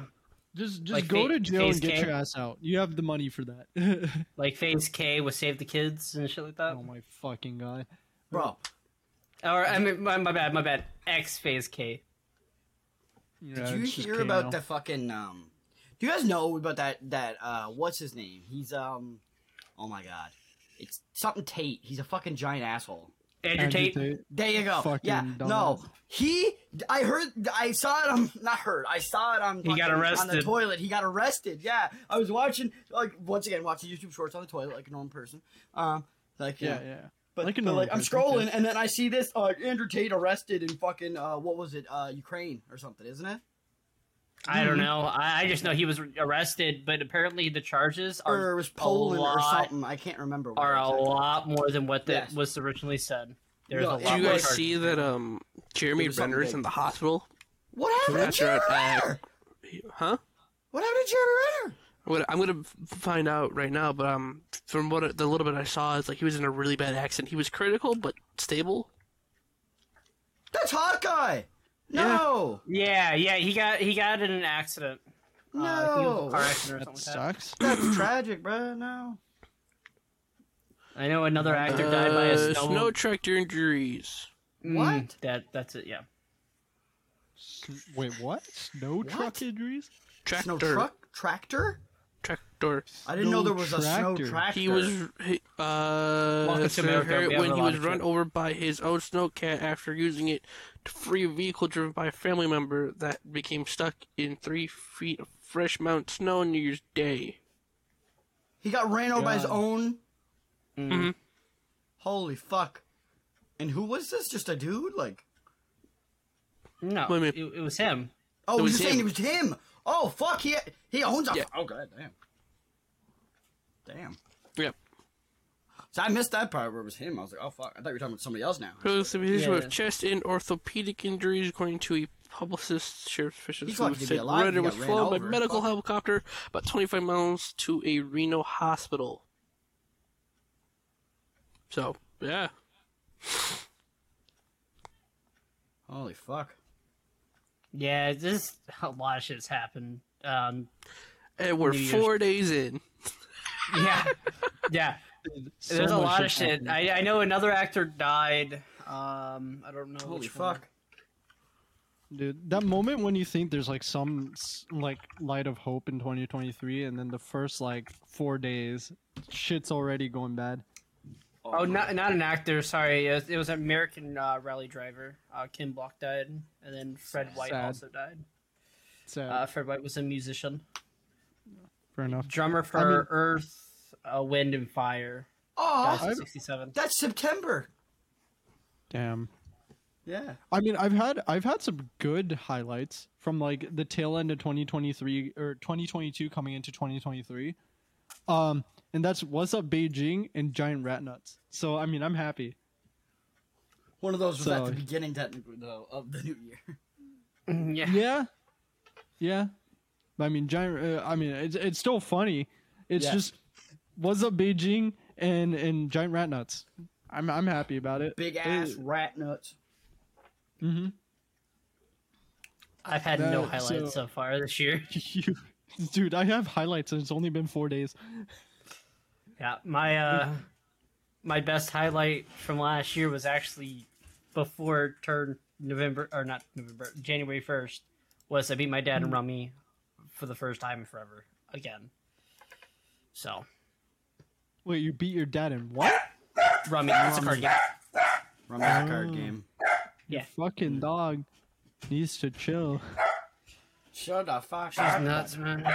[SPEAKER 1] just, just
[SPEAKER 5] Like
[SPEAKER 1] go
[SPEAKER 5] Fa-
[SPEAKER 1] to jail
[SPEAKER 5] Phase
[SPEAKER 1] and get
[SPEAKER 5] K?
[SPEAKER 1] your ass out. You have the money for
[SPEAKER 5] Uh,
[SPEAKER 1] that.
[SPEAKER 5] like Phase K with Save the Kids and shit like that.
[SPEAKER 1] oh my fucking god.
[SPEAKER 2] Bro,
[SPEAKER 5] Or I mean, my, my bad, my bad. X Phase K.
[SPEAKER 1] Yeah,
[SPEAKER 2] Did you
[SPEAKER 1] it's just
[SPEAKER 2] hear about
[SPEAKER 1] Kano.
[SPEAKER 2] the fucking um? Do you guys know about that that uh? What's his name? He's um. Oh my god, it's something Tate. He's a fucking giant asshole.
[SPEAKER 5] Andrew Tate.
[SPEAKER 2] There you go.
[SPEAKER 1] Fucking
[SPEAKER 2] yeah. No.
[SPEAKER 1] dumbass.
[SPEAKER 2] He I heard I saw it on not heard. I saw it on
[SPEAKER 5] He got
[SPEAKER 2] fucking- on the
[SPEAKER 5] arrested.
[SPEAKER 2] toilet. He got arrested. Yeah. I was watching like once again watching YouTube shorts on the toilet like a normal person. Um like
[SPEAKER 1] Yeah,
[SPEAKER 2] yeah.
[SPEAKER 1] yeah.
[SPEAKER 2] But
[SPEAKER 1] Like
[SPEAKER 2] like,
[SPEAKER 1] a
[SPEAKER 2] but,
[SPEAKER 1] normal
[SPEAKER 2] like I'm
[SPEAKER 1] person,
[SPEAKER 2] scrolling
[SPEAKER 1] okay.
[SPEAKER 2] and then I see this uh Andrew Tate arrested in fucking uh what was it? Uh Ukraine or something, isn't it?
[SPEAKER 5] I don't know. I, I just know he was arrested, but apparently the charges
[SPEAKER 2] Or
[SPEAKER 5] are
[SPEAKER 4] Er,
[SPEAKER 2] it was Poland
[SPEAKER 5] a lot,
[SPEAKER 2] or something. I can't remember. what
[SPEAKER 5] are a
[SPEAKER 2] exactly.
[SPEAKER 5] lot more than what that
[SPEAKER 2] Yes.
[SPEAKER 5] was originally said. There's
[SPEAKER 2] No,
[SPEAKER 5] a
[SPEAKER 2] it
[SPEAKER 5] lot
[SPEAKER 4] Did you
[SPEAKER 5] more
[SPEAKER 4] guys
[SPEAKER 5] charges.
[SPEAKER 4] see that um Jeremy
[SPEAKER 2] It was something
[SPEAKER 4] Renner's
[SPEAKER 2] big.
[SPEAKER 4] in the hospital?
[SPEAKER 2] What happened to
[SPEAKER 4] That's right,
[SPEAKER 2] Jeremy
[SPEAKER 4] I-
[SPEAKER 2] Renner?
[SPEAKER 4] Huh?
[SPEAKER 2] What happened to Jeremy Renner?
[SPEAKER 4] What I'm gonna f- find out right now, but um, from what the little bit I saw, it's like he was in a really bad accident. He was critical but stable.
[SPEAKER 2] That's Hawkeye. No.
[SPEAKER 5] Yeah, yeah, he got he got in an accident. Uh, he was
[SPEAKER 2] No.
[SPEAKER 5] in a car accident or
[SPEAKER 1] That
[SPEAKER 5] something like
[SPEAKER 1] sucks.
[SPEAKER 2] That's tragic, bro. No.
[SPEAKER 5] that. I know another actor died by a
[SPEAKER 4] Uh,
[SPEAKER 5] snow.
[SPEAKER 4] snow tractor injuries.
[SPEAKER 5] Mm,
[SPEAKER 2] What?
[SPEAKER 5] that that's it. Yeah.
[SPEAKER 1] S- Wait, what? Snow truck injuries?
[SPEAKER 4] Tractor.
[SPEAKER 2] Snow truck tractor?
[SPEAKER 4] Tractor.
[SPEAKER 2] I didn't know there was a snow
[SPEAKER 1] Tractor.
[SPEAKER 2] tractor.
[SPEAKER 4] He was he, uh
[SPEAKER 5] Welcome to
[SPEAKER 4] Sir
[SPEAKER 5] America,
[SPEAKER 4] Harriet,
[SPEAKER 5] we have
[SPEAKER 4] when
[SPEAKER 5] a
[SPEAKER 4] he
[SPEAKER 5] lot
[SPEAKER 4] was
[SPEAKER 5] of
[SPEAKER 4] run
[SPEAKER 5] trouble.
[SPEAKER 4] over by his own snowcat after using it to free a vehicle driven by a family member that became stuck in three feet of fresh mountain snow on New Year's Day.
[SPEAKER 2] He got ran over by his
[SPEAKER 1] God.
[SPEAKER 2] own.
[SPEAKER 4] Mm-hmm.
[SPEAKER 5] Mhm.
[SPEAKER 2] Holy fuck! And who was this? Just a dude? Like?
[SPEAKER 5] No,
[SPEAKER 4] Wait a
[SPEAKER 5] it,
[SPEAKER 4] minute.
[SPEAKER 5] it was him.
[SPEAKER 2] Oh,
[SPEAKER 4] It
[SPEAKER 2] you're
[SPEAKER 4] was
[SPEAKER 2] saying
[SPEAKER 4] him.
[SPEAKER 2] it was him? Oh fuck! He he owns a.
[SPEAKER 4] Yeah.
[SPEAKER 2] Oh god, damn. Damn.
[SPEAKER 4] Yep.
[SPEAKER 2] So I missed that part where it was him. I was like, oh fuck! I thought you were talking about somebody else now.
[SPEAKER 4] Those physicians
[SPEAKER 5] Yeah.
[SPEAKER 4] with chest and orthopedic injuries, according to a publicist, sheriff's officials
[SPEAKER 2] He's
[SPEAKER 4] who
[SPEAKER 2] lucky to be
[SPEAKER 4] said
[SPEAKER 2] alive,
[SPEAKER 4] Renner
[SPEAKER 2] he
[SPEAKER 4] was
[SPEAKER 2] got ran
[SPEAKER 4] flown by
[SPEAKER 2] over.
[SPEAKER 4] medical
[SPEAKER 2] Fuck.
[SPEAKER 4] helicopter about 25 miles to a Reno hospital. So, yeah.
[SPEAKER 2] Holy fuck!
[SPEAKER 5] Yeah, this a lot of shit's happened. Um,
[SPEAKER 4] And we're
[SPEAKER 5] New Year's-
[SPEAKER 4] four days in.
[SPEAKER 5] yeah, yeah.
[SPEAKER 1] So
[SPEAKER 5] There's a
[SPEAKER 1] much
[SPEAKER 5] lot of shit.
[SPEAKER 1] happened.
[SPEAKER 5] I, I know another actor died. Um, I don't know.
[SPEAKER 2] Holy
[SPEAKER 5] which
[SPEAKER 2] fuck!
[SPEAKER 5] One.
[SPEAKER 1] Dude, that moment when you think there's like some s- like light of hope in 2023, and then the first like four days, shit's already going bad.
[SPEAKER 5] Oh, not not an actor. Sorry, it was, it was an American uh, rally driver. Uh, Kim Block died, and then Fred White
[SPEAKER 1] Sad.
[SPEAKER 5] also died.
[SPEAKER 1] So
[SPEAKER 5] Uh, Fred White was a musician,
[SPEAKER 1] fair enough.
[SPEAKER 5] drummer for
[SPEAKER 1] I mean-
[SPEAKER 5] Earth, uh, Wind and Fire.
[SPEAKER 2] Oh,
[SPEAKER 5] Died in '67.
[SPEAKER 2] that's September.
[SPEAKER 1] Damn.
[SPEAKER 2] Yeah.
[SPEAKER 1] I mean, I've had I've had some good highlights from like the tail end of 2023 or 2022 coming into 2023. Um, and that's what's up Beijing and giant rat nuts. So I mean, I'm happy.
[SPEAKER 2] One of those was at
[SPEAKER 1] So-
[SPEAKER 2] the beginning, technically, though, of the new year.
[SPEAKER 5] Yeah.
[SPEAKER 1] Yeah, yeah. I mean, giant. Uh, I mean, it's it's still funny. It's
[SPEAKER 2] Yeah.
[SPEAKER 1] just what's up Beijing and and giant rat nuts. I'm I'm happy about it. Uh,
[SPEAKER 2] Big ass
[SPEAKER 1] It-
[SPEAKER 2] rat nuts.
[SPEAKER 1] mhm.
[SPEAKER 5] I've had no
[SPEAKER 1] That-
[SPEAKER 5] highlights
[SPEAKER 1] so-
[SPEAKER 5] so, far this year.
[SPEAKER 1] You, dude, I have highlights, and it's only been four days.
[SPEAKER 5] Yeah, my uh, my best highlight from last year was actually before turn November or not November January first was I beat my dad and Rummy for the first time in forever again. So
[SPEAKER 1] Wait, you beat your dad in what?
[SPEAKER 5] Rummy, it's a card game.
[SPEAKER 2] Rum is a
[SPEAKER 5] Oh.
[SPEAKER 2] card game.
[SPEAKER 5] Yeah,
[SPEAKER 1] Fucking dog needs to chill.
[SPEAKER 2] Shut the fuck
[SPEAKER 5] she's
[SPEAKER 2] up.
[SPEAKER 5] nuts, man.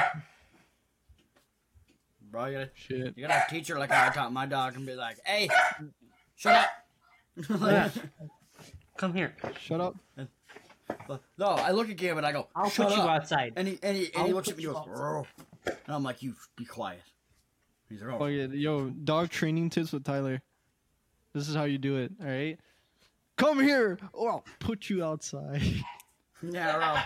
[SPEAKER 2] Bro, you gotta,
[SPEAKER 1] Shit.
[SPEAKER 2] you gotta teach her like how I taught my dog and be like, hey, shut up. like,
[SPEAKER 5] Come here.
[SPEAKER 1] Shut up.
[SPEAKER 2] no, I look at Gam and I go,
[SPEAKER 5] I'll
[SPEAKER 2] shut
[SPEAKER 5] put
[SPEAKER 2] up.
[SPEAKER 5] you outside.
[SPEAKER 2] And he, and he, and
[SPEAKER 5] I'll
[SPEAKER 2] he looks
[SPEAKER 5] put
[SPEAKER 2] at me and
[SPEAKER 5] you
[SPEAKER 2] goes, "Grr." and I'm like, you be quiet. He's like, oh,
[SPEAKER 1] Fucking yo, dog training tips with Tyler. This is how you do it. All right. Come here, or I'll put you outside.
[SPEAKER 2] yeah, bro.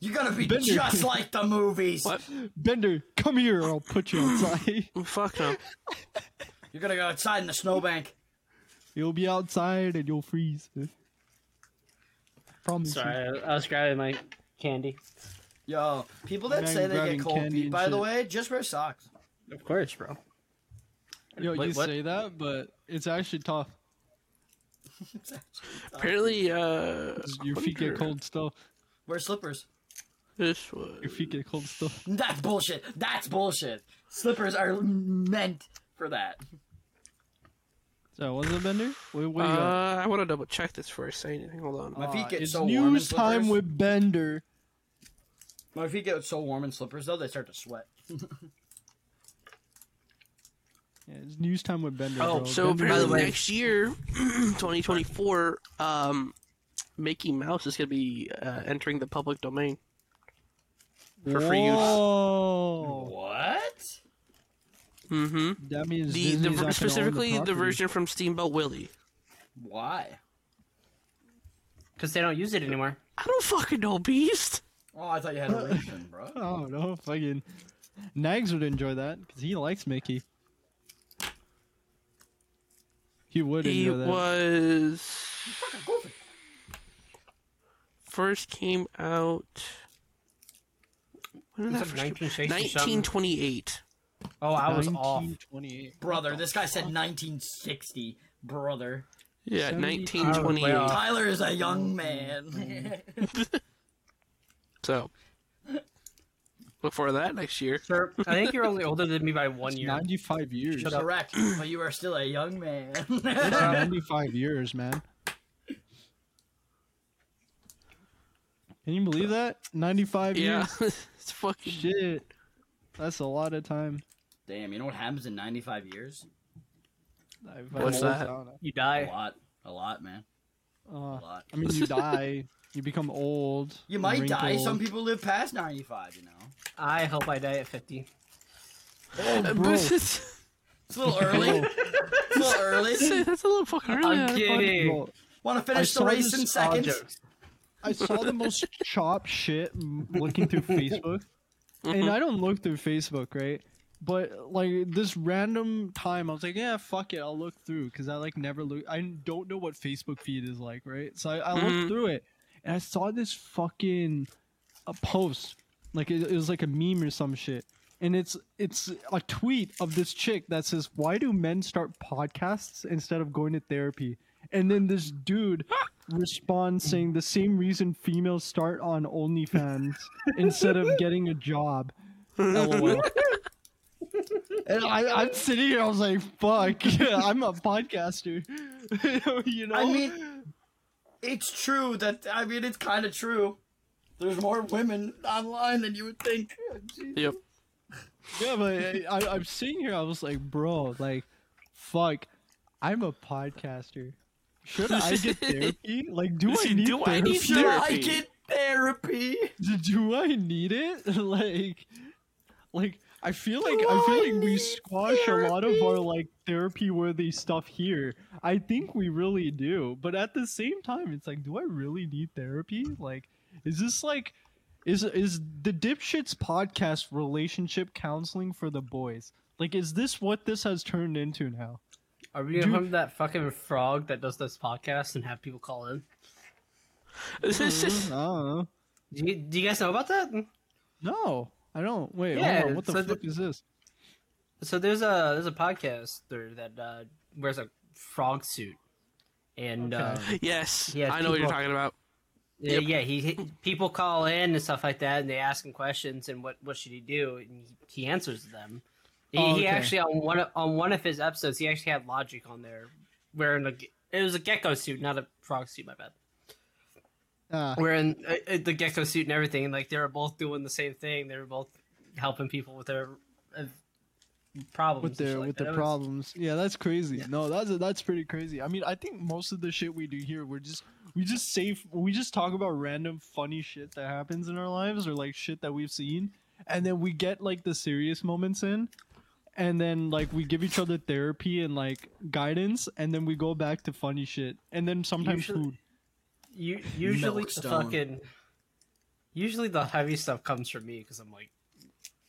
[SPEAKER 2] You gotta be
[SPEAKER 1] Bender.
[SPEAKER 2] just like the movies.
[SPEAKER 4] What?
[SPEAKER 1] Bender, come here, or I'll put you outside.
[SPEAKER 4] Fuck no.
[SPEAKER 2] You're gonna go outside in the snowbank.
[SPEAKER 1] you'll be outside and you'll freeze. Promise. you.
[SPEAKER 5] Sorry, I was grabbing my candy.
[SPEAKER 2] Yo, people that
[SPEAKER 1] Man
[SPEAKER 2] say they
[SPEAKER 1] grabbing
[SPEAKER 2] get cold
[SPEAKER 1] candy
[SPEAKER 2] feet,
[SPEAKER 1] and
[SPEAKER 2] by the
[SPEAKER 1] shit.
[SPEAKER 2] way, just wear socks.
[SPEAKER 5] Of course, bro.
[SPEAKER 1] Yo,
[SPEAKER 5] Wait,
[SPEAKER 1] you
[SPEAKER 5] what?
[SPEAKER 1] say that, but it's actually tough.
[SPEAKER 4] Apparently, uh,
[SPEAKER 1] Your feet
[SPEAKER 4] wonder-
[SPEAKER 1] get cold still.
[SPEAKER 2] Wear slippers.
[SPEAKER 4] This was
[SPEAKER 1] Your feet get cold still.
[SPEAKER 2] That's bullshit. That's bullshit. Slippers are meant for that.
[SPEAKER 1] So was it Bender? What, what do you got?
[SPEAKER 4] Uh, I want to double check this before I say anything. Hold on.
[SPEAKER 2] My feet
[SPEAKER 1] Uh,
[SPEAKER 2] get
[SPEAKER 1] it's
[SPEAKER 2] so warm in
[SPEAKER 1] news time
[SPEAKER 2] slippers.
[SPEAKER 1] with Bender.
[SPEAKER 2] My feet get so warm in slippers though they start to sweat.
[SPEAKER 1] Yeah, it's news time with Bender.
[SPEAKER 4] Oh,
[SPEAKER 1] bro.
[SPEAKER 4] so
[SPEAKER 1] Bender-
[SPEAKER 5] by the
[SPEAKER 4] apparently
[SPEAKER 5] way-
[SPEAKER 4] next year, 2024, um, Mickey Mouse is going to be uh, entering the public domain for free use.
[SPEAKER 1] Whoa.
[SPEAKER 2] What?
[SPEAKER 4] Mm-hmm.
[SPEAKER 1] That means
[SPEAKER 4] The,
[SPEAKER 1] Disney's
[SPEAKER 4] the
[SPEAKER 1] not gonna
[SPEAKER 4] ver-
[SPEAKER 1] own
[SPEAKER 4] specifically the
[SPEAKER 1] property.
[SPEAKER 4] version from Steamboat Willie.
[SPEAKER 2] Why?
[SPEAKER 5] because they don't use it anymore.
[SPEAKER 4] I don't fucking know, Beast.
[SPEAKER 2] Oh, I thought you had a reason, bro.
[SPEAKER 1] Oh no, fucking Nags would enjoy that because he likes Mickey. He would
[SPEAKER 4] He
[SPEAKER 1] enjoy that.
[SPEAKER 4] was
[SPEAKER 2] goofy.
[SPEAKER 4] first came out. When did
[SPEAKER 5] It's
[SPEAKER 4] that
[SPEAKER 5] like
[SPEAKER 4] first come-
[SPEAKER 5] 1960 something.
[SPEAKER 4] 1928.
[SPEAKER 5] Oh, I was off.
[SPEAKER 1] 1928.
[SPEAKER 2] Brother, this guy said 1960. Brother.
[SPEAKER 4] Yeah,
[SPEAKER 1] Seventy-
[SPEAKER 5] Oh,
[SPEAKER 4] 1928.
[SPEAKER 5] wow.
[SPEAKER 2] Tyler is a
[SPEAKER 1] Mm.
[SPEAKER 2] young man.
[SPEAKER 4] So look for that next year.
[SPEAKER 5] Sir, I think you're only older than me by one year.
[SPEAKER 1] 95 years.
[SPEAKER 5] Shut up.
[SPEAKER 2] Correct, but you are still a young man.
[SPEAKER 1] It's 95 years, man. Can you believe that? 95
[SPEAKER 4] Yeah,
[SPEAKER 1] years.
[SPEAKER 4] it's fucking
[SPEAKER 1] Shit. That's a lot of time.
[SPEAKER 2] Damn, you know what happens in 95 years?
[SPEAKER 1] I've-
[SPEAKER 4] What's
[SPEAKER 1] I've-
[SPEAKER 4] that?
[SPEAKER 5] You
[SPEAKER 2] A
[SPEAKER 5] die.
[SPEAKER 2] lot. A lot, man. A
[SPEAKER 1] Uh,
[SPEAKER 2] lot.
[SPEAKER 1] I mean, you die. You become old.
[SPEAKER 2] You might die.
[SPEAKER 1] wrinkled.
[SPEAKER 2] Some people live past 95, you know.
[SPEAKER 5] I hope I die at 50.
[SPEAKER 1] Oh,
[SPEAKER 4] Uh,
[SPEAKER 1] bro.
[SPEAKER 4] but it's-
[SPEAKER 2] It's a little early. it's a little early.
[SPEAKER 4] That's a little fucking early.
[SPEAKER 5] I'm kidding.
[SPEAKER 1] Bro,
[SPEAKER 2] Want to
[SPEAKER 1] I
[SPEAKER 2] finish
[SPEAKER 1] saw
[SPEAKER 2] the race
[SPEAKER 1] this
[SPEAKER 2] in
[SPEAKER 1] on
[SPEAKER 2] seconds?
[SPEAKER 5] jokes.
[SPEAKER 1] I saw the most chopped shit m- looking through Facebook. And I don't look through Facebook, right? But like this random time, I was like, "Yeah, fuck it, I'll look through," because I like never look. I don't know what Facebook feed is like, right? So I, I
[SPEAKER 4] Mhm.
[SPEAKER 2] Mm-hmm.
[SPEAKER 1] looked through it, and I saw this fucking a post, like it, it was like a meme or some shit, and it's it's a tweet of this chick that says, "Why do men start podcasts instead of going to therapy?" And then this dude responds saying the same reason females start on OnlyFans instead of getting a job. LOL. And I, I'm sitting here, I was like, fuck, I'm a podcaster. you know?
[SPEAKER 2] I mean, it's true that, I mean, it's kind of true. There's more women online than you would think.
[SPEAKER 4] Yep.
[SPEAKER 1] yeah, but I, I, I'm sitting here, I was like, bro, like, fuck, I'm a podcaster. Should I get therapy? Like, do I need
[SPEAKER 4] Do I
[SPEAKER 1] therapy?
[SPEAKER 4] need
[SPEAKER 2] Do I
[SPEAKER 4] Therapy.
[SPEAKER 2] get therapy?
[SPEAKER 1] do I need it? like, like I feel like I feel like we squash a lot of our like therapy worthy stuff here. I think we really do, but at the same time, it's like, do I really need therapy? Like, is this like, is is the dipshits podcast relationship counseling for the boys? Like, is this what this has turned into now?
[SPEAKER 5] Are we gonna
[SPEAKER 1] Dude.
[SPEAKER 5] become that fucking frog that does those podcasts and have people call in?
[SPEAKER 4] This is
[SPEAKER 1] I
[SPEAKER 4] just-
[SPEAKER 1] don't know.
[SPEAKER 5] Do you, do you guys know about that?
[SPEAKER 1] No, I don't. Wait,
[SPEAKER 5] Yeah,
[SPEAKER 1] hold on. What the
[SPEAKER 5] so the-
[SPEAKER 1] fuck is this?
[SPEAKER 5] So there's a there's a podcaster that uh, wears a frog suit, and uh,
[SPEAKER 1] Okay.
[SPEAKER 4] yes,
[SPEAKER 5] Yeah,
[SPEAKER 4] I know what you're
[SPEAKER 5] people-
[SPEAKER 4] talking about.
[SPEAKER 5] yeah, yeah, he, he people call in and stuff like that, and they ask him questions and what what should he do, and he, he answers them. He,
[SPEAKER 1] Oh,
[SPEAKER 5] he
[SPEAKER 1] okay.
[SPEAKER 5] actually on one of, on one of his episodes, he actually had logic on there wearing a ge- it was a gecko suit, not a frog suit. My bad.
[SPEAKER 1] Ah,
[SPEAKER 5] wearing uh, uh, the gecko suit and everything, and like they were both doing the same thing. They were both helping people with their uh, problems.
[SPEAKER 1] with
[SPEAKER 5] and
[SPEAKER 1] their
[SPEAKER 5] shit like
[SPEAKER 1] with
[SPEAKER 5] that.
[SPEAKER 1] their
[SPEAKER 5] It was-
[SPEAKER 1] problems. Yeah, that's crazy. No, that's that's pretty crazy. I mean, I think most of the shit we do here, we're just we just save we just talk about random funny shit that happens in our lives or like shit that we've seen, and then we get like the serious moments in, and then like we give each other therapy and like guidance, and then we go back to funny shit, and then sometimes
[SPEAKER 5] Usually-
[SPEAKER 1] food.
[SPEAKER 5] U- usually the
[SPEAKER 2] Milkstone.
[SPEAKER 5] fucking. Usually the heavy stuff comes from me because I'm like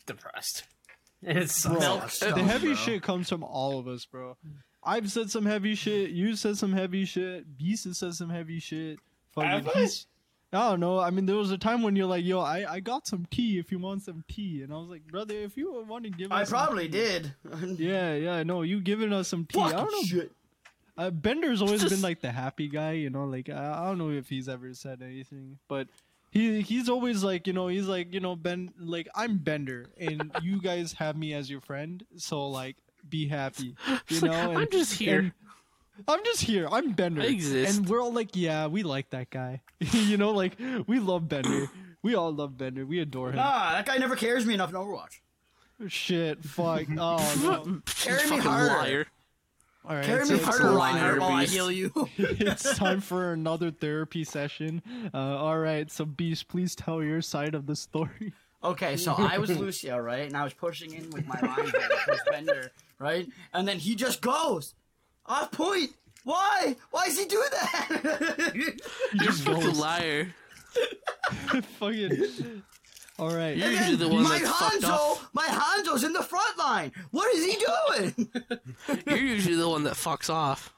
[SPEAKER 5] depressed. And it's
[SPEAKER 1] Bro,
[SPEAKER 2] Milkstone,
[SPEAKER 1] the heavy
[SPEAKER 2] bro.
[SPEAKER 1] shit comes from all of us, bro. I've said some heavy shit. You said some heavy shit. Beast has said some heavy shit. Fucking, he's- I don't know. I mean, there was a time when you're like, "Yo, I, I got some tea. If you want some tea," and I was like, "Brother, if you want to give
[SPEAKER 2] I
[SPEAKER 1] us some
[SPEAKER 2] probably
[SPEAKER 1] tea."
[SPEAKER 2] did.
[SPEAKER 1] Yeah, yeah, no, you giving us some tea. I
[SPEAKER 2] Fucking
[SPEAKER 1] don't know.
[SPEAKER 2] shit.
[SPEAKER 1] Uh, Bender's always
[SPEAKER 4] Just-
[SPEAKER 1] been like the happy guy, you know. Like I, I don't know if he's ever said anything, but he he's always like, you know, he's like, you know, Ben, like I'm Bender, and you guys have me as your friend, so like be happy, you
[SPEAKER 4] It's
[SPEAKER 1] know.
[SPEAKER 4] like,
[SPEAKER 1] and-
[SPEAKER 4] I'm just here.
[SPEAKER 1] and- I'm just here. I'm Bender.
[SPEAKER 4] I exist.
[SPEAKER 1] And we're all like, yeah, we like that guy. you know, like we love Bender. We all love Bender. We adore him.
[SPEAKER 2] Ah, that guy never carries me enough in Overwatch.
[SPEAKER 1] Shit, fuck. Oh, no.
[SPEAKER 2] Carry me
[SPEAKER 4] fucking
[SPEAKER 2] harder.
[SPEAKER 4] liar.
[SPEAKER 1] All right.
[SPEAKER 2] Carry
[SPEAKER 1] so
[SPEAKER 2] me
[SPEAKER 1] it's-
[SPEAKER 2] harder,
[SPEAKER 4] a
[SPEAKER 2] Reinhardt,
[SPEAKER 4] liar
[SPEAKER 2] while I
[SPEAKER 4] beast.
[SPEAKER 2] heal you.
[SPEAKER 1] it's time for another therapy session. Uh, all right, so Beast, please tell your side of the story.
[SPEAKER 2] Okay, so I was Lucio, right? And I was pushing in with my mind towards Bender, right? And then he just goes off point. Why? Why does he do that?
[SPEAKER 4] You're a
[SPEAKER 1] Just
[SPEAKER 4] fucking
[SPEAKER 1] goes.
[SPEAKER 4] liar.
[SPEAKER 1] Fucking. All right.
[SPEAKER 4] You're usually the one
[SPEAKER 2] my
[SPEAKER 4] that's fucked
[SPEAKER 2] Hanzo,
[SPEAKER 4] off.
[SPEAKER 2] my Hanzo's in the front line. What is he doing?
[SPEAKER 4] You're usually the one that fucks off.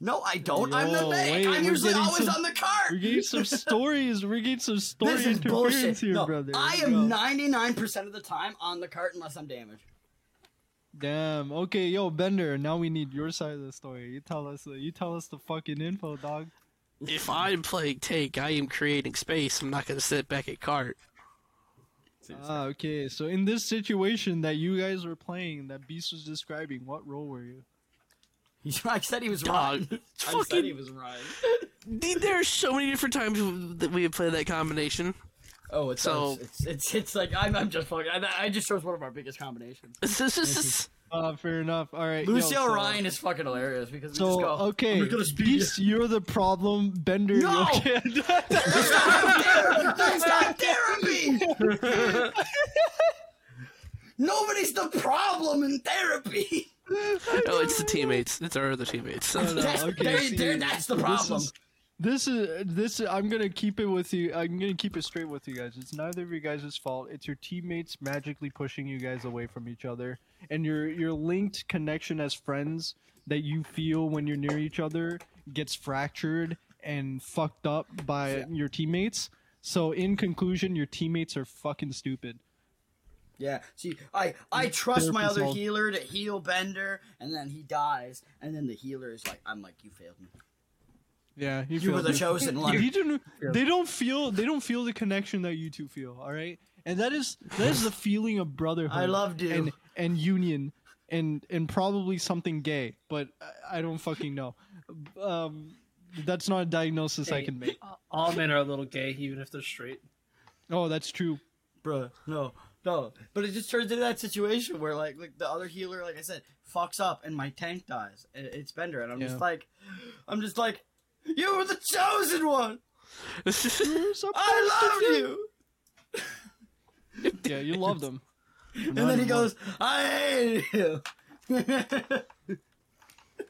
[SPEAKER 2] no, I don't. I'm the
[SPEAKER 1] Yo,
[SPEAKER 2] bank.
[SPEAKER 1] wait,
[SPEAKER 2] I'm
[SPEAKER 1] we're
[SPEAKER 2] usually
[SPEAKER 1] getting
[SPEAKER 2] always
[SPEAKER 1] some-
[SPEAKER 2] on the
[SPEAKER 1] We're
[SPEAKER 2] cart.
[SPEAKER 1] getting some stories. We're getting some story
[SPEAKER 2] This is
[SPEAKER 1] interference
[SPEAKER 2] bullshit.
[SPEAKER 1] here,
[SPEAKER 2] no,
[SPEAKER 1] brother.
[SPEAKER 2] I
[SPEAKER 1] Here we go.
[SPEAKER 2] am 99% of the time on the cart unless I'm damaged.
[SPEAKER 1] Damn. Okay, yo, Bender. Now we need your side of the story. You tell us. You tell us the fucking info, dog.
[SPEAKER 4] If I'm playing take, I am creating space. I'm not gonna sit back at cart.
[SPEAKER 1] Ah, okay. So in this situation that you guys were playing, that Beast was describing, what role were you?
[SPEAKER 2] I said he was
[SPEAKER 4] Dog,
[SPEAKER 2] right.
[SPEAKER 4] it's
[SPEAKER 2] I said he
[SPEAKER 4] fucking.
[SPEAKER 2] was right.
[SPEAKER 4] Dude, There are so many different times that we have played that combination.
[SPEAKER 2] Oh, it's
[SPEAKER 4] So-
[SPEAKER 2] it's, it's it's it's like I'm I'm just fucking. I, I just chose one of our biggest combinations.
[SPEAKER 4] This is
[SPEAKER 1] Uh, fair enough. All right. yo,
[SPEAKER 2] Lucio
[SPEAKER 1] so-
[SPEAKER 2] Ryan is fucking hilarious because we
[SPEAKER 1] So
[SPEAKER 2] just go.
[SPEAKER 1] okay,
[SPEAKER 2] I'm gonna speed
[SPEAKER 1] Beast, you're the problem. Bender,
[SPEAKER 2] No!
[SPEAKER 1] you're
[SPEAKER 2] you. That's not therapy. Nobody's the problem in therapy.
[SPEAKER 4] oh, it's the teammates. It's our other teammates.
[SPEAKER 2] That's,
[SPEAKER 1] okay,
[SPEAKER 2] there-
[SPEAKER 1] see,
[SPEAKER 2] there- that's the
[SPEAKER 1] This
[SPEAKER 2] problem.
[SPEAKER 1] is, this is this. Is, I'm gonna keep it with you. I'm gonna keep it straight with you guys. It's neither of you guys' fault. It's your teammates magically pushing you guys away from each other, and your your linked connection as friends that you feel when you're near each other gets fractured and fucked up by your teammates. So in conclusion, your teammates are fucking stupid.
[SPEAKER 2] Yeah. See, I I trust my
[SPEAKER 1] Therapy's
[SPEAKER 2] other
[SPEAKER 1] all-
[SPEAKER 2] healer to heal Bender, and then he dies, and then the healer is like, I'm like, you failed me.
[SPEAKER 1] Yeah,
[SPEAKER 2] You were
[SPEAKER 1] failed
[SPEAKER 2] the
[SPEAKER 1] me.
[SPEAKER 2] chosen
[SPEAKER 1] They
[SPEAKER 2] one.
[SPEAKER 1] don't. They don't feel. They don't feel the connection that you two feel. All right, and that is that is the feeling of brotherhood.
[SPEAKER 2] I loved you.
[SPEAKER 1] And and union, and and probably something gay, but I, I don't fucking know. Um, that's not a diagnosis I
[SPEAKER 5] Hey.
[SPEAKER 1] can make.
[SPEAKER 5] All men are a little gay, even if they're straight.
[SPEAKER 1] Oh, that's true.
[SPEAKER 2] Bruh, no, no. But it just turns into that situation where like like the other healer, like I said, fucks up and my tank dies. And it's Bender, and I'm
[SPEAKER 1] Yeah.
[SPEAKER 2] just like I'm just like, You were the chosen one!
[SPEAKER 1] You're supposed
[SPEAKER 2] I
[SPEAKER 1] to
[SPEAKER 2] love
[SPEAKER 1] feel-
[SPEAKER 2] you!
[SPEAKER 1] Yeah, you love them.
[SPEAKER 2] And then he goes, I hate you.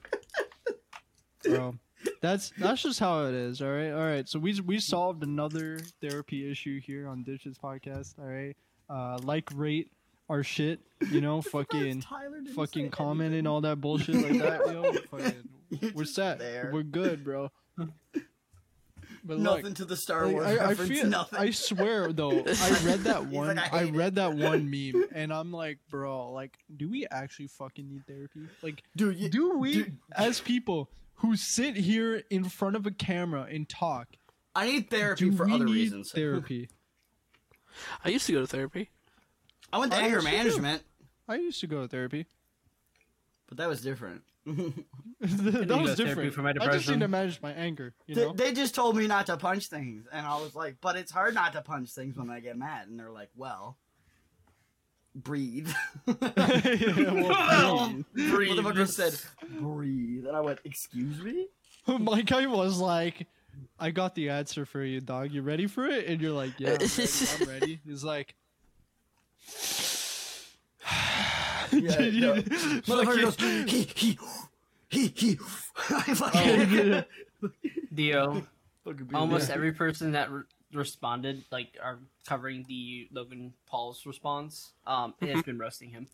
[SPEAKER 1] Bro, that's that's just how it is. All right, all right. So we we solved another therapy issue here on Dishes Podcast. All right, uh, like rate our shit. You know, fucking
[SPEAKER 2] Tyler didn't say
[SPEAKER 1] fucking comment and all that bullshit like that. Yo, fucking, we're set.
[SPEAKER 2] there.
[SPEAKER 1] We're good, bro. But
[SPEAKER 2] nothing
[SPEAKER 1] look,
[SPEAKER 2] to the Star
[SPEAKER 1] like,
[SPEAKER 2] Wars
[SPEAKER 1] I, I
[SPEAKER 2] reference,
[SPEAKER 1] feel.
[SPEAKER 2] nothing.
[SPEAKER 1] I swear though, I read that
[SPEAKER 2] He's
[SPEAKER 1] one.
[SPEAKER 2] like, I
[SPEAKER 1] I,
[SPEAKER 2] hate
[SPEAKER 1] read that one meme, and I'm like, bro, like, do we actually fucking need therapy? Like,
[SPEAKER 2] Dude, you-
[SPEAKER 1] do we
[SPEAKER 2] dude.
[SPEAKER 1] as people who sit here in front of a camera and talk?
[SPEAKER 2] I need therapy
[SPEAKER 1] Do
[SPEAKER 2] for
[SPEAKER 1] we
[SPEAKER 2] other
[SPEAKER 1] need
[SPEAKER 2] reasons.
[SPEAKER 1] therapy?
[SPEAKER 4] I used to go to therapy.
[SPEAKER 2] I went to
[SPEAKER 1] I
[SPEAKER 2] anger
[SPEAKER 1] actually do.
[SPEAKER 2] management,
[SPEAKER 1] I used to go to therapy.
[SPEAKER 2] but that was different.
[SPEAKER 1] that
[SPEAKER 5] go
[SPEAKER 1] was
[SPEAKER 5] to therapy
[SPEAKER 1] different.
[SPEAKER 5] for my
[SPEAKER 1] I just
[SPEAKER 5] depression.
[SPEAKER 1] need to manage my anger. You
[SPEAKER 2] Th-
[SPEAKER 1] know.
[SPEAKER 2] They just told me not to punch things, and I was like, "But it's hard not to punch things when I get mad." And they're like, "Well, breathe."
[SPEAKER 1] Yeah, well,
[SPEAKER 2] Well, Motherfucker said, "Breathe," and I went, "Excuse me."
[SPEAKER 1] My guy was like, I got the answer for you, dog. You ready for it? And you're like, Yeah, I'm ready. I'm ready." He's like,
[SPEAKER 2] Yeah,
[SPEAKER 1] Did you-
[SPEAKER 2] no.
[SPEAKER 1] fucking-
[SPEAKER 2] Motherfucker goes, "He he he he." I fucking,
[SPEAKER 1] Yeah.
[SPEAKER 5] Dio,
[SPEAKER 2] Fucking beat
[SPEAKER 5] Oh, um, almost
[SPEAKER 2] him.
[SPEAKER 5] every person that re- responded, like, are covering the Logan Paul's response. Um, it
[SPEAKER 4] Mm-hmm.
[SPEAKER 5] has been roasting him,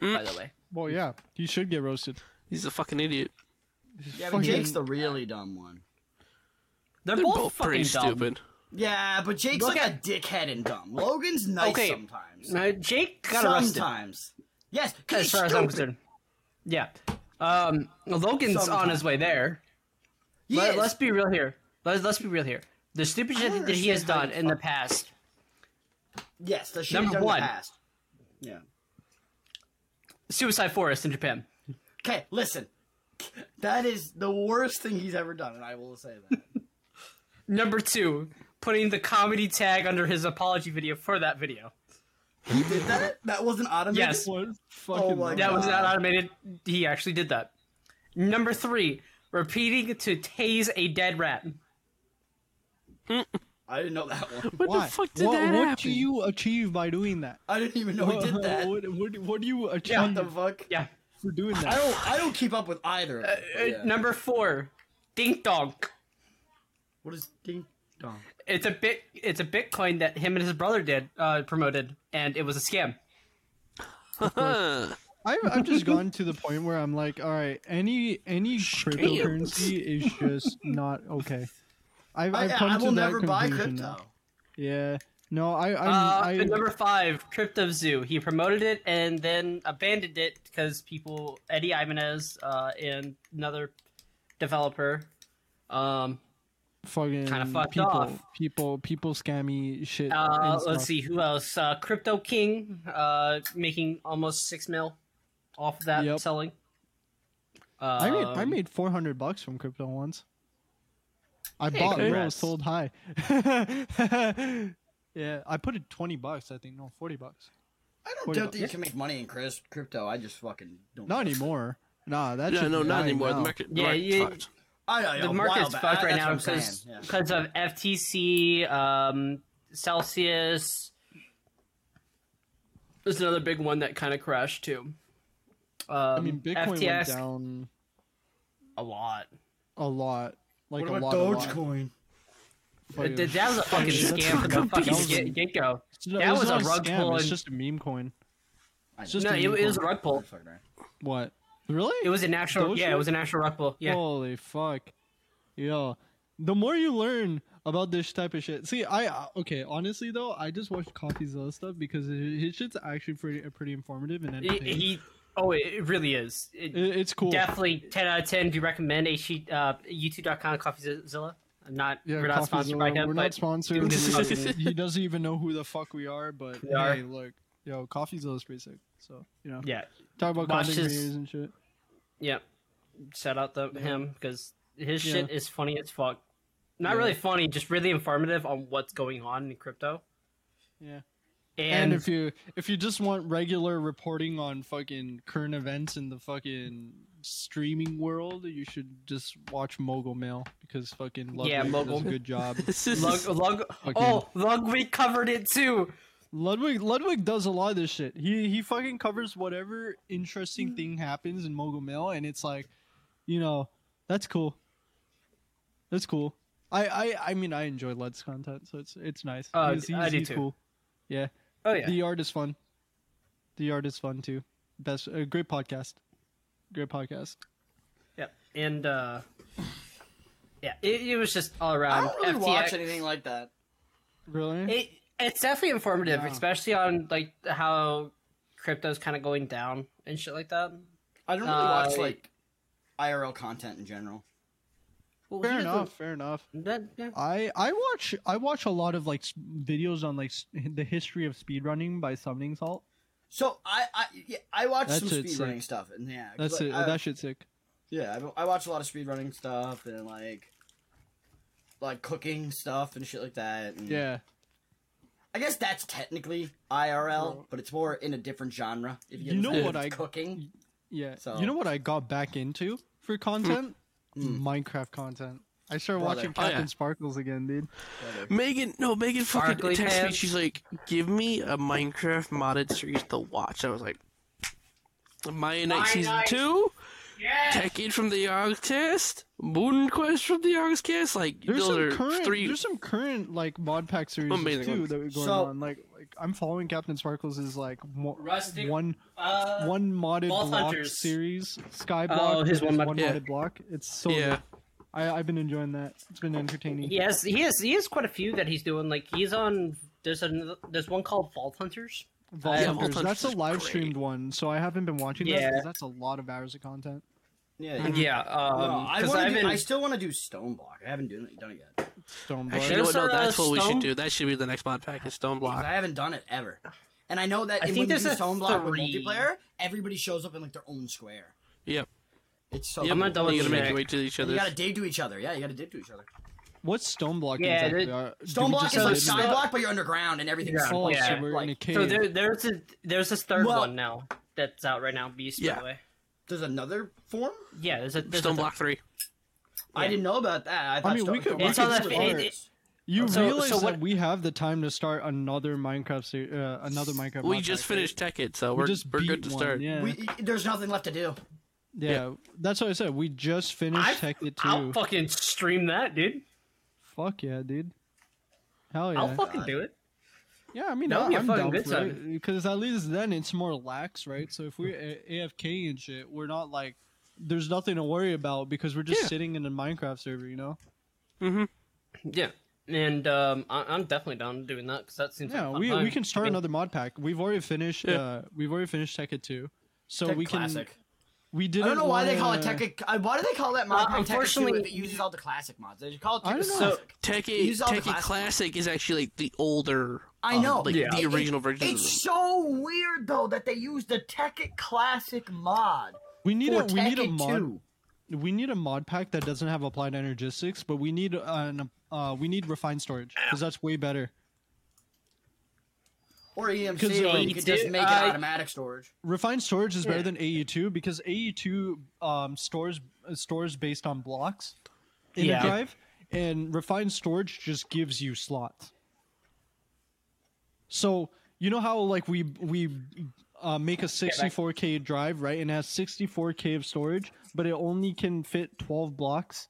[SPEAKER 4] Mm.
[SPEAKER 5] by the way.
[SPEAKER 1] Well, yeah, he should get roasted.
[SPEAKER 4] He's a fucking idiot.
[SPEAKER 2] Yeah, but Jake's
[SPEAKER 1] fucking-
[SPEAKER 2] the really dumb one.
[SPEAKER 5] They're,
[SPEAKER 4] They're
[SPEAKER 5] both,
[SPEAKER 4] both
[SPEAKER 5] fucking
[SPEAKER 4] pretty
[SPEAKER 5] dumb.
[SPEAKER 4] stupid.
[SPEAKER 2] Yeah, but Jake's
[SPEAKER 5] Look
[SPEAKER 2] like a dickhead and dumb. Logan's nice
[SPEAKER 5] Okay.
[SPEAKER 2] sometimes.
[SPEAKER 5] Now, Jake got arrested.
[SPEAKER 2] sometimes. Yes, 'cause
[SPEAKER 5] as
[SPEAKER 2] he's
[SPEAKER 5] far as I'm
[SPEAKER 2] stupid.
[SPEAKER 5] concerned. Yeah. Um, Logan's on his way there.
[SPEAKER 2] He
[SPEAKER 5] Let,
[SPEAKER 2] is.
[SPEAKER 5] us be real here. Let's, let's be real here. The stupid shit that he has
[SPEAKER 2] understand how
[SPEAKER 5] done
[SPEAKER 2] you
[SPEAKER 5] in the past,
[SPEAKER 2] Yes, the shit
[SPEAKER 5] Number
[SPEAKER 2] he's done in the
[SPEAKER 5] one.
[SPEAKER 2] past. Yeah.
[SPEAKER 5] Suicide Forest in Japan.
[SPEAKER 2] Okay, listen. That is the worst thing he's ever done, and I will say that.
[SPEAKER 5] Number two, putting the comedy tag under his apology video for that video.
[SPEAKER 2] he did that? That wasn't automated?
[SPEAKER 5] Yes.
[SPEAKER 1] What fucking
[SPEAKER 2] my
[SPEAKER 5] That was
[SPEAKER 2] God.
[SPEAKER 5] not automated. He actually did that. Number three, repeating to tase a dead rat.
[SPEAKER 2] I didn't know that one.
[SPEAKER 4] What
[SPEAKER 1] Why?
[SPEAKER 4] the fuck did
[SPEAKER 1] what,
[SPEAKER 4] that
[SPEAKER 1] what
[SPEAKER 4] happen?
[SPEAKER 1] do you achieve by doing that?
[SPEAKER 2] I didn't even know he did that.
[SPEAKER 1] What, what, what do you achieve
[SPEAKER 2] What the fuck?
[SPEAKER 5] Yeah.
[SPEAKER 1] for doing that?
[SPEAKER 2] I don't. I don't keep up with either. Of them,
[SPEAKER 5] Uh,
[SPEAKER 2] but Oh, yeah.
[SPEAKER 5] Number four, dink dong.
[SPEAKER 2] What is ding dong?
[SPEAKER 5] It's a bit. It's a Bitcoin that him and his brother did uh, promoted, and it was a scam.
[SPEAKER 4] Huh.
[SPEAKER 1] I've, I've just gotten to the point where I'm like, all right, any any cryptocurrency is just not okay. I've,
[SPEAKER 2] I,
[SPEAKER 1] I've come
[SPEAKER 2] I
[SPEAKER 1] to
[SPEAKER 2] will
[SPEAKER 1] that
[SPEAKER 2] never buy
[SPEAKER 1] conclusion
[SPEAKER 2] crypto.
[SPEAKER 1] now. Yeah, no, I I,
[SPEAKER 5] Uh,
[SPEAKER 1] I
[SPEAKER 5] and number five, Crypto Zoo. He promoted it and then abandoned it because people, Eddie Ibanez uh, and another developer, um,
[SPEAKER 1] fucking
[SPEAKER 5] kinda fucked
[SPEAKER 1] people,
[SPEAKER 5] off.
[SPEAKER 1] people people scammy shit.
[SPEAKER 5] uh,
[SPEAKER 1] and
[SPEAKER 5] let's
[SPEAKER 1] stuff.
[SPEAKER 5] see who else. Uh, Crypto King, uh, making almost six mil off of that
[SPEAKER 1] Yep.
[SPEAKER 5] selling. Um,
[SPEAKER 1] I made I made four hundred bucks from crypto once. I
[SPEAKER 5] Hey,
[SPEAKER 1] bought low,
[SPEAKER 5] congrats.
[SPEAKER 1] sold high. yeah, I put it twenty bucks. I think no, forty bucks.
[SPEAKER 2] I don't
[SPEAKER 1] Forty
[SPEAKER 2] doubt
[SPEAKER 1] bucks.
[SPEAKER 2] that you can make money in cris- crypto. I just fucking don't.
[SPEAKER 1] Not anymore. Nah, that
[SPEAKER 4] Yeah,
[SPEAKER 1] shit
[SPEAKER 4] no,
[SPEAKER 1] is
[SPEAKER 4] not
[SPEAKER 1] dying
[SPEAKER 4] anymore. The
[SPEAKER 1] now.
[SPEAKER 4] market, the
[SPEAKER 5] Yeah,
[SPEAKER 4] market's
[SPEAKER 5] you-
[SPEAKER 4] fucked.
[SPEAKER 2] I know.
[SPEAKER 5] the
[SPEAKER 2] a
[SPEAKER 5] market's
[SPEAKER 2] while back,
[SPEAKER 5] fucked right
[SPEAKER 2] that's
[SPEAKER 5] now
[SPEAKER 2] what I'm
[SPEAKER 5] because
[SPEAKER 2] saying, yeah.
[SPEAKER 5] because of FTC, um, Celsius. There's another big one that kind of crashed too. Um,
[SPEAKER 1] I mean, Bitcoin went down
[SPEAKER 5] a lot.
[SPEAKER 1] a lot. Like
[SPEAKER 2] what
[SPEAKER 1] a
[SPEAKER 2] about
[SPEAKER 1] lot. a lot.
[SPEAKER 2] Dogecoin?
[SPEAKER 1] Fucking-
[SPEAKER 5] Th- That was a fucking scam from the
[SPEAKER 4] That was-
[SPEAKER 5] fucking get go.
[SPEAKER 1] It's not-
[SPEAKER 5] that
[SPEAKER 1] it's
[SPEAKER 5] was
[SPEAKER 1] not
[SPEAKER 5] a rug
[SPEAKER 1] scam,
[SPEAKER 5] pull
[SPEAKER 1] It's
[SPEAKER 5] and-
[SPEAKER 1] just a meme coin. It's just
[SPEAKER 5] No,
[SPEAKER 1] a
[SPEAKER 5] it,
[SPEAKER 1] meme
[SPEAKER 5] it was a
[SPEAKER 1] coin.
[SPEAKER 5] rug pull.
[SPEAKER 2] Fucking right.
[SPEAKER 1] What? Really?
[SPEAKER 5] It was an actual,
[SPEAKER 1] Those
[SPEAKER 5] yeah, it
[SPEAKER 1] were-
[SPEAKER 5] was an actual rug pull. Yeah,
[SPEAKER 1] Holy fuck. Yo. The more you learn about this type of shit. See, I uh, okay, honestly though, I just watched Coffee's other stuff because his his shit's actually pretty pretty informative and
[SPEAKER 5] It-
[SPEAKER 1] entertaining.
[SPEAKER 5] he. Oh, it, it really is. It,
[SPEAKER 1] It- it's cool.
[SPEAKER 5] Definitely ten out of ten. Do you recommend a sheet? Uh, YouTube.com CoffeeZilla. I'm not.
[SPEAKER 1] yeah,
[SPEAKER 5] we're not
[SPEAKER 1] Coffeezilla,
[SPEAKER 5] sponsored by him.
[SPEAKER 1] We're
[SPEAKER 5] but
[SPEAKER 1] not sponsored. he doesn't even know who the fuck we are, but
[SPEAKER 5] We are.
[SPEAKER 1] hey, look, yo, Coffeezilla's pretty sick. So you know,
[SPEAKER 5] Yeah,
[SPEAKER 1] talk about
[SPEAKER 5] Watch
[SPEAKER 1] content
[SPEAKER 5] his-
[SPEAKER 1] creators and shit.
[SPEAKER 5] yeah. Shout out to him because his
[SPEAKER 1] Yeah.
[SPEAKER 5] shit is funny as fuck. Not
[SPEAKER 1] Yeah.
[SPEAKER 5] really funny, just really informative on what's going on in crypto.
[SPEAKER 1] Yeah. And,
[SPEAKER 5] And,
[SPEAKER 1] if you if you just want regular reporting on fucking current events in the fucking streaming world, you should just watch Mogul Mail because fucking Ludwig
[SPEAKER 5] Yeah, Mogul.
[SPEAKER 1] does a good job.
[SPEAKER 4] This is
[SPEAKER 5] Lug, Lug, oh, Lugwee covered it too.
[SPEAKER 1] Ludwig Ludwig does a lot of this shit. He he fucking covers whatever interesting thing happens in Mogul Mail, and it's like, you know, that's cool. That's cool. I I, I mean I enjoy Lud's content, so it's it's nice.
[SPEAKER 5] Oh, I do too.
[SPEAKER 1] cool. Yeah.
[SPEAKER 5] Oh yeah,
[SPEAKER 1] The art is fun. The art is fun too. Best, uh, great podcast. Great podcast.
[SPEAKER 5] yep. And uh, yeah, it, it was just all around.
[SPEAKER 2] I don't really watch
[SPEAKER 5] FTX.
[SPEAKER 2] anything like that.
[SPEAKER 1] Really?
[SPEAKER 5] It it's definitely informative,
[SPEAKER 1] Yeah.
[SPEAKER 5] especially on like how crypto's kind of going down and shit like that.
[SPEAKER 2] I don't really
[SPEAKER 5] Uh,
[SPEAKER 2] watch like IRL content in general.
[SPEAKER 5] Well, he
[SPEAKER 1] fair
[SPEAKER 5] doesn't-
[SPEAKER 1] enough. Fair enough.
[SPEAKER 5] that- yeah.
[SPEAKER 1] I I watch I watch a lot of like s- videos on like s- the history of speedrunning by Summoning Salt.
[SPEAKER 2] So I I yeah, I watch
[SPEAKER 1] That's
[SPEAKER 2] some
[SPEAKER 1] it, sick.
[SPEAKER 2] speedrunning stuff and yeah 'cause,
[SPEAKER 1] That's
[SPEAKER 2] like,
[SPEAKER 1] it.
[SPEAKER 2] I-
[SPEAKER 1] that shit's sick.
[SPEAKER 2] Yeah, I, don't- I watch a lot of speedrunning stuff and like like cooking stuff and shit like that. And
[SPEAKER 1] Yeah.
[SPEAKER 2] I guess that's technically IRL, but it's more in a different genre. If
[SPEAKER 1] You
[SPEAKER 2] you,
[SPEAKER 1] know
[SPEAKER 2] know
[SPEAKER 1] what
[SPEAKER 2] what
[SPEAKER 1] I-
[SPEAKER 2] I cooking?
[SPEAKER 1] Yeah.
[SPEAKER 2] So-
[SPEAKER 1] You know what I got back into for content?
[SPEAKER 2] Mm.
[SPEAKER 1] Minecraft content. I started
[SPEAKER 2] Brother.
[SPEAKER 1] watching
[SPEAKER 4] Oh, yeah.
[SPEAKER 1] Captain Sparkles again, dude.
[SPEAKER 4] Megan, no, Megan fucking
[SPEAKER 5] Sparkly
[SPEAKER 4] texted me.
[SPEAKER 5] pants.
[SPEAKER 4] She's like, give me a Minecraft modded series to watch. I was like, Maya Knight Season 2? Tekken from the Yogg's Cast? Moon Quest from the Yogg's Cast? Like,
[SPEAKER 1] There's
[SPEAKER 4] those
[SPEAKER 1] some
[SPEAKER 4] are
[SPEAKER 1] current
[SPEAKER 4] three.
[SPEAKER 1] there's some current like mod pack series
[SPEAKER 4] Amazing
[SPEAKER 1] too
[SPEAKER 4] ones.
[SPEAKER 1] that are going
[SPEAKER 2] So-
[SPEAKER 1] on. Like like I'm following Captain Sparkles is like mo-
[SPEAKER 5] Rustic-
[SPEAKER 1] one
[SPEAKER 5] Uh,
[SPEAKER 1] one modded
[SPEAKER 5] Vault
[SPEAKER 1] block
[SPEAKER 5] Hunters.
[SPEAKER 1] series, Skyblock.
[SPEAKER 5] Oh, his
[SPEAKER 1] is
[SPEAKER 5] one mod-
[SPEAKER 4] yeah.
[SPEAKER 1] modded block. It's so
[SPEAKER 4] yeah.
[SPEAKER 1] good. I I've been enjoying that. It's been entertaining.
[SPEAKER 5] He has, he has, he has quite a few that he's doing. Like he's on. There's another. There's one called Vault Hunters.
[SPEAKER 1] Vault
[SPEAKER 4] Yeah, Vault
[SPEAKER 1] Hunters,
[SPEAKER 4] Hunters
[SPEAKER 1] that's a
[SPEAKER 4] is
[SPEAKER 1] live
[SPEAKER 4] great.
[SPEAKER 1] streamed one, so I haven't been watching that
[SPEAKER 5] Yeah.
[SPEAKER 1] 'cause that's a lot of hours of content.
[SPEAKER 2] Yeah. yeah.
[SPEAKER 5] Yeah, um,
[SPEAKER 2] No, Mm-hmm. I,
[SPEAKER 5] 'cause
[SPEAKER 2] wanna
[SPEAKER 5] I've
[SPEAKER 2] do,
[SPEAKER 5] been-
[SPEAKER 2] I still want to do stone block. I haven't done it, done it yet.
[SPEAKER 1] Stone
[SPEAKER 4] Actually,
[SPEAKER 1] Blood.
[SPEAKER 4] you know what?
[SPEAKER 5] There's
[SPEAKER 4] No,
[SPEAKER 5] a
[SPEAKER 4] that's what we should
[SPEAKER 5] stone-
[SPEAKER 4] do. That should be the next mod pack is Stone Block.
[SPEAKER 2] I haven't done it ever. And I know that
[SPEAKER 5] I
[SPEAKER 2] in when
[SPEAKER 5] think
[SPEAKER 2] you
[SPEAKER 5] there's
[SPEAKER 2] do
[SPEAKER 5] a
[SPEAKER 2] stone block with
[SPEAKER 5] three.
[SPEAKER 2] multiplayer, everybody shows up in like their own square.
[SPEAKER 4] Yep.
[SPEAKER 2] It's so.
[SPEAKER 4] Yep,
[SPEAKER 5] I'm
[SPEAKER 2] cool.
[SPEAKER 5] gonna double
[SPEAKER 4] you gotta make
[SPEAKER 5] check.
[SPEAKER 4] your way to each
[SPEAKER 2] And you
[SPEAKER 4] other.
[SPEAKER 2] gotta dig to each other. Yeah, you gotta dig to each other.
[SPEAKER 1] What's stone block
[SPEAKER 5] Yeah,
[SPEAKER 1] exactly?
[SPEAKER 5] the-
[SPEAKER 1] Are- do
[SPEAKER 2] Stone
[SPEAKER 1] we
[SPEAKER 2] block
[SPEAKER 1] just
[SPEAKER 2] is like
[SPEAKER 1] live in a-
[SPEAKER 2] sky block, but you're underground and everything's
[SPEAKER 5] Yeah.
[SPEAKER 1] Oh,
[SPEAKER 5] block,
[SPEAKER 1] so
[SPEAKER 5] yeah,
[SPEAKER 1] we're in a
[SPEAKER 2] like-
[SPEAKER 1] cave.
[SPEAKER 5] So there, there's a there's this third
[SPEAKER 2] Well-
[SPEAKER 5] one now that's out right now. Beast, by
[SPEAKER 4] Yeah.
[SPEAKER 5] the way.
[SPEAKER 2] There's another form.
[SPEAKER 5] Yeah, there's a there's
[SPEAKER 4] Stone
[SPEAKER 5] a
[SPEAKER 4] block three.
[SPEAKER 2] I didn't know about that. I, thought
[SPEAKER 1] mean,
[SPEAKER 2] stone,
[SPEAKER 1] we could-
[SPEAKER 5] It's on that- it-
[SPEAKER 1] you
[SPEAKER 5] so-
[SPEAKER 1] realize
[SPEAKER 5] so what-
[SPEAKER 1] that we have the time to start another Minecraft, se- uh, another Minecraft.
[SPEAKER 4] We
[SPEAKER 1] mod
[SPEAKER 4] just
[SPEAKER 1] pack, right?
[SPEAKER 4] finished Tech It, so
[SPEAKER 1] We
[SPEAKER 4] we're,
[SPEAKER 1] just
[SPEAKER 4] we're
[SPEAKER 1] beat
[SPEAKER 4] good to
[SPEAKER 1] one,
[SPEAKER 4] start.
[SPEAKER 1] Yeah.
[SPEAKER 2] we, there's nothing left to do.
[SPEAKER 1] yeah, that's what I said. We just finished
[SPEAKER 5] I've-
[SPEAKER 1] Tech It
[SPEAKER 5] I'll
[SPEAKER 1] too.
[SPEAKER 5] fucking stream that, dude.
[SPEAKER 1] Fuck yeah, dude. Hell yeah.
[SPEAKER 5] I'll fucking do it.
[SPEAKER 1] yeah, I mean,
[SPEAKER 5] That would
[SPEAKER 1] I,
[SPEAKER 5] be a
[SPEAKER 1] I'm
[SPEAKER 5] fucking
[SPEAKER 1] down
[SPEAKER 5] good
[SPEAKER 1] for it. Because at least then it's more lax, right? So if we're A- AFK and shit, we're not like, there's nothing to worry about because we're just
[SPEAKER 4] Yeah.
[SPEAKER 1] sitting in a Minecraft server, you know?
[SPEAKER 4] Mm-hmm.
[SPEAKER 5] Yeah, and um, I, I'm definitely down doing that because that seems.
[SPEAKER 1] Yeah,
[SPEAKER 5] like a fun
[SPEAKER 1] we,
[SPEAKER 5] time.
[SPEAKER 1] we can start
[SPEAKER 5] I mean,
[SPEAKER 1] another mod pack. We've already finished.
[SPEAKER 4] Yeah.
[SPEAKER 1] Uh, we've already finished Tekken 2, so
[SPEAKER 2] Tech
[SPEAKER 1] we can.
[SPEAKER 2] classic.
[SPEAKER 1] We
[SPEAKER 2] I
[SPEAKER 1] didn't.
[SPEAKER 2] don't know why they call it
[SPEAKER 1] wanna-
[SPEAKER 2] Tech. I- Why do they call that Minecraft Tekken 2
[SPEAKER 5] unfortunately-
[SPEAKER 2] if it uses all the classic mods? They just call it
[SPEAKER 1] I
[SPEAKER 2] Tekken
[SPEAKER 1] don't know.
[SPEAKER 2] Classic.
[SPEAKER 4] Tech
[SPEAKER 2] It
[SPEAKER 4] It,
[SPEAKER 2] uses all the
[SPEAKER 4] Tech It
[SPEAKER 2] classic
[SPEAKER 4] Classic is actually like the older.
[SPEAKER 2] I
[SPEAKER 4] um,
[SPEAKER 2] know.
[SPEAKER 4] like
[SPEAKER 5] Yeah.
[SPEAKER 4] the
[SPEAKER 2] It-
[SPEAKER 4] original version. of
[SPEAKER 2] It's
[SPEAKER 4] them.
[SPEAKER 2] so weird though that they use the Tekken Classic mod
[SPEAKER 1] We need
[SPEAKER 2] for
[SPEAKER 1] a we need a
[SPEAKER 2] Tekken
[SPEAKER 1] mod
[SPEAKER 2] 2.
[SPEAKER 1] we need a mod pack that doesn't have applied energistics, but we need uh, an uh, we need refined storage because that's way better.
[SPEAKER 2] Or E EMC,
[SPEAKER 1] 'Cause,
[SPEAKER 2] or
[SPEAKER 1] uh,
[SPEAKER 2] you could just
[SPEAKER 5] it-
[SPEAKER 2] make it
[SPEAKER 5] I-
[SPEAKER 2] automatic storage.
[SPEAKER 1] Refined storage is better than AE2 because AE2 um, stores uh, stores based on blocks in
[SPEAKER 5] Yeah.
[SPEAKER 1] a drive, and refined storage just gives you slots. So you know how like we we uh, make a 64k drive right, and it has 64k of storage, but it only can fit 12 blocks,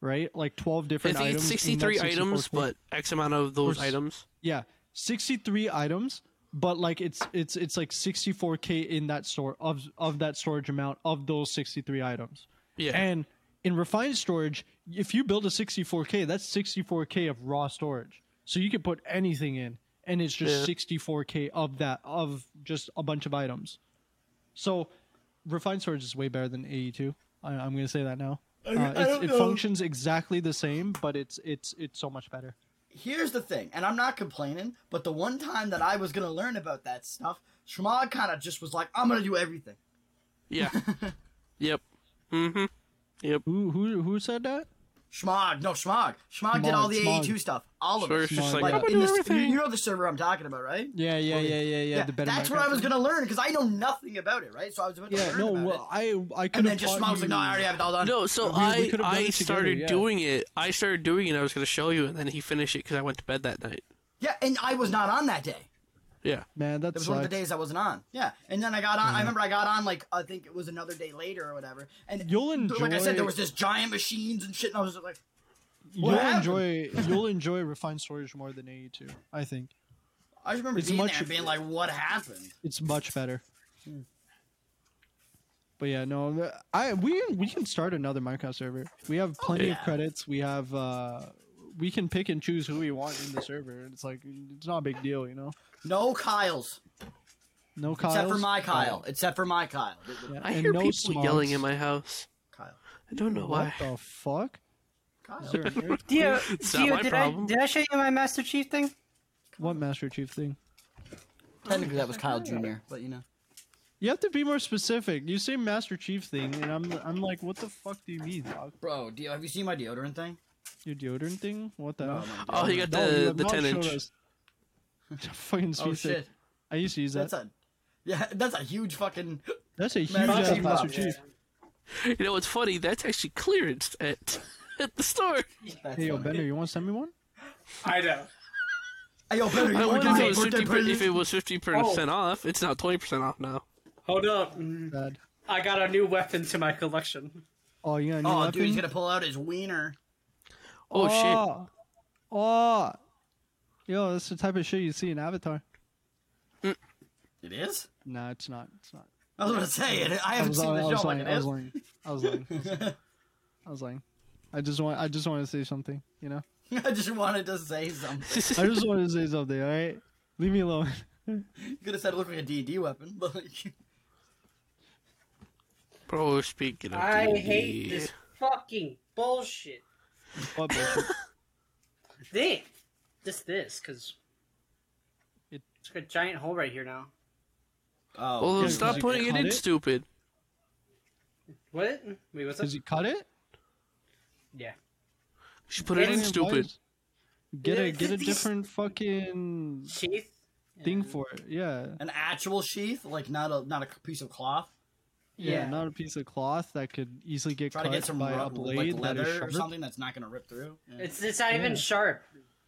[SPEAKER 1] right? Like 12
[SPEAKER 4] I
[SPEAKER 1] different
[SPEAKER 4] think it's
[SPEAKER 1] items. in that
[SPEAKER 4] 63 items,
[SPEAKER 1] 64K.
[SPEAKER 4] but X amount of those
[SPEAKER 1] Or s-
[SPEAKER 4] items.
[SPEAKER 1] Yeah, sixty-three items, but like it's it's it's like sixty-four k in that store of of that storage amount of those sixty-three items.
[SPEAKER 4] Yeah.
[SPEAKER 1] And in refined storage, if you build a sixty-four k, that's sixty-four k of raw storage. So you can put anything in, and it's just
[SPEAKER 4] Yeah.
[SPEAKER 1] sixty-four k of that of just a bunch of items. So refined storage is way better than AE2. I, I'm gonna say that now. Uh, it's, it functions exactly the same, but it's it's it's so much better.
[SPEAKER 2] Here's the thing, and I'm not complaining, but the one time that I was gonna learn about that stuff, Shmog kind of just was like, "I'm gonna do everything."
[SPEAKER 4] yeah. yep. Mm-hmm. Yep.
[SPEAKER 1] Who who who said that?
[SPEAKER 2] Schmog, no Schmog. Schmog did all
[SPEAKER 1] Schmog,
[SPEAKER 2] the
[SPEAKER 1] Schmog.
[SPEAKER 2] AE2 stuff, all of
[SPEAKER 4] Sure,
[SPEAKER 2] it.
[SPEAKER 4] it's just
[SPEAKER 1] Smog,
[SPEAKER 4] like
[SPEAKER 1] yeah.
[SPEAKER 2] Like
[SPEAKER 4] I'm
[SPEAKER 2] in
[SPEAKER 4] gonna do
[SPEAKER 2] the,
[SPEAKER 4] everything.
[SPEAKER 2] you know the server I'm talking about, right?
[SPEAKER 1] Yeah, yeah, yeah, yeah, yeah. the better
[SPEAKER 2] Oh, that's what I was gonna learn because I know nothing about it, right? So I was about to
[SPEAKER 1] Yeah,
[SPEAKER 2] learn
[SPEAKER 1] no,
[SPEAKER 2] about
[SPEAKER 1] well,
[SPEAKER 2] it.
[SPEAKER 1] I I could
[SPEAKER 2] And then just Smog was like, "Ah, "No, Uh, I already have it all done."
[SPEAKER 4] No, so
[SPEAKER 1] we- we
[SPEAKER 4] I
[SPEAKER 1] could've done
[SPEAKER 4] I
[SPEAKER 1] it together,
[SPEAKER 4] started
[SPEAKER 1] yeah.
[SPEAKER 4] doing it. I started doing it. I was going to show you, and then he finished it because I went to bed that night.
[SPEAKER 2] Yeah, and I was not on that day.
[SPEAKER 4] Yeah.
[SPEAKER 1] Man, that
[SPEAKER 2] That was
[SPEAKER 1] sucks.
[SPEAKER 2] one of the days I wasn't on. Yeah, and then I got on. I remember I got on like I think it was another day later or whatever. And
[SPEAKER 1] You'll
[SPEAKER 2] like I
[SPEAKER 1] enjoy-
[SPEAKER 2] said, there was this giant machines and shit, and I was like,
[SPEAKER 1] you'll
[SPEAKER 2] What happened?
[SPEAKER 1] enjoy you'll enjoy refined storage more than AE2. I think
[SPEAKER 2] I just remember
[SPEAKER 1] It's
[SPEAKER 2] being
[SPEAKER 1] much-
[SPEAKER 2] there and being like, "What happened?"
[SPEAKER 1] it's much better.
[SPEAKER 2] Hmm.
[SPEAKER 1] But yeah, no, the- I we we can start another Minecraft server. We have plenty of
[SPEAKER 2] Oh, yeah.
[SPEAKER 1] credits. We have uh we can pick and choose who we want in the server. It's like it's not a big deal, you know.
[SPEAKER 2] No Kyles,
[SPEAKER 1] No Kyle.
[SPEAKER 2] except for my
[SPEAKER 4] Oh.
[SPEAKER 2] Kyle, except for my Kyle.
[SPEAKER 4] I
[SPEAKER 1] And
[SPEAKER 4] hear
[SPEAKER 1] no
[SPEAKER 4] people
[SPEAKER 1] smogs.
[SPEAKER 4] yelling in my house.
[SPEAKER 2] Kyle.
[SPEAKER 4] I don't know
[SPEAKER 1] What
[SPEAKER 4] why.
[SPEAKER 1] the fuck? Is
[SPEAKER 2] Kyle.
[SPEAKER 1] there an earth-
[SPEAKER 5] Dio,
[SPEAKER 4] It's not
[SPEAKER 5] Dio,
[SPEAKER 4] my
[SPEAKER 5] did
[SPEAKER 4] problem.
[SPEAKER 5] I did I show you my Master Chief thing?
[SPEAKER 1] what Master Chief thing?
[SPEAKER 2] Technically, that was Kyle Jr., but you know.
[SPEAKER 1] You have to be more specific. You say Master Chief thing, and I'm I'm like, what the fuck do you mean, dog?
[SPEAKER 2] Bro, do have you seen my deodorant thing?
[SPEAKER 1] Your deodorant thing? What the hell?
[SPEAKER 4] Oh, he got
[SPEAKER 1] No, you
[SPEAKER 4] the
[SPEAKER 1] have
[SPEAKER 4] the
[SPEAKER 1] not
[SPEAKER 4] ten
[SPEAKER 1] showed
[SPEAKER 4] inch.
[SPEAKER 1] us. fucking sweet thing.
[SPEAKER 2] Oh shit,
[SPEAKER 1] I used to use that.
[SPEAKER 2] that's a yeah, that's a huge fucking.
[SPEAKER 1] That's a huge
[SPEAKER 2] Master
[SPEAKER 1] ass
[SPEAKER 2] Chief
[SPEAKER 1] Master
[SPEAKER 2] up,
[SPEAKER 1] Chief.
[SPEAKER 4] You know what's funny? That's actually clearance at at the store.
[SPEAKER 2] That's
[SPEAKER 1] Hey, yo,
[SPEAKER 2] funny.
[SPEAKER 1] Bender, you want to send me one?
[SPEAKER 6] I know.
[SPEAKER 2] Hey, yo, Bender,
[SPEAKER 4] I
[SPEAKER 2] you want to
[SPEAKER 4] wondered if
[SPEAKER 2] do
[SPEAKER 4] it
[SPEAKER 2] a
[SPEAKER 4] was
[SPEAKER 2] birthday
[SPEAKER 4] fifty per- if it
[SPEAKER 2] present?
[SPEAKER 4] was fifty percent off. It's now twenty percent off now.
[SPEAKER 6] Hold up. Mm,
[SPEAKER 1] Bad.
[SPEAKER 6] I got a new weapon to my collection.
[SPEAKER 1] Oh, you got a new
[SPEAKER 2] Oh,
[SPEAKER 1] weapon?
[SPEAKER 2] dude, he's gonna pull out his wiener.
[SPEAKER 4] Oh, shit!
[SPEAKER 1] Oh. Oh. Yo, that's the type of shit you see in Avatar.
[SPEAKER 2] It is.
[SPEAKER 1] Nah, it's not. It's not.
[SPEAKER 2] I was gonna say it. I
[SPEAKER 1] I
[SPEAKER 2] haven't
[SPEAKER 1] was,
[SPEAKER 2] seen
[SPEAKER 1] lying, I
[SPEAKER 2] the
[SPEAKER 1] was
[SPEAKER 2] show. Like,
[SPEAKER 1] lying.
[SPEAKER 2] it
[SPEAKER 1] I was
[SPEAKER 2] is.
[SPEAKER 1] lying. I was lying. I was lying. I was lying. I just want. I just want to say something. You know.
[SPEAKER 2] I just wanted to say something.
[SPEAKER 1] I just wanted to say something. All right. Leave me alone.
[SPEAKER 2] You could have said it looked like a D&D weapon, but like,
[SPEAKER 4] Bro, speaking of
[SPEAKER 5] I
[SPEAKER 4] D&D,
[SPEAKER 5] hate this fucking bullshit.
[SPEAKER 1] What bullshit?
[SPEAKER 5] Damn. Just this, because
[SPEAKER 1] It-
[SPEAKER 5] it's got a giant hole right here now.
[SPEAKER 2] oh,
[SPEAKER 4] Well,
[SPEAKER 1] yeah,
[SPEAKER 4] stop
[SPEAKER 1] you
[SPEAKER 4] putting it
[SPEAKER 1] cut
[SPEAKER 4] in,
[SPEAKER 1] it?
[SPEAKER 4] stupid.
[SPEAKER 6] What? Wait, what's up?
[SPEAKER 1] Does he cut it?
[SPEAKER 6] Yeah.
[SPEAKER 4] She put it in
[SPEAKER 1] Why
[SPEAKER 4] stupid.
[SPEAKER 1] is- Get a
[SPEAKER 6] Yeah,
[SPEAKER 1] get a
[SPEAKER 6] these-
[SPEAKER 1] different fucking
[SPEAKER 6] Sheath?
[SPEAKER 1] thing for it. Yeah.
[SPEAKER 2] An actual sheath, like not a not a piece of cloth.
[SPEAKER 1] Yeah,
[SPEAKER 6] Yeah.
[SPEAKER 1] not a piece of cloth that could easily get
[SPEAKER 2] Try
[SPEAKER 1] cut
[SPEAKER 2] to get some
[SPEAKER 1] by
[SPEAKER 2] ru-
[SPEAKER 1] a blade
[SPEAKER 2] like
[SPEAKER 1] that is
[SPEAKER 2] leather or
[SPEAKER 1] sharp.
[SPEAKER 2] something that's not gonna rip through. Yeah.
[SPEAKER 6] It's it's not even
[SPEAKER 1] Yeah.
[SPEAKER 6] sharp.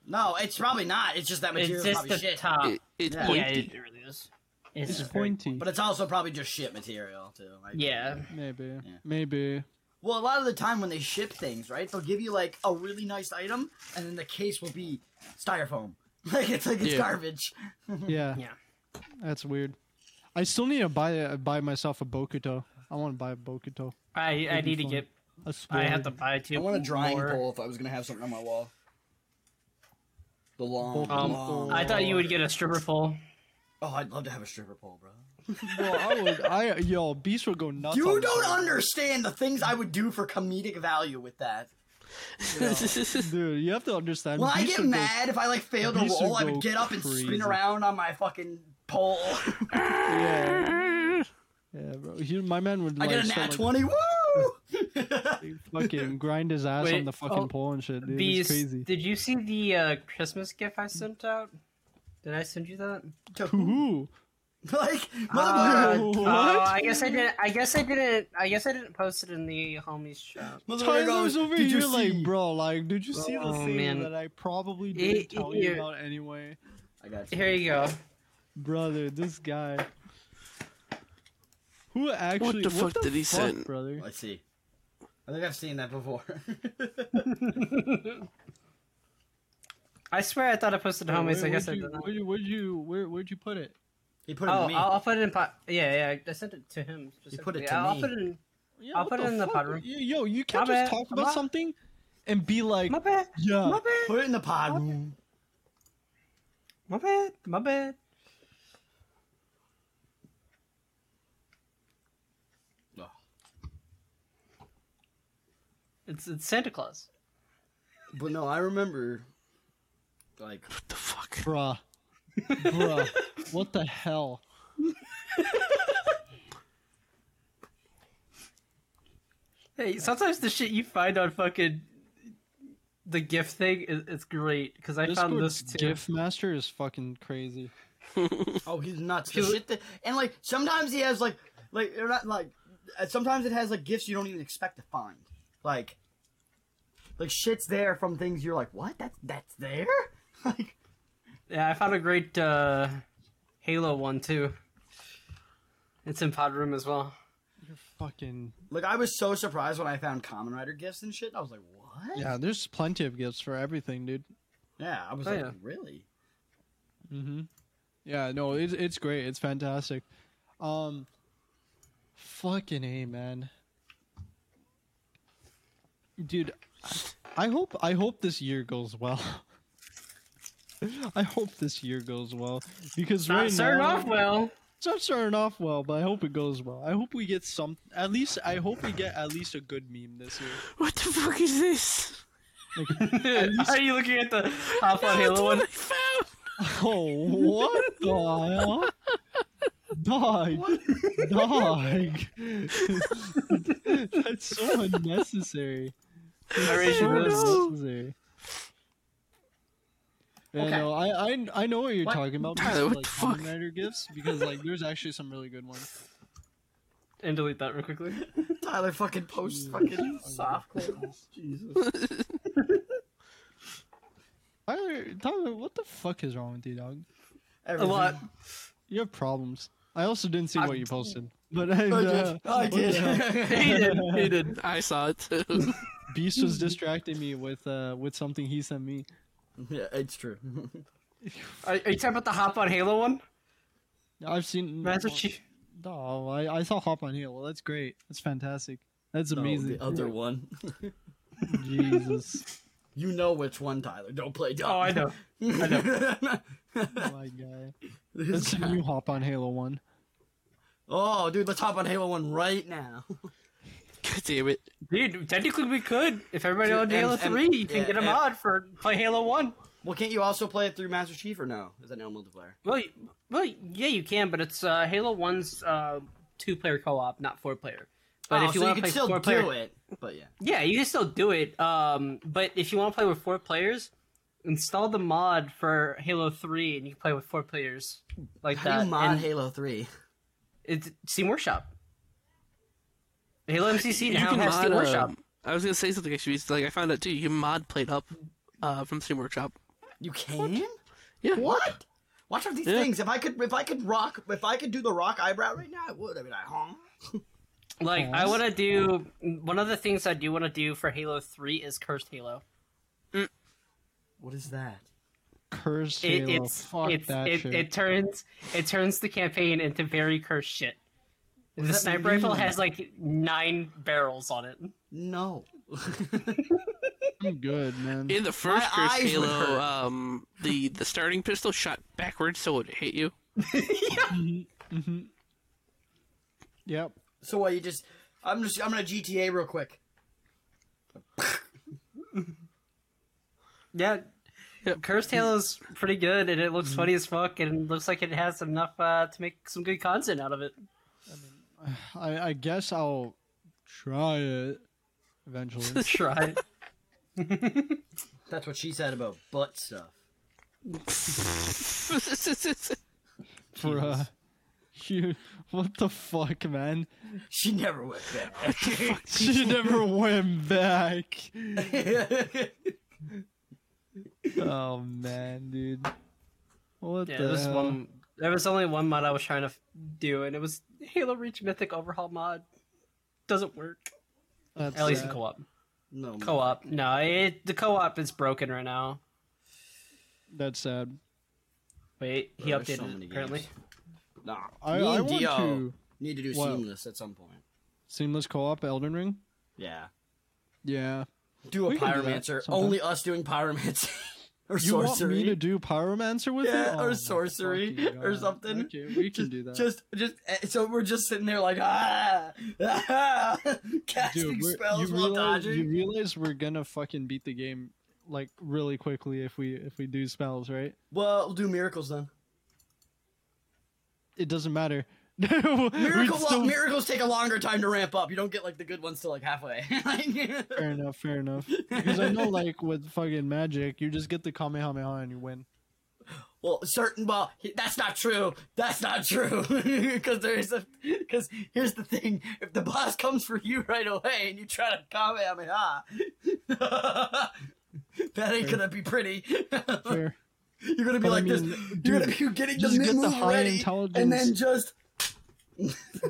[SPEAKER 2] no, it's probably not. It's just that
[SPEAKER 5] It's
[SPEAKER 2] material
[SPEAKER 5] just
[SPEAKER 2] probably
[SPEAKER 5] the
[SPEAKER 2] shit.
[SPEAKER 5] top.
[SPEAKER 4] It, it's
[SPEAKER 2] Yeah.
[SPEAKER 4] pointy.
[SPEAKER 5] yeah, it, it really is. It's,
[SPEAKER 1] It's
[SPEAKER 5] just very-
[SPEAKER 1] pointy,
[SPEAKER 2] But it's also probably just shit material too. Like,
[SPEAKER 5] Yeah,
[SPEAKER 1] maybe,
[SPEAKER 2] Yeah.
[SPEAKER 1] maybe.
[SPEAKER 2] Well, a lot of the time when they ship things, right, they'll give you like a really nice item, and then the case will be styrofoam. Like it's like it's
[SPEAKER 4] Yeah.
[SPEAKER 2] garbage.
[SPEAKER 1] Yeah,
[SPEAKER 5] Yeah.
[SPEAKER 1] That's weird. I still need to buy a, buy myself a Bokuto. I want to buy a Bokuto.
[SPEAKER 5] I I
[SPEAKER 1] be
[SPEAKER 5] need to
[SPEAKER 1] fun.
[SPEAKER 5] get.
[SPEAKER 1] A
[SPEAKER 5] I
[SPEAKER 1] sword.
[SPEAKER 5] have to buy two.
[SPEAKER 2] I want a drying
[SPEAKER 5] more.
[SPEAKER 2] pole if I was gonna have something on my wall. The long,
[SPEAKER 1] Um,
[SPEAKER 2] long.
[SPEAKER 5] I thought you would get a stripper pole.
[SPEAKER 2] Oh, I'd love to have a stripper pole, bro.
[SPEAKER 1] Well, I would. I yo, Beast will go nuts.
[SPEAKER 2] You
[SPEAKER 1] on this
[SPEAKER 2] don't
[SPEAKER 1] one.
[SPEAKER 2] understand the things I would do for comedic value with that.
[SPEAKER 1] dude. You have to understand.
[SPEAKER 2] Well, I
[SPEAKER 1] Beast
[SPEAKER 2] get
[SPEAKER 1] will go-
[SPEAKER 2] mad if I like failed a
[SPEAKER 1] These
[SPEAKER 2] roll.
[SPEAKER 1] would
[SPEAKER 2] I
[SPEAKER 1] go
[SPEAKER 2] would get up and
[SPEAKER 1] crazy.
[SPEAKER 2] spin around on my fucking pole.
[SPEAKER 1] Yeah, bro. He, my man would.
[SPEAKER 2] I
[SPEAKER 1] Like,
[SPEAKER 2] get a nat
[SPEAKER 1] start,
[SPEAKER 2] twenty. Woo!
[SPEAKER 1] like, fucking grind his ass
[SPEAKER 5] Wait,
[SPEAKER 1] on the fucking
[SPEAKER 5] oh,
[SPEAKER 1] pole and shit. Dude,
[SPEAKER 5] These,
[SPEAKER 1] it's crazy.
[SPEAKER 5] did you see the uh, Christmas gift I sent out? Did I send you that?
[SPEAKER 1] Ooh,
[SPEAKER 2] like
[SPEAKER 5] Uh,
[SPEAKER 2] motherfucker,
[SPEAKER 1] What?
[SPEAKER 5] oh, I guess I didn't. I guess I didn't. I guess I didn't post it in the homies chat.
[SPEAKER 2] motherfucker
[SPEAKER 1] Tyler's
[SPEAKER 2] goes,
[SPEAKER 1] over
[SPEAKER 2] "Did you
[SPEAKER 1] here, like,
[SPEAKER 2] see?"
[SPEAKER 1] bro. Like, did you see the
[SPEAKER 5] Oh,
[SPEAKER 1] thing
[SPEAKER 5] man.
[SPEAKER 1] that I probably didn't
[SPEAKER 5] It-
[SPEAKER 1] tell
[SPEAKER 5] here.
[SPEAKER 1] you about anyway,
[SPEAKER 2] I got you.
[SPEAKER 5] Here you go.
[SPEAKER 1] brother? This guy. Who actually?
[SPEAKER 4] the fuck did he
[SPEAKER 1] fuck,
[SPEAKER 4] send?
[SPEAKER 1] brother?
[SPEAKER 2] Let's see. I think I've seen that before.
[SPEAKER 5] I swear I thought I posted
[SPEAKER 1] Where-
[SPEAKER 5] homies. I
[SPEAKER 1] where'd
[SPEAKER 5] guess I
[SPEAKER 1] you-
[SPEAKER 5] didn't.
[SPEAKER 1] Where'd you? Where'd you? Where, where'd you put it?
[SPEAKER 2] he put it
[SPEAKER 5] Oh,
[SPEAKER 2] in me.
[SPEAKER 5] I'll, I'll put it in pot. Yeah, yeah. I sent it to him.
[SPEAKER 2] You put it
[SPEAKER 5] specifically.
[SPEAKER 2] to
[SPEAKER 5] I'll
[SPEAKER 2] me.
[SPEAKER 5] put it in.
[SPEAKER 1] Yeah,
[SPEAKER 5] I'll
[SPEAKER 1] what
[SPEAKER 5] put it in the
[SPEAKER 1] fuck?
[SPEAKER 5] pod room.
[SPEAKER 1] Y- Yo, you can't
[SPEAKER 5] My
[SPEAKER 1] just
[SPEAKER 5] bad.
[SPEAKER 1] talk about
[SPEAKER 5] My-
[SPEAKER 1] something and be like,
[SPEAKER 5] My bad.
[SPEAKER 1] yeah,
[SPEAKER 5] My bad.
[SPEAKER 2] Put it in the pod room.
[SPEAKER 5] My bad. My bad.
[SPEAKER 2] Oh.
[SPEAKER 5] It's it's Santa Claus.
[SPEAKER 2] But no, I remember. Like
[SPEAKER 4] what the fuck?
[SPEAKER 1] bruh, bruh, what the hell?
[SPEAKER 5] Hey, sometimes the shit you find on fucking the gift thing is it's great because I found
[SPEAKER 1] Discord's
[SPEAKER 5] this too.
[SPEAKER 1] gift master is fucking crazy.
[SPEAKER 2] Oh, he's nuts. The shit that, and like sometimes he has like like they're not like uh, sometimes it has like gifts you don't even expect to find. Like like shit's there from things you're like, "What? That's that's there?" Like
[SPEAKER 5] Yeah, I found a great uh, Halo one too. It's in pod room as well.
[SPEAKER 1] Fucking
[SPEAKER 2] like I was so surprised when I found common rider gifts and shit. I was like, "What?"
[SPEAKER 1] yeah, there's plenty of gifts for everything, dude.
[SPEAKER 2] Yeah, I was
[SPEAKER 5] Oh,
[SPEAKER 2] like,
[SPEAKER 5] yeah.
[SPEAKER 2] "Really?"
[SPEAKER 1] Mm-hmm. Yeah, no, it's it's great. It's fantastic. Um, fucking a man, dude. I hope I hope this year goes well. I hope this year goes well because
[SPEAKER 5] Not
[SPEAKER 1] right
[SPEAKER 5] starting
[SPEAKER 1] now
[SPEAKER 5] off well.
[SPEAKER 1] it's not starting off well, but I hope it goes well. I hope we get some. At least I hope we get at least a good meme this year.
[SPEAKER 4] What the fuck is this?
[SPEAKER 5] Are you looking at the Hop on
[SPEAKER 4] That's
[SPEAKER 5] Halo
[SPEAKER 4] what
[SPEAKER 5] one?
[SPEAKER 4] I found.
[SPEAKER 1] Oh, what the hell? Dog. Dog. That's so unnecessary.
[SPEAKER 5] Alright,
[SPEAKER 1] So
[SPEAKER 5] she goes.
[SPEAKER 1] unnecessary. Yeah,
[SPEAKER 2] Okay.
[SPEAKER 1] no, I, I I know what you're
[SPEAKER 2] What?
[SPEAKER 1] talking about.
[SPEAKER 4] Tyler,
[SPEAKER 1] Tyler,
[SPEAKER 4] what
[SPEAKER 1] like,
[SPEAKER 4] the fuck?
[SPEAKER 1] Kamen Rider gifts because like there's actually some really good ones.
[SPEAKER 5] and delete that real quickly.
[SPEAKER 2] Tyler fucking posts fucking softcore. Jesus.
[SPEAKER 1] Tyler, Tyler, what the fuck is wrong with you, dog?
[SPEAKER 5] A
[SPEAKER 2] Everything.
[SPEAKER 5] lot.
[SPEAKER 1] You have problems. I also didn't see what you posted, but I,
[SPEAKER 2] I
[SPEAKER 1] uh,
[SPEAKER 2] did. I did.
[SPEAKER 5] He did. He did.
[SPEAKER 4] I saw it too.
[SPEAKER 1] Beast was distracting me with uh with something he sent me.
[SPEAKER 2] yeah, it's true.
[SPEAKER 5] Are, are you talking about the Hop on Halo one?
[SPEAKER 1] I've seen
[SPEAKER 5] Master Chief.
[SPEAKER 1] No, I, I saw Hop on Heel. Well, that's great. That's fantastic. That's
[SPEAKER 2] No,
[SPEAKER 1] amazing.
[SPEAKER 2] the other one.
[SPEAKER 1] Jesus,
[SPEAKER 2] You know which one, Tyler. Don't play dumb.
[SPEAKER 5] Oh, I know.
[SPEAKER 2] I know.
[SPEAKER 1] my guy. That's a new Hop on Halo one.
[SPEAKER 2] Oh, dude, let's hop on Halo 1 right now.
[SPEAKER 4] God damn it.
[SPEAKER 5] Dude, technically we could. If everybody
[SPEAKER 2] Dude,
[SPEAKER 5] owned Halo
[SPEAKER 2] and- and-
[SPEAKER 5] 3, you can
[SPEAKER 2] yeah,
[SPEAKER 5] get a
[SPEAKER 2] and-
[SPEAKER 5] mod for play Halo 1.
[SPEAKER 2] Well, can't you also play it through Master Chief or no? Is that no multiplayer?
[SPEAKER 5] Well, you- well, yeah, you can, but it's uh, Halo 1's uh, two player co op, not four player. But
[SPEAKER 2] oh,
[SPEAKER 5] if you
[SPEAKER 2] so
[SPEAKER 5] want
[SPEAKER 2] you
[SPEAKER 5] to
[SPEAKER 2] can
[SPEAKER 5] play
[SPEAKER 2] still
[SPEAKER 5] four
[SPEAKER 2] do
[SPEAKER 5] player,
[SPEAKER 2] it, but yeah,
[SPEAKER 5] yeah, you can still do it. Um, but if you want to play with four players, install the mod for Halo Three, and you can play with four players like
[SPEAKER 2] how
[SPEAKER 5] that.
[SPEAKER 2] do you mod
[SPEAKER 5] and
[SPEAKER 2] Halo Three?
[SPEAKER 5] It's Steam Workshop. Halo MCC
[SPEAKER 4] You
[SPEAKER 5] now
[SPEAKER 4] can
[SPEAKER 5] has Steam
[SPEAKER 4] mod,
[SPEAKER 5] Workshop.
[SPEAKER 4] um, I was gonna say something actually. it's Like I found out too. You can mod plate up uh, from Steam Workshop.
[SPEAKER 2] You can?
[SPEAKER 4] Yeah.
[SPEAKER 2] What? Watch out these
[SPEAKER 4] Yeah.
[SPEAKER 2] things. If I could, if I could rock, if I could do the rock eyebrow right now, I would. I mean, I honk.
[SPEAKER 5] Like I want to do one of the things I do want to do for Halo Three is cursed Halo.
[SPEAKER 2] What is that?
[SPEAKER 1] Cursed
[SPEAKER 5] It,
[SPEAKER 1] Halo.
[SPEAKER 5] it's
[SPEAKER 1] Fuck
[SPEAKER 5] it's
[SPEAKER 1] that
[SPEAKER 5] it,
[SPEAKER 1] shit.
[SPEAKER 5] it turns it turns the campaign into very cursed shit. The
[SPEAKER 2] does that
[SPEAKER 5] sniper rifle
[SPEAKER 2] mean?
[SPEAKER 5] has like nine barrels on it.
[SPEAKER 2] No.
[SPEAKER 1] I'm good, man.
[SPEAKER 4] In the first
[SPEAKER 2] My
[SPEAKER 4] Curse
[SPEAKER 2] eyes would
[SPEAKER 4] Halo,
[SPEAKER 2] hurt.
[SPEAKER 4] um, the the starting pistol shot backwards so it hit you.
[SPEAKER 1] yep.
[SPEAKER 2] so what? You just? I'm just. I'm gonna GTA real quick.
[SPEAKER 5] Yeah.
[SPEAKER 4] Yep.
[SPEAKER 5] Cursed Halo's pretty good and it looks funny as fuck and it looks like it has enough uh, to make some good content out of it.
[SPEAKER 1] I, I guess I'll try it eventually.
[SPEAKER 5] Try. it.
[SPEAKER 2] That's what she said about butt stuff.
[SPEAKER 1] for uh, you, what the fuck, man?
[SPEAKER 2] She never went back.
[SPEAKER 1] She never went back. Oh man, dude. What
[SPEAKER 5] Yeah,
[SPEAKER 1] the
[SPEAKER 5] there was
[SPEAKER 1] hell?
[SPEAKER 5] one there was only one mod I was trying to f- do and it was Halo Reach Mythic Overhaul mod. Doesn't work.
[SPEAKER 1] That's
[SPEAKER 5] At least in
[SPEAKER 1] sad.
[SPEAKER 5] co-op.
[SPEAKER 2] no.
[SPEAKER 5] Co-op. No, it, the co-op is broken right now.
[SPEAKER 1] That's sad.
[SPEAKER 5] Wait, he
[SPEAKER 2] Bro, there's
[SPEAKER 5] updated
[SPEAKER 2] so
[SPEAKER 5] it,
[SPEAKER 2] many
[SPEAKER 5] apparently.
[SPEAKER 2] games. Nah.
[SPEAKER 1] I,
[SPEAKER 2] me
[SPEAKER 1] I
[SPEAKER 2] and
[SPEAKER 1] want
[SPEAKER 2] Dio
[SPEAKER 1] to
[SPEAKER 2] need to do
[SPEAKER 1] What?
[SPEAKER 2] seamless at some point.
[SPEAKER 1] seamless co-op Elden Ring.
[SPEAKER 2] Yeah.
[SPEAKER 1] Yeah.
[SPEAKER 2] Do a
[SPEAKER 1] We can do that
[SPEAKER 2] pyromancer.
[SPEAKER 1] sometime.
[SPEAKER 2] Only us doing pyromancy or
[SPEAKER 1] You
[SPEAKER 2] sorcery.
[SPEAKER 1] want me to do pyromancer with it? Oh
[SPEAKER 2] Yeah, or
[SPEAKER 1] my
[SPEAKER 2] sorcery,
[SPEAKER 1] fucking
[SPEAKER 2] or
[SPEAKER 1] God.
[SPEAKER 2] something.
[SPEAKER 1] Okay, we can
[SPEAKER 2] just,
[SPEAKER 1] do that.
[SPEAKER 2] Just, just eh, so we're just sitting there like ah, ah casting
[SPEAKER 1] Dude, we're-
[SPEAKER 2] spells
[SPEAKER 1] you
[SPEAKER 2] while
[SPEAKER 1] realize,
[SPEAKER 2] dodging.
[SPEAKER 1] you realize we're gonna fucking beat the game like really quickly if we if we do spells, right?
[SPEAKER 2] Well, we'll do miracles then. it
[SPEAKER 1] It doesn't matter. Miracle
[SPEAKER 2] Miracle, miracles take a longer time to ramp up. You don't get like the good ones till like halfway. Like,
[SPEAKER 1] Fair enough, fair enough. Because I know, like with fucking magic, you just get the kamehameha and you win.
[SPEAKER 2] well, certain. Well, that's not true. That's not true. Because there's a. Because here's the thing: if the boss comes for you right away and you try to kamehameha, ah. that ain't gonna be pretty.
[SPEAKER 1] Fair.
[SPEAKER 2] You're gonna
[SPEAKER 1] But
[SPEAKER 2] be
[SPEAKER 1] I
[SPEAKER 2] like
[SPEAKER 1] mean,
[SPEAKER 2] this. You're gonna
[SPEAKER 1] dude,
[SPEAKER 2] be getting the
[SPEAKER 1] just get the
[SPEAKER 2] move
[SPEAKER 1] high
[SPEAKER 2] ready, and
[SPEAKER 1] intelligence.
[SPEAKER 2] then just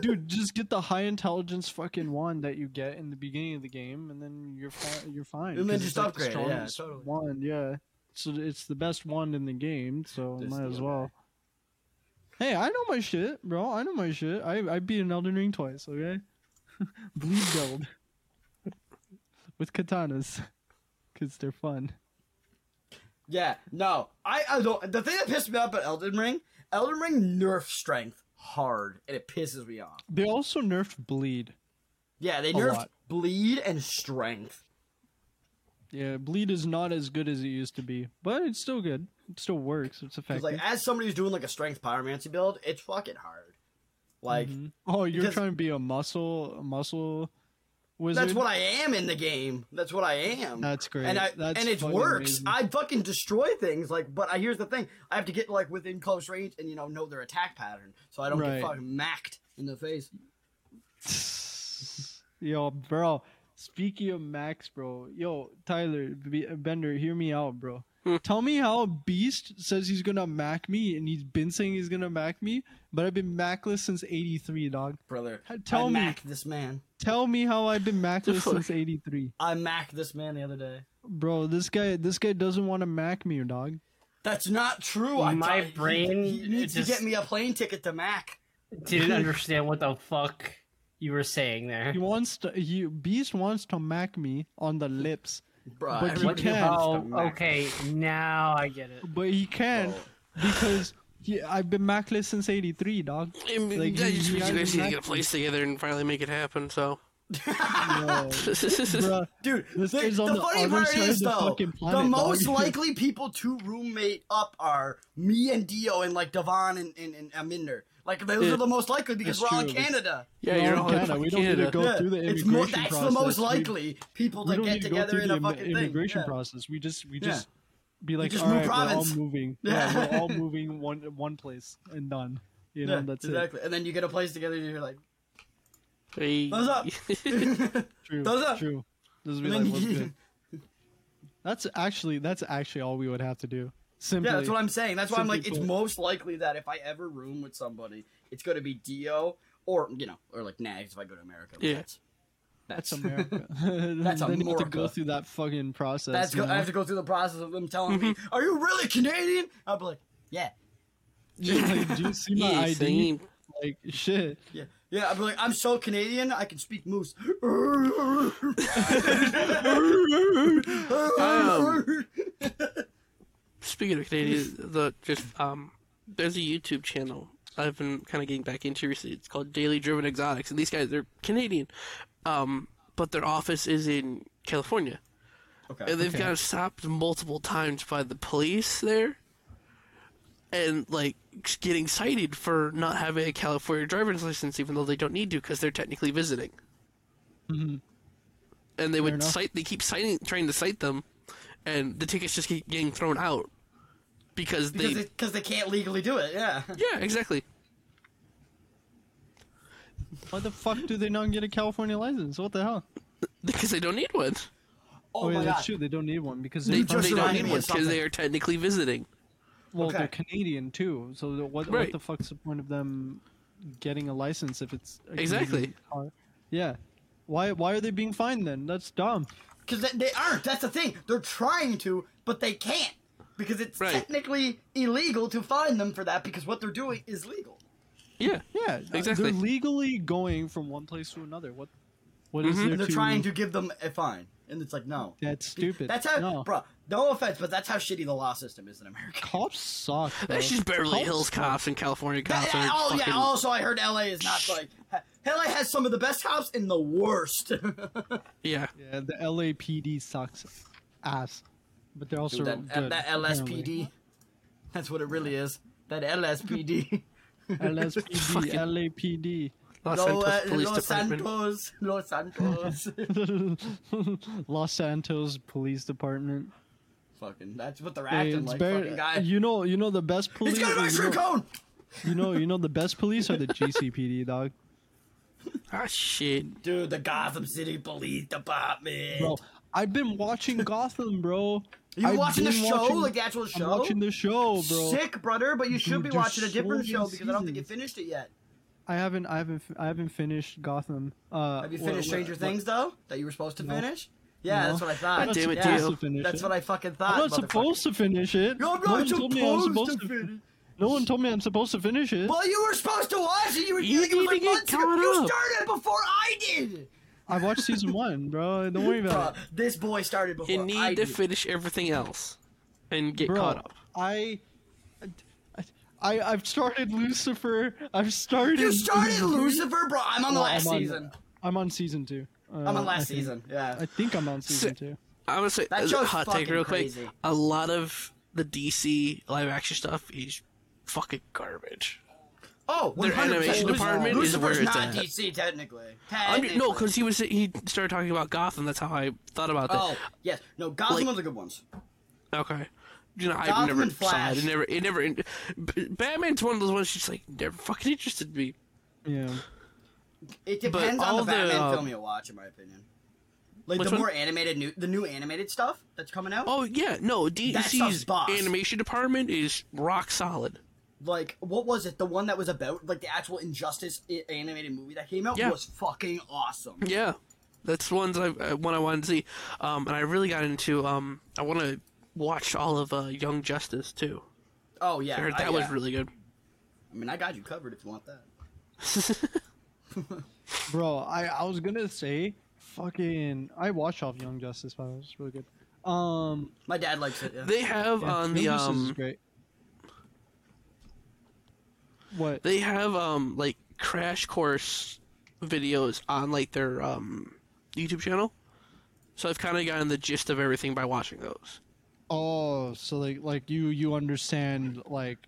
[SPEAKER 1] Dude, just get the high intelligence fucking wand that you get in the beginning of the game, and then you're fi- you're fine.
[SPEAKER 2] And then
[SPEAKER 1] 'cause
[SPEAKER 2] just
[SPEAKER 1] it's, like,
[SPEAKER 2] upgrade it,
[SPEAKER 1] The
[SPEAKER 2] yeah,
[SPEAKER 1] strongest
[SPEAKER 2] totally.
[SPEAKER 1] Wand, yeah. So it's the best wand in the game, so
[SPEAKER 2] Just
[SPEAKER 1] might
[SPEAKER 2] the
[SPEAKER 1] as
[SPEAKER 2] other
[SPEAKER 1] well. Hey, I know my shit, bro. I know my shit. I I beat an Elden Ring twice. Okay, bleed build with katanas, cause they're fun.
[SPEAKER 2] Yeah, no. I, I don't. The thing that pissed me off about Elden Ring, Elden Ring nerfed strength hard, and it pisses me off.
[SPEAKER 1] They also nerfed bleed.
[SPEAKER 2] Yeah, they nerfed
[SPEAKER 1] lot.
[SPEAKER 2] bleed and strength.
[SPEAKER 1] Yeah, bleed is not as good as it used to be, but it's still good. It still works. It's
[SPEAKER 2] 'Cause,
[SPEAKER 1] effective.
[SPEAKER 2] like, as somebody who's doing like a strength pyromancy build, it's fucking hard. Like,
[SPEAKER 1] Mhm. oh, you're
[SPEAKER 2] because-
[SPEAKER 1] trying to be a muscle, a muscle wizard.
[SPEAKER 2] that's what I am in the game. That's what I am.
[SPEAKER 1] That's great.
[SPEAKER 2] And I
[SPEAKER 1] That's
[SPEAKER 2] and it
[SPEAKER 1] fucking
[SPEAKER 2] works.
[SPEAKER 1] amazing.
[SPEAKER 2] I fucking destroy things. Like, but I, here's the thing: I have to get like within close range and you know know their attack pattern, so I don't
[SPEAKER 1] Right.
[SPEAKER 2] get fucking macked in the face.
[SPEAKER 1] Yo, bro. Speaking of Max, bro. Yo, Tyler B- Bender, hear me out, bro. Tell me how Beast says he's gonna mac me, and he's been saying he's gonna mac me, but I've been macless since '83, dog.
[SPEAKER 2] Brother,
[SPEAKER 1] Tell
[SPEAKER 2] I
[SPEAKER 1] me.
[SPEAKER 2] macked this man.
[SPEAKER 1] Tell me how I've been macless
[SPEAKER 4] fuck?
[SPEAKER 1] since '83,
[SPEAKER 2] I macked this man the other day.
[SPEAKER 1] bro. This guy, this guy doesn't want to mac me, dog.
[SPEAKER 2] That's not true. I
[SPEAKER 5] My
[SPEAKER 2] thought-
[SPEAKER 5] brain
[SPEAKER 2] You need to
[SPEAKER 5] just-
[SPEAKER 2] get me a plane ticket to Mac.
[SPEAKER 5] Didn't understand what the fuck you were saying there.
[SPEAKER 1] He wants to. He Beast wants to mac me on the lips,
[SPEAKER 2] Bro,
[SPEAKER 1] But you
[SPEAKER 2] everybody
[SPEAKER 1] can.
[SPEAKER 2] loves to
[SPEAKER 5] Oh,
[SPEAKER 2] Mac.
[SPEAKER 5] okay. Now I get it.
[SPEAKER 1] but he can't
[SPEAKER 2] Oh.
[SPEAKER 1] because he, I've been macless since '83, dog.
[SPEAKER 4] I mean,
[SPEAKER 1] Like,
[SPEAKER 4] yeah,
[SPEAKER 1] you-
[SPEAKER 4] you, just-
[SPEAKER 1] you
[SPEAKER 4] you
[SPEAKER 1] gotta
[SPEAKER 4] guys need to
[SPEAKER 1] max
[SPEAKER 4] get a place together and finally make it happen. So
[SPEAKER 1] Yo, bruh.
[SPEAKER 2] Dude,
[SPEAKER 1] This
[SPEAKER 2] the,
[SPEAKER 1] kid's on
[SPEAKER 2] the
[SPEAKER 1] the
[SPEAKER 2] funny
[SPEAKER 1] other
[SPEAKER 2] part
[SPEAKER 1] side of
[SPEAKER 2] is
[SPEAKER 1] the
[SPEAKER 2] though,
[SPEAKER 1] fucking
[SPEAKER 2] the
[SPEAKER 1] planet,
[SPEAKER 2] most
[SPEAKER 1] dog.
[SPEAKER 2] likely people to roommate up are me and Dio and like Devon and and, and Aminder. Like those
[SPEAKER 4] Yeah.
[SPEAKER 2] are the most likely because
[SPEAKER 1] That's
[SPEAKER 2] we're
[SPEAKER 1] true.
[SPEAKER 2] in Canada.
[SPEAKER 4] Yeah,
[SPEAKER 1] No,
[SPEAKER 4] you're
[SPEAKER 1] we
[SPEAKER 4] all
[SPEAKER 1] can't.
[SPEAKER 4] in
[SPEAKER 1] We
[SPEAKER 4] fucking
[SPEAKER 1] don't need to
[SPEAKER 4] Canada.
[SPEAKER 1] go through the
[SPEAKER 2] it's more,
[SPEAKER 1] immigration
[SPEAKER 2] that's the
[SPEAKER 1] process.
[SPEAKER 2] most
[SPEAKER 1] We-
[SPEAKER 2] likely people
[SPEAKER 1] we
[SPEAKER 2] to
[SPEAKER 1] don't
[SPEAKER 2] get
[SPEAKER 1] need to go
[SPEAKER 2] together
[SPEAKER 1] through
[SPEAKER 2] in
[SPEAKER 1] the
[SPEAKER 2] a
[SPEAKER 1] im-
[SPEAKER 2] fucking thing.
[SPEAKER 1] immigration
[SPEAKER 2] Yeah.
[SPEAKER 1] process. We just we
[SPEAKER 2] Yeah.
[SPEAKER 1] just be like,
[SPEAKER 2] just
[SPEAKER 1] all right,
[SPEAKER 2] move
[SPEAKER 1] we're all
[SPEAKER 2] province."
[SPEAKER 1] moving. Yeah.
[SPEAKER 2] Yeah.
[SPEAKER 1] we're all moving one one place and done. You know,
[SPEAKER 2] Yeah,
[SPEAKER 1] that's
[SPEAKER 2] exactly. And then you get a place together and you're like,
[SPEAKER 4] Hey.
[SPEAKER 2] thumbs up.
[SPEAKER 1] it. True.
[SPEAKER 2] Those are-
[SPEAKER 1] True. This would be
[SPEAKER 2] And then
[SPEAKER 1] like, what's
[SPEAKER 2] you-
[SPEAKER 1] good. That's actually that's actually all we would have to do. Simply.
[SPEAKER 2] yeah, that's what I'm saying. That's why I'm
[SPEAKER 1] Simply
[SPEAKER 2] like, it's
[SPEAKER 1] put.
[SPEAKER 2] most likely that if I ever room with somebody, it's going to be Dio or you know, or like Nags if I go to America. but
[SPEAKER 4] Yeah.
[SPEAKER 2] that's
[SPEAKER 1] That's America. that's then you have to go
[SPEAKER 2] America.
[SPEAKER 1] through that fucking process.
[SPEAKER 2] That's
[SPEAKER 1] you
[SPEAKER 2] go- I
[SPEAKER 1] know?
[SPEAKER 2] have to go through the process of them telling me, "Are you really Canadian?" I'll be like, "Yeah,
[SPEAKER 1] Like, do you see my
[SPEAKER 4] Yeah,
[SPEAKER 1] ID?
[SPEAKER 4] same.
[SPEAKER 1] Like shit.
[SPEAKER 2] yeah, yeah." I'll be like, "I'm so Canadian, I can speak moose." um,
[SPEAKER 4] Speaking of Canadian, the just um, there's a YouTube channel I've been kind of getting back into recently. It's called Daily Driven Exotics, and these guys they're Canadian, um, but their office is in California,
[SPEAKER 2] okay.
[SPEAKER 4] and they've gotten stopped multiple times by the police there, and like getting cited for not having a California driver's license, even though they don't need to because they're technically visiting.
[SPEAKER 2] Mm-hmm.
[SPEAKER 4] And they would
[SPEAKER 1] enough.
[SPEAKER 4] cite. They keep citing, trying to cite them, and the tickets just keep getting thrown out because they
[SPEAKER 2] Because they, 'cause they can't legally do it. Yeah.
[SPEAKER 4] yeah, exactly.
[SPEAKER 1] Why the fuck do they not get a California license? What the hell?
[SPEAKER 4] Because they don't need one.
[SPEAKER 2] Oh,
[SPEAKER 1] yeah,
[SPEAKER 2] my
[SPEAKER 1] that's
[SPEAKER 2] god.
[SPEAKER 1] true. They don't need one because
[SPEAKER 4] They,
[SPEAKER 1] they're,
[SPEAKER 2] just
[SPEAKER 4] they don't
[SPEAKER 2] reminded
[SPEAKER 4] need
[SPEAKER 2] me
[SPEAKER 4] one
[SPEAKER 2] of
[SPEAKER 4] because they
[SPEAKER 2] something.
[SPEAKER 4] are technically visiting.
[SPEAKER 1] well,
[SPEAKER 2] okay.
[SPEAKER 1] they're Canadian too. So the- what,
[SPEAKER 4] Right.
[SPEAKER 1] what the fuck's the point of them getting a license if it's a
[SPEAKER 4] Exactly.
[SPEAKER 1] Canadian car? Yeah. Why why are they being fined then? That's dumb.
[SPEAKER 2] Because they, they aren't. That's the thing. They're trying to, but they can't because it's
[SPEAKER 4] Right.
[SPEAKER 2] technically illegal to fine them for that because what they're doing is legal.
[SPEAKER 4] Yeah.
[SPEAKER 1] Yeah.
[SPEAKER 4] Exactly.
[SPEAKER 1] They're legally going from one place to another. What What is
[SPEAKER 4] Mhm.
[SPEAKER 1] there
[SPEAKER 2] They're
[SPEAKER 1] to
[SPEAKER 2] trying to give them a fine, and it's like no.
[SPEAKER 1] That's stupid.
[SPEAKER 2] That's how,
[SPEAKER 1] no.
[SPEAKER 2] bro. No offense, but that's how shitty the law system is in America.
[SPEAKER 1] cops suck. bro.
[SPEAKER 4] That's just Beverly
[SPEAKER 1] Cops
[SPEAKER 4] Hills
[SPEAKER 1] suck.
[SPEAKER 4] cops and California cops.
[SPEAKER 2] Yeah,
[SPEAKER 4] are
[SPEAKER 2] oh
[SPEAKER 4] fucking,
[SPEAKER 2] yeah. Also, I heard LA is not like ha- LA has some of the best cops and the worst.
[SPEAKER 1] Yeah,
[SPEAKER 4] yeah.
[SPEAKER 1] the LAPD sucks ass. But they're also
[SPEAKER 2] that,
[SPEAKER 1] good,
[SPEAKER 2] that
[SPEAKER 1] apparently.
[SPEAKER 2] LSPD. That's what it really is. That LSPD.
[SPEAKER 1] LSPD,
[SPEAKER 4] Fucking-
[SPEAKER 1] LAPD.
[SPEAKER 4] Los
[SPEAKER 2] Los,
[SPEAKER 4] Santos
[SPEAKER 2] uh,
[SPEAKER 4] Police
[SPEAKER 2] Los
[SPEAKER 4] Department.
[SPEAKER 2] Santos. Los Santos.
[SPEAKER 1] Los Santos Police Department.
[SPEAKER 2] fucking. That's what they're
[SPEAKER 1] Hey,
[SPEAKER 2] acting
[SPEAKER 1] it's
[SPEAKER 2] like.
[SPEAKER 1] better-
[SPEAKER 2] fucking guy.
[SPEAKER 1] You know, you know the best police.
[SPEAKER 2] He's got an ice
[SPEAKER 1] you,
[SPEAKER 2] cream
[SPEAKER 1] know,
[SPEAKER 2] cone.
[SPEAKER 1] you know, you know the best police are the GCPD dog.
[SPEAKER 4] Ah shit.
[SPEAKER 2] Dude, the Gotham City Police Department.
[SPEAKER 1] Bro, I've been watching Gotham, bro.
[SPEAKER 2] you
[SPEAKER 1] I've
[SPEAKER 2] watching the
[SPEAKER 1] been
[SPEAKER 2] show,
[SPEAKER 1] watching-
[SPEAKER 2] like the actual
[SPEAKER 1] I'm
[SPEAKER 2] show?
[SPEAKER 1] watching the show, bro.
[SPEAKER 2] Sick, brother, but you should
[SPEAKER 1] Dude,
[SPEAKER 2] be
[SPEAKER 1] there's
[SPEAKER 2] watching a
[SPEAKER 1] so
[SPEAKER 2] different
[SPEAKER 1] many
[SPEAKER 2] show because I don't think you
[SPEAKER 1] seasons.
[SPEAKER 2] finished it yet.
[SPEAKER 1] I haven't, I haven't, I haven't finished Gotham. Uh,
[SPEAKER 2] Have you
[SPEAKER 1] what-
[SPEAKER 2] finished
[SPEAKER 1] what-
[SPEAKER 2] Stranger
[SPEAKER 1] what-
[SPEAKER 2] Things though? That you were supposed to finish? Yeah,
[SPEAKER 1] No.
[SPEAKER 2] that's what I
[SPEAKER 1] I'm
[SPEAKER 2] thought.
[SPEAKER 1] not
[SPEAKER 4] damn it,
[SPEAKER 2] yeah,
[SPEAKER 1] supposed to
[SPEAKER 4] Dio.
[SPEAKER 1] finish
[SPEAKER 2] That's
[SPEAKER 1] it.
[SPEAKER 2] what I fucking thought.
[SPEAKER 1] I'm not supposed to finish it.
[SPEAKER 2] Ah, You're not
[SPEAKER 1] no one told me I was
[SPEAKER 2] supposed
[SPEAKER 1] supposed
[SPEAKER 2] to
[SPEAKER 1] to
[SPEAKER 2] finish.
[SPEAKER 1] No one told me I'm supposed to finish it.
[SPEAKER 2] Well, you were supposed to watch it. You were
[SPEAKER 4] You
[SPEAKER 2] like, it was
[SPEAKER 4] need to
[SPEAKER 2] like
[SPEAKER 4] get
[SPEAKER 2] months ago.
[SPEAKER 4] caught
[SPEAKER 2] You
[SPEAKER 4] up.
[SPEAKER 2] started before I did.
[SPEAKER 1] I watched season one, bro. Don't worry about
[SPEAKER 2] Bruh, this boy started before
[SPEAKER 4] You need
[SPEAKER 2] I
[SPEAKER 4] to
[SPEAKER 2] did.
[SPEAKER 4] finish everything else and get
[SPEAKER 1] it, bro.
[SPEAKER 4] caught up.
[SPEAKER 1] I, I, I've started Lucifer. I've started.
[SPEAKER 2] you started Lucifer, bro. I'm on the
[SPEAKER 4] Oh,
[SPEAKER 1] Well,
[SPEAKER 2] last
[SPEAKER 1] I'm on-
[SPEAKER 2] season.
[SPEAKER 1] I'm on season two. Uh,
[SPEAKER 2] I'm on
[SPEAKER 1] I
[SPEAKER 2] last
[SPEAKER 1] think.
[SPEAKER 2] season. Yeah.
[SPEAKER 1] I think I'm on season two.
[SPEAKER 4] I'm gonna say
[SPEAKER 2] That
[SPEAKER 4] as a
[SPEAKER 2] show's
[SPEAKER 4] hot take
[SPEAKER 2] fucking
[SPEAKER 4] real
[SPEAKER 2] crazy.
[SPEAKER 4] quick. A lot of the DC live action stuff is fucking garbage.
[SPEAKER 2] Oh,
[SPEAKER 4] Their
[SPEAKER 2] 100%.
[SPEAKER 4] animation department is
[SPEAKER 2] Lucifer's
[SPEAKER 4] where it's
[SPEAKER 2] not
[SPEAKER 4] at.
[SPEAKER 2] DC technically.
[SPEAKER 4] I mean, no,
[SPEAKER 2] Technically.
[SPEAKER 4] because he was he started talking about Gotham. That's how I thought about that.
[SPEAKER 2] Oh yes, no. Gotham
[SPEAKER 4] Like-
[SPEAKER 2] are the good ones.
[SPEAKER 4] Okay. You know,
[SPEAKER 2] Gotham
[SPEAKER 4] I've never
[SPEAKER 2] and
[SPEAKER 4] saw
[SPEAKER 2] Flash.
[SPEAKER 4] it. It never, it never. it- B- Batman's one of those ones. She's like never fucking interested me.
[SPEAKER 1] Yeah.
[SPEAKER 2] It depends on
[SPEAKER 4] all
[SPEAKER 2] the
[SPEAKER 4] the,
[SPEAKER 2] Batman
[SPEAKER 4] uh,
[SPEAKER 2] film you watch, in my opinion. Like
[SPEAKER 4] Which
[SPEAKER 2] the
[SPEAKER 4] one?
[SPEAKER 2] more animated, new the new animated stuff that's coming out.
[SPEAKER 4] Oh yeah, no.
[SPEAKER 2] stuff's
[SPEAKER 4] DC's
[SPEAKER 2] boss.
[SPEAKER 4] animation department is rock solid.
[SPEAKER 2] Like what was it? The one that was about like the actual Injustice i- animated movie that came out
[SPEAKER 4] Yeah.
[SPEAKER 2] was fucking awesome.
[SPEAKER 4] Yeah, that's ones I uh, one I wanted to see. Um, and I really got into. Um, I want to watch all of uh, Young Justice too.
[SPEAKER 2] Oh yeah,
[SPEAKER 4] I heard
[SPEAKER 2] I-
[SPEAKER 4] that was
[SPEAKER 2] yeah.
[SPEAKER 4] really good.
[SPEAKER 2] I mean, I got you covered if you want that.
[SPEAKER 1] Bro, I, I was gonna say, fucking, I watched off Young Justice. By the way, it's really good. Um,
[SPEAKER 2] My dad likes it. Yeah.
[SPEAKER 4] They have
[SPEAKER 1] yeah,
[SPEAKER 4] on the
[SPEAKER 1] Young Justice is
[SPEAKER 4] um,
[SPEAKER 1] great. What?
[SPEAKER 4] they have um like Crash Course videos on like their um, YouTube channel, so I've kind of gotten the gist of everything by watching those.
[SPEAKER 1] Oh, so like like you you understand like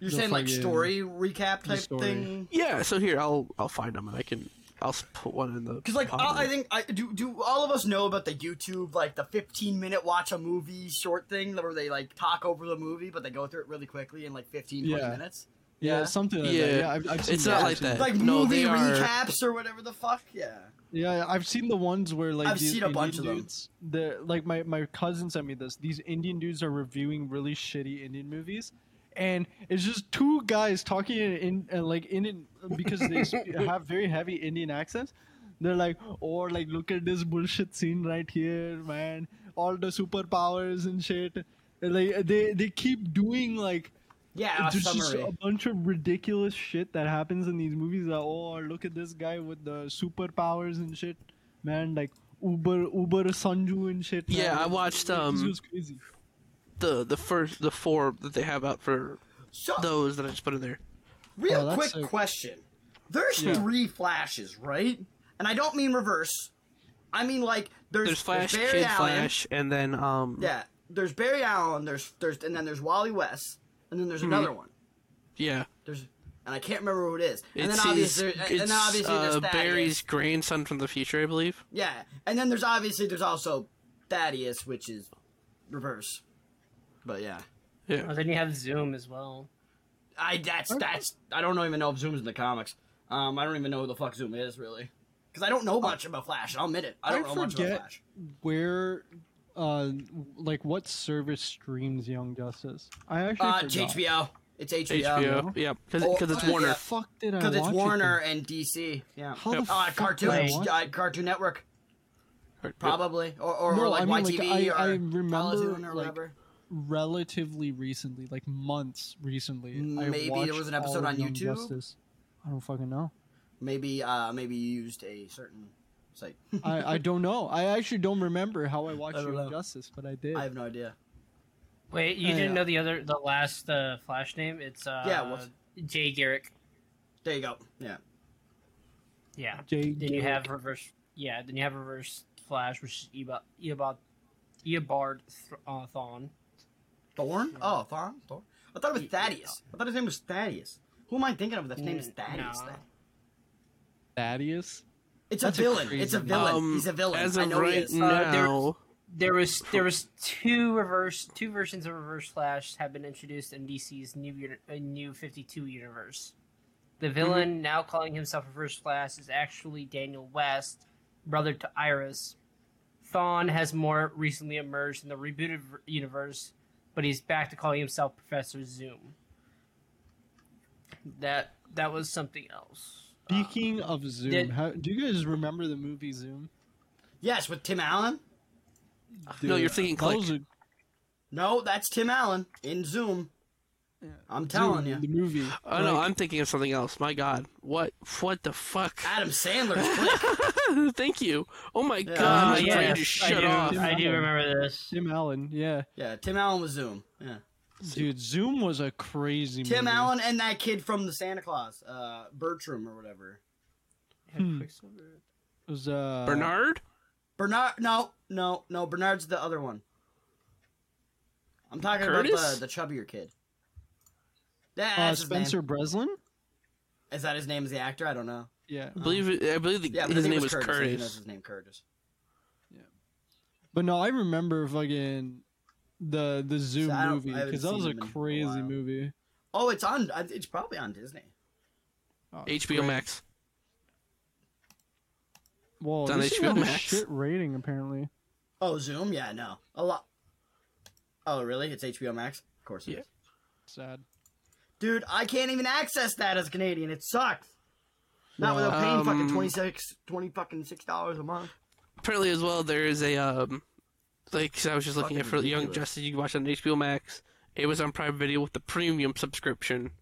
[SPEAKER 2] You're
[SPEAKER 1] The
[SPEAKER 2] saying like
[SPEAKER 1] fucking-
[SPEAKER 2] story recap type
[SPEAKER 1] story.
[SPEAKER 2] thing.
[SPEAKER 4] Yeah, so here I'll I'll find them and I can I'll s- put one in the
[SPEAKER 2] Because like
[SPEAKER 4] pod.
[SPEAKER 2] I I think I do. Do all of us know about the YouTube like the 15 minute watch a movie short thing where they like talk over the movie but they go through it really quickly in like 15 20
[SPEAKER 1] Yeah.
[SPEAKER 2] minutes.
[SPEAKER 1] yeah,
[SPEAKER 2] Yeah.
[SPEAKER 1] something like
[SPEAKER 4] Yeah.
[SPEAKER 1] that. Yeah, I've, I've seen
[SPEAKER 4] It's
[SPEAKER 1] that.
[SPEAKER 4] not
[SPEAKER 1] I've
[SPEAKER 4] like
[SPEAKER 1] seen
[SPEAKER 4] that.
[SPEAKER 2] Like
[SPEAKER 4] No,
[SPEAKER 2] movie
[SPEAKER 4] they are-
[SPEAKER 2] recaps or whatever the fuck. Yeah.
[SPEAKER 1] Yeah, I've seen the ones where like
[SPEAKER 2] I've
[SPEAKER 1] these
[SPEAKER 2] seen a bunch of
[SPEAKER 1] Indian
[SPEAKER 2] them.
[SPEAKER 1] dudes, The like my my cousin sent me this. These Indian dudes are reviewing really shitty Indian movies, and it's just two guys talking in, in uh, like Indian because they sp- have very heavy Indian accents. They're like, or like, look at this bullshit scene right here, man. All the superpowers and shit. And, like they they keep doing like
[SPEAKER 2] Yeah. A
[SPEAKER 1] there's just
[SPEAKER 2] summary.
[SPEAKER 1] a bunch of ridiculous shit that happens in these movies. That oh, look at this guy with the superpowers and shit, man. Like Uber, Uber Sanju and shit. man.
[SPEAKER 4] Yeah, I watched,
[SPEAKER 1] This
[SPEAKER 4] um,
[SPEAKER 1] was crazy.
[SPEAKER 4] the the first the four that they have out for
[SPEAKER 2] So
[SPEAKER 4] those that I just put in there.
[SPEAKER 2] real
[SPEAKER 1] Oh,
[SPEAKER 2] quick
[SPEAKER 1] that's a-
[SPEAKER 2] question. There's
[SPEAKER 1] Yeah.
[SPEAKER 2] three flashes, right? And I don't mean reverse. I mean like there's,
[SPEAKER 4] There's Flash,
[SPEAKER 2] there's Barry
[SPEAKER 4] Kid
[SPEAKER 2] Allen.
[SPEAKER 4] Flash, and then um yeah,
[SPEAKER 2] Yeah. There's Barry Allen. There's there's and then there's Wally West. And then there's
[SPEAKER 4] Hmm.
[SPEAKER 2] another one. There's and I can't remember who it is. And
[SPEAKER 4] It's
[SPEAKER 2] then
[SPEAKER 4] his-
[SPEAKER 2] obviously, and
[SPEAKER 4] it's,
[SPEAKER 2] then obviously there's
[SPEAKER 4] uh,
[SPEAKER 2] Thaddeus.
[SPEAKER 4] Barry's grandson from the future, I believe.
[SPEAKER 2] Yeah, and then there's obviously there's also Thaddeus, which is reverse. But yeah,
[SPEAKER 4] Yeah,
[SPEAKER 6] Oh,
[SPEAKER 5] Well, then you have Zoom as well.
[SPEAKER 2] I that's that's I don't even know if Zoom's in the comics. Um, I don't even know who the fuck Zoom is really, because I don't know much about Flash. I'll admit it, I don't
[SPEAKER 1] I
[SPEAKER 2] know much about
[SPEAKER 1] forget.
[SPEAKER 2] Flash.
[SPEAKER 1] Where, uh, like what service streams Young Justice? I actually
[SPEAKER 2] Uh,
[SPEAKER 1] forgot.
[SPEAKER 2] it's HBO. It's HBO.
[SPEAKER 4] HBO. Yeah, because
[SPEAKER 2] Oh,
[SPEAKER 4] it's
[SPEAKER 2] uh,
[SPEAKER 4] Warner.
[SPEAKER 1] The fuck did I?
[SPEAKER 2] Because it's
[SPEAKER 1] watch it
[SPEAKER 2] Warner
[SPEAKER 1] then?
[SPEAKER 2] and DC. Yeah.
[SPEAKER 1] How the
[SPEAKER 2] Uh,
[SPEAKER 1] fuck
[SPEAKER 2] Cartoon,
[SPEAKER 1] did I watch it?
[SPEAKER 2] uh, Cartoon Network,
[SPEAKER 4] Yep.
[SPEAKER 2] probably, or or,
[SPEAKER 1] No,
[SPEAKER 2] or like
[SPEAKER 1] I mean, like, I-
[SPEAKER 2] YTV or
[SPEAKER 1] I remember,
[SPEAKER 2] Teletoon or
[SPEAKER 1] like,
[SPEAKER 2] whatever.
[SPEAKER 1] Relatively recently, like months recently, I
[SPEAKER 2] Maybe there
[SPEAKER 1] watched
[SPEAKER 2] was an
[SPEAKER 1] all
[SPEAKER 2] episode
[SPEAKER 1] of
[SPEAKER 2] on
[SPEAKER 1] Young
[SPEAKER 2] YouTube?
[SPEAKER 1] Justice. I don't fucking know.
[SPEAKER 2] Maybe uh maybe you used a certain site.
[SPEAKER 1] I, I don't know. I actually don't remember how I watched
[SPEAKER 2] I don't
[SPEAKER 1] Young
[SPEAKER 2] know.
[SPEAKER 1] Justice, but I did.
[SPEAKER 2] I have no idea.
[SPEAKER 6] Wait, you
[SPEAKER 1] Oh,
[SPEAKER 6] didn't
[SPEAKER 1] yeah.
[SPEAKER 6] know the other, the last uh, Flash name? It's uh,
[SPEAKER 2] Yeah, what's-
[SPEAKER 6] Jay Garrick.
[SPEAKER 2] There you go. Yeah.
[SPEAKER 6] Yeah.
[SPEAKER 1] Jay
[SPEAKER 6] Then you have
[SPEAKER 1] Garrick.
[SPEAKER 6] reverse. Yeah. Then you have reverse Flash, which is Eba, Eba, Eobard Th- uh, Thawne.
[SPEAKER 2] Thorn? Oh, Thorn? Thorn? I thought it was Thaddeus. I thought his name was Thaddeus. Who am I thinking of? That name is Thaddeus.
[SPEAKER 6] nah.
[SPEAKER 2] then?
[SPEAKER 1] Thaddeus.
[SPEAKER 2] It's
[SPEAKER 1] That's
[SPEAKER 2] a
[SPEAKER 1] a
[SPEAKER 2] villain.
[SPEAKER 1] crazy
[SPEAKER 2] it's a
[SPEAKER 1] name.
[SPEAKER 2] villain.
[SPEAKER 4] Um,
[SPEAKER 2] He's a villain.
[SPEAKER 4] As
[SPEAKER 2] I
[SPEAKER 4] of
[SPEAKER 2] know he
[SPEAKER 4] right
[SPEAKER 2] is.
[SPEAKER 4] now,
[SPEAKER 6] Uh, there- There was there was two reverse two versions of Reverse Flash have been introduced in DC's new uni- uh, new Fifty Two universe. The villain now calling himself Reverse Flash is actually Daniel West, brother to Iris. Thawne has more recently emerged in the rebooted v- universe, but he's back to calling himself Professor Zoom. That that was something else. Uh,
[SPEAKER 1] Speaking of Zoom,
[SPEAKER 6] did-
[SPEAKER 1] how, do you guys remember the movie Zoom?
[SPEAKER 2] Yes, with Tim Allen.
[SPEAKER 4] Uh, no, you're thinking
[SPEAKER 1] That
[SPEAKER 4] Click.
[SPEAKER 1] was a-
[SPEAKER 2] No, that's Tim Allen in Zoom. I'm telling
[SPEAKER 1] Zoom,
[SPEAKER 2] you.
[SPEAKER 1] the movie.
[SPEAKER 4] Oh no,
[SPEAKER 1] Like,
[SPEAKER 4] I'm thinking of something else. My God, what what the fuck?
[SPEAKER 2] Adam Sandler's click.
[SPEAKER 4] Thank you. Oh my
[SPEAKER 2] Yeah.
[SPEAKER 4] God,
[SPEAKER 1] Oh,
[SPEAKER 4] my
[SPEAKER 1] yeah.
[SPEAKER 4] brain just
[SPEAKER 6] Uh, I
[SPEAKER 4] shut
[SPEAKER 6] do,
[SPEAKER 4] off.
[SPEAKER 6] I do remember this.
[SPEAKER 1] Tim Allen. Yeah,
[SPEAKER 2] Yeah, Tim Allen was Zoom. Yeah.
[SPEAKER 1] dude, Zoom was a crazy.
[SPEAKER 2] Tim
[SPEAKER 1] movie.
[SPEAKER 2] Allen and that kid from the Santa Claus, uh, Bertram or whatever.
[SPEAKER 1] Hmm. It was uh,
[SPEAKER 4] Bernard.
[SPEAKER 2] Bernard? No, no, no. Bernard's the other one. I'm talking about
[SPEAKER 4] Curtis?
[SPEAKER 2] the, the chubbier kid. That-
[SPEAKER 1] uh,
[SPEAKER 2] That's his name.
[SPEAKER 1] Spencer Breslin.
[SPEAKER 2] Is that his name as the actor? I don't know.
[SPEAKER 1] Yeah,
[SPEAKER 4] I believe it- I believe the,
[SPEAKER 2] Yeah, but
[SPEAKER 4] his name was
[SPEAKER 2] Curtis. I think That's
[SPEAKER 4] Curtis.
[SPEAKER 2] his name, Curtis.
[SPEAKER 1] but no, I remember fucking the the Zoom
[SPEAKER 2] I don't-
[SPEAKER 1] movie
[SPEAKER 2] I haven't
[SPEAKER 1] because that was
[SPEAKER 2] seen
[SPEAKER 1] a
[SPEAKER 2] them in a
[SPEAKER 1] crazy
[SPEAKER 2] while.
[SPEAKER 1] movie.
[SPEAKER 2] Oh, it's on. I- It's probably on Disney.
[SPEAKER 1] Oh, it's
[SPEAKER 4] HBO
[SPEAKER 1] great.
[SPEAKER 4] Max.
[SPEAKER 1] Whoa,
[SPEAKER 4] It's on
[SPEAKER 1] this thing
[SPEAKER 4] HBO
[SPEAKER 1] got a
[SPEAKER 4] Max.
[SPEAKER 1] shit rating apparently.
[SPEAKER 2] Oh, Zoom. Yeah, no, a lot. Oh, really? It's HBO Max. Of course it is.
[SPEAKER 4] Yeah.
[SPEAKER 1] Sad.
[SPEAKER 2] Dude, I can't even access that as a Canadian. It sucks. Not without paying fucking
[SPEAKER 4] Um,
[SPEAKER 2] 26 20 fucking six dollars a month.
[SPEAKER 4] apparently as well there is a um like 'cause I was just looking at
[SPEAKER 2] Fucking
[SPEAKER 4] for Young
[SPEAKER 2] ridiculous.
[SPEAKER 4] Justice you can watch it on HBO Max. It was on Prime Video with the premium subscription,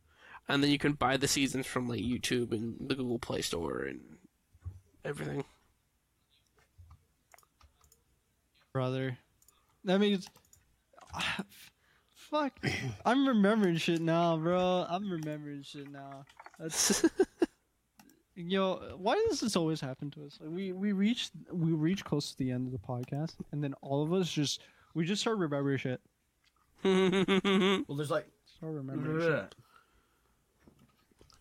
[SPEAKER 4] and then you can buy the seasons from like YouTube and the Google Play Store and everything.
[SPEAKER 1] brother. That means, fuck. I'm remembering shit now, bro. I'm remembering shit now. That's Yo, why does this always happen to us? Like we we reach we reach close to the end of the podcast, and then all of us just we just start remembering shit.
[SPEAKER 2] Well, there's like.
[SPEAKER 1] Start remembering shit.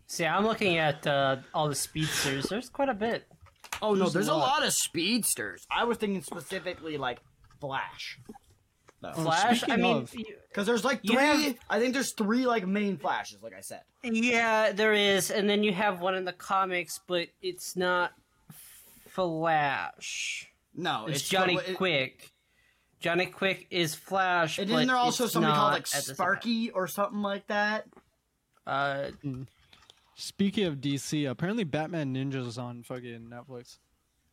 [SPEAKER 5] See, I'm looking at uh, all the speedsters. There's quite a bit.
[SPEAKER 2] Oh no, there's a lot of speedsters. I was thinking specifically like Flash. Oh,
[SPEAKER 5] Flash. I
[SPEAKER 1] speaking
[SPEAKER 5] mean,
[SPEAKER 1] of-
[SPEAKER 5] y-
[SPEAKER 2] Because there's like
[SPEAKER 5] You
[SPEAKER 2] three.
[SPEAKER 5] have-
[SPEAKER 2] I think there's three like main flashes, like I said.
[SPEAKER 5] yeah, there is, and then you have one in the comics, but it's not Flash.
[SPEAKER 2] Oh, No,
[SPEAKER 5] It's, Johnny
[SPEAKER 2] it-
[SPEAKER 5] Quick. Johnny Quick is Flash.
[SPEAKER 2] And
[SPEAKER 5] but
[SPEAKER 2] isn't there also
[SPEAKER 5] it's
[SPEAKER 2] something
[SPEAKER 5] not
[SPEAKER 2] called like
[SPEAKER 5] at the same
[SPEAKER 2] Sparky or something like that?
[SPEAKER 5] time. Uh,
[SPEAKER 1] Speaking of DC, apparently Batman Ninjas is on fucking Netflix.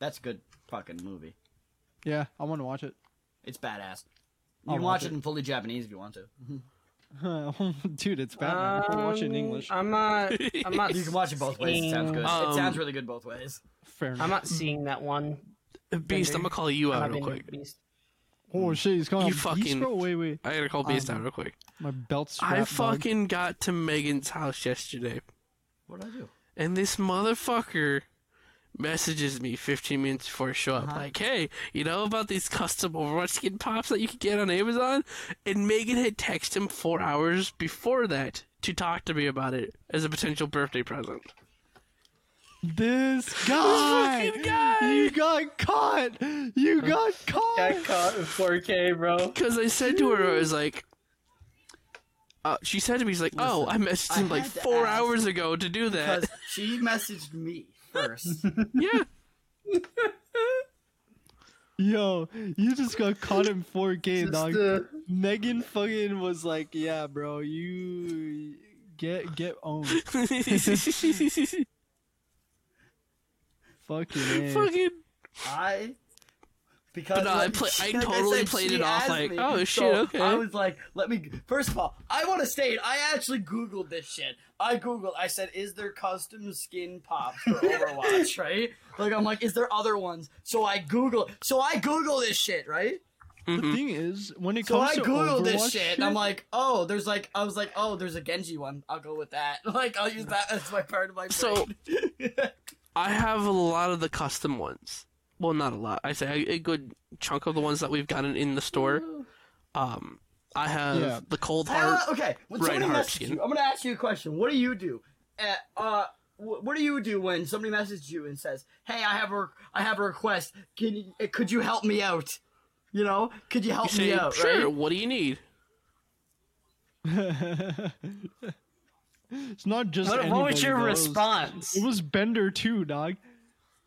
[SPEAKER 2] That's a good fucking movie.
[SPEAKER 1] Yeah, I want to watch it.
[SPEAKER 2] It's badass. You
[SPEAKER 1] I'll watch
[SPEAKER 2] can watch it in fully Japanese if you want to.
[SPEAKER 1] Dude, it's Batman. I watch it in
[SPEAKER 5] um,
[SPEAKER 1] English.
[SPEAKER 5] I'm not. I'm not.
[SPEAKER 2] You can watch it both ways. It sounds good.
[SPEAKER 4] Um,
[SPEAKER 2] it sounds really good both ways.
[SPEAKER 1] Fair enough.
[SPEAKER 5] I'm not seeing that one.
[SPEAKER 4] Beast, I'm gonna call you
[SPEAKER 5] I'm
[SPEAKER 4] out
[SPEAKER 5] not
[SPEAKER 4] real
[SPEAKER 5] being
[SPEAKER 4] quick.
[SPEAKER 5] Beast.
[SPEAKER 1] oh shit, he's calling
[SPEAKER 4] You
[SPEAKER 1] out
[SPEAKER 4] fucking-
[SPEAKER 1] Beast, bro? Wait, wait.
[SPEAKER 4] I gotta call Beast
[SPEAKER 1] Um,
[SPEAKER 4] out real quick.
[SPEAKER 1] My belt's strap.
[SPEAKER 4] I
[SPEAKER 1] bud.
[SPEAKER 4] fucking got to Megan's house yesterday,
[SPEAKER 2] What did I
[SPEAKER 4] uh,
[SPEAKER 2] do?
[SPEAKER 4] and this motherfucker messages me 15 minutes before I show up,
[SPEAKER 2] Uh-huh.
[SPEAKER 4] like, "Hey, you know about these custom Overwatch skin pops that you could get on Amazon?" And Megan had texted him four hours before that to talk to me about it as a potential birthday present.
[SPEAKER 1] This guy!
[SPEAKER 4] fucking guy!
[SPEAKER 1] You got caught! You got caught!
[SPEAKER 5] Got caught in 4K, bro.
[SPEAKER 4] Because I said to her, I was like, uh, she said to me, she's like, oh, I messaged
[SPEAKER 2] I
[SPEAKER 4] him like
[SPEAKER 2] had to
[SPEAKER 4] four
[SPEAKER 2] ask
[SPEAKER 4] hours ago to do that.
[SPEAKER 2] Because she messaged me first.
[SPEAKER 4] yeah.
[SPEAKER 1] Yo, you just got caught in 4K, dog.
[SPEAKER 5] the-
[SPEAKER 1] Megan fucking was like, yeah, bro, you get get owned. Fucking A.
[SPEAKER 4] Fucking.
[SPEAKER 2] I because
[SPEAKER 4] But no, uh, I
[SPEAKER 2] like,
[SPEAKER 4] play- I
[SPEAKER 2] like
[SPEAKER 4] totally
[SPEAKER 2] said,
[SPEAKER 4] played
[SPEAKER 2] she
[SPEAKER 4] it off
[SPEAKER 2] asked
[SPEAKER 4] like,
[SPEAKER 2] me,
[SPEAKER 4] oh, shit,
[SPEAKER 2] so
[SPEAKER 4] okay.
[SPEAKER 2] I was like, let me. First of all, I want to state I actually googled this shit. I googled. I said, is there custom skin pops for Overwatch? right? Like I'm like, is there other ones? So I googled. So I googled this shit. Right?
[SPEAKER 1] The thing is, when it
[SPEAKER 2] So
[SPEAKER 1] comes
[SPEAKER 2] I
[SPEAKER 1] to
[SPEAKER 2] googled
[SPEAKER 1] Overwatch
[SPEAKER 2] this shit, and I'm like, oh, there's like, I was like, oh, there's a Genji one. I'll go with that. Like I'll use that as my part of my. Brain.
[SPEAKER 4] So- I have a lot of the custom ones. Well, not a lot. I say a, a good chunk of the ones that we've gotten in the store. Um, I have
[SPEAKER 1] Yeah.
[SPEAKER 4] the cold heart.
[SPEAKER 2] Uh, okay, when
[SPEAKER 4] Right,
[SPEAKER 2] somebody
[SPEAKER 4] hard
[SPEAKER 2] messages
[SPEAKER 4] skin.
[SPEAKER 2] you, I'm gonna ask you a question. What do you do? Uh, uh, wh- what do you do when somebody messages you and says, "Hey, I have a, I have a request. Can you, uh, could you help me out? You know, could you help
[SPEAKER 4] Say,
[SPEAKER 2] me out?
[SPEAKER 4] sure.
[SPEAKER 2] Right?
[SPEAKER 4] What do you need?
[SPEAKER 1] it's not just
[SPEAKER 5] What, what was
[SPEAKER 1] anybody,
[SPEAKER 5] your
[SPEAKER 1] bro. It
[SPEAKER 5] response?
[SPEAKER 1] It was Bender too, dog.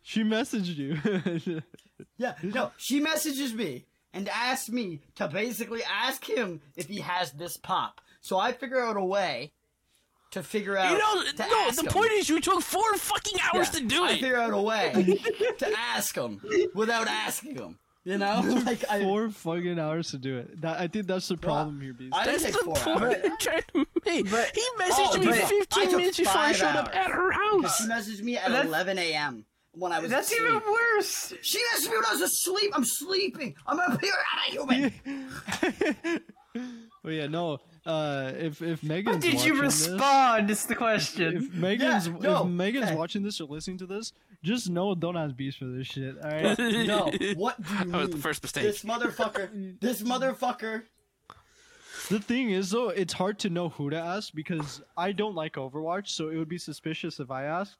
[SPEAKER 1] She messaged you.
[SPEAKER 2] Yeah. No, she messages me and asks me to basically ask him if he has this pop. So I figure out a way to figure out.
[SPEAKER 4] You know,
[SPEAKER 2] to
[SPEAKER 4] no.
[SPEAKER 2] ask
[SPEAKER 4] The
[SPEAKER 2] him.
[SPEAKER 4] point is, you took four fucking hours
[SPEAKER 2] Yeah,
[SPEAKER 4] to do
[SPEAKER 2] I
[SPEAKER 4] it.
[SPEAKER 2] figure out a way to ask him without asking him. You know, like I,
[SPEAKER 1] Four fucking hours to do it. That, I think that's the problem here, Beast.
[SPEAKER 2] I didn't
[SPEAKER 4] That's
[SPEAKER 2] take
[SPEAKER 4] the
[SPEAKER 2] four
[SPEAKER 4] point
[SPEAKER 2] hours.
[SPEAKER 4] I'm trying to make. he messaged
[SPEAKER 2] oh,
[SPEAKER 4] me
[SPEAKER 2] but I
[SPEAKER 4] 15
[SPEAKER 2] took
[SPEAKER 4] minutes before I
[SPEAKER 2] five
[SPEAKER 4] showed up
[SPEAKER 2] hours.
[SPEAKER 4] at her
[SPEAKER 2] She
[SPEAKER 4] house.
[SPEAKER 2] messaged me at
[SPEAKER 5] That's-
[SPEAKER 2] 11 a.m. when I was
[SPEAKER 5] That's
[SPEAKER 2] asleep.
[SPEAKER 5] even worse.
[SPEAKER 2] She messaged me when I was asleep. I'm sleeping. I'm a pure out of human.
[SPEAKER 1] But yeah, no. Uh, if if Megan's
[SPEAKER 5] How did
[SPEAKER 1] watching
[SPEAKER 5] you respond? Is the question.
[SPEAKER 1] This, if Megan's
[SPEAKER 2] Yeah, no,
[SPEAKER 1] if Megan's
[SPEAKER 2] okay.
[SPEAKER 1] watching this or listening to this, just know don't ask Beast for this shit. All right.
[SPEAKER 2] No, what do you mean?
[SPEAKER 4] That was the first mistake.
[SPEAKER 2] This motherfucker. This motherfucker.
[SPEAKER 1] the thing is though, it's hard to know who to ask because I don't like Overwatch, so it would be suspicious if I asked.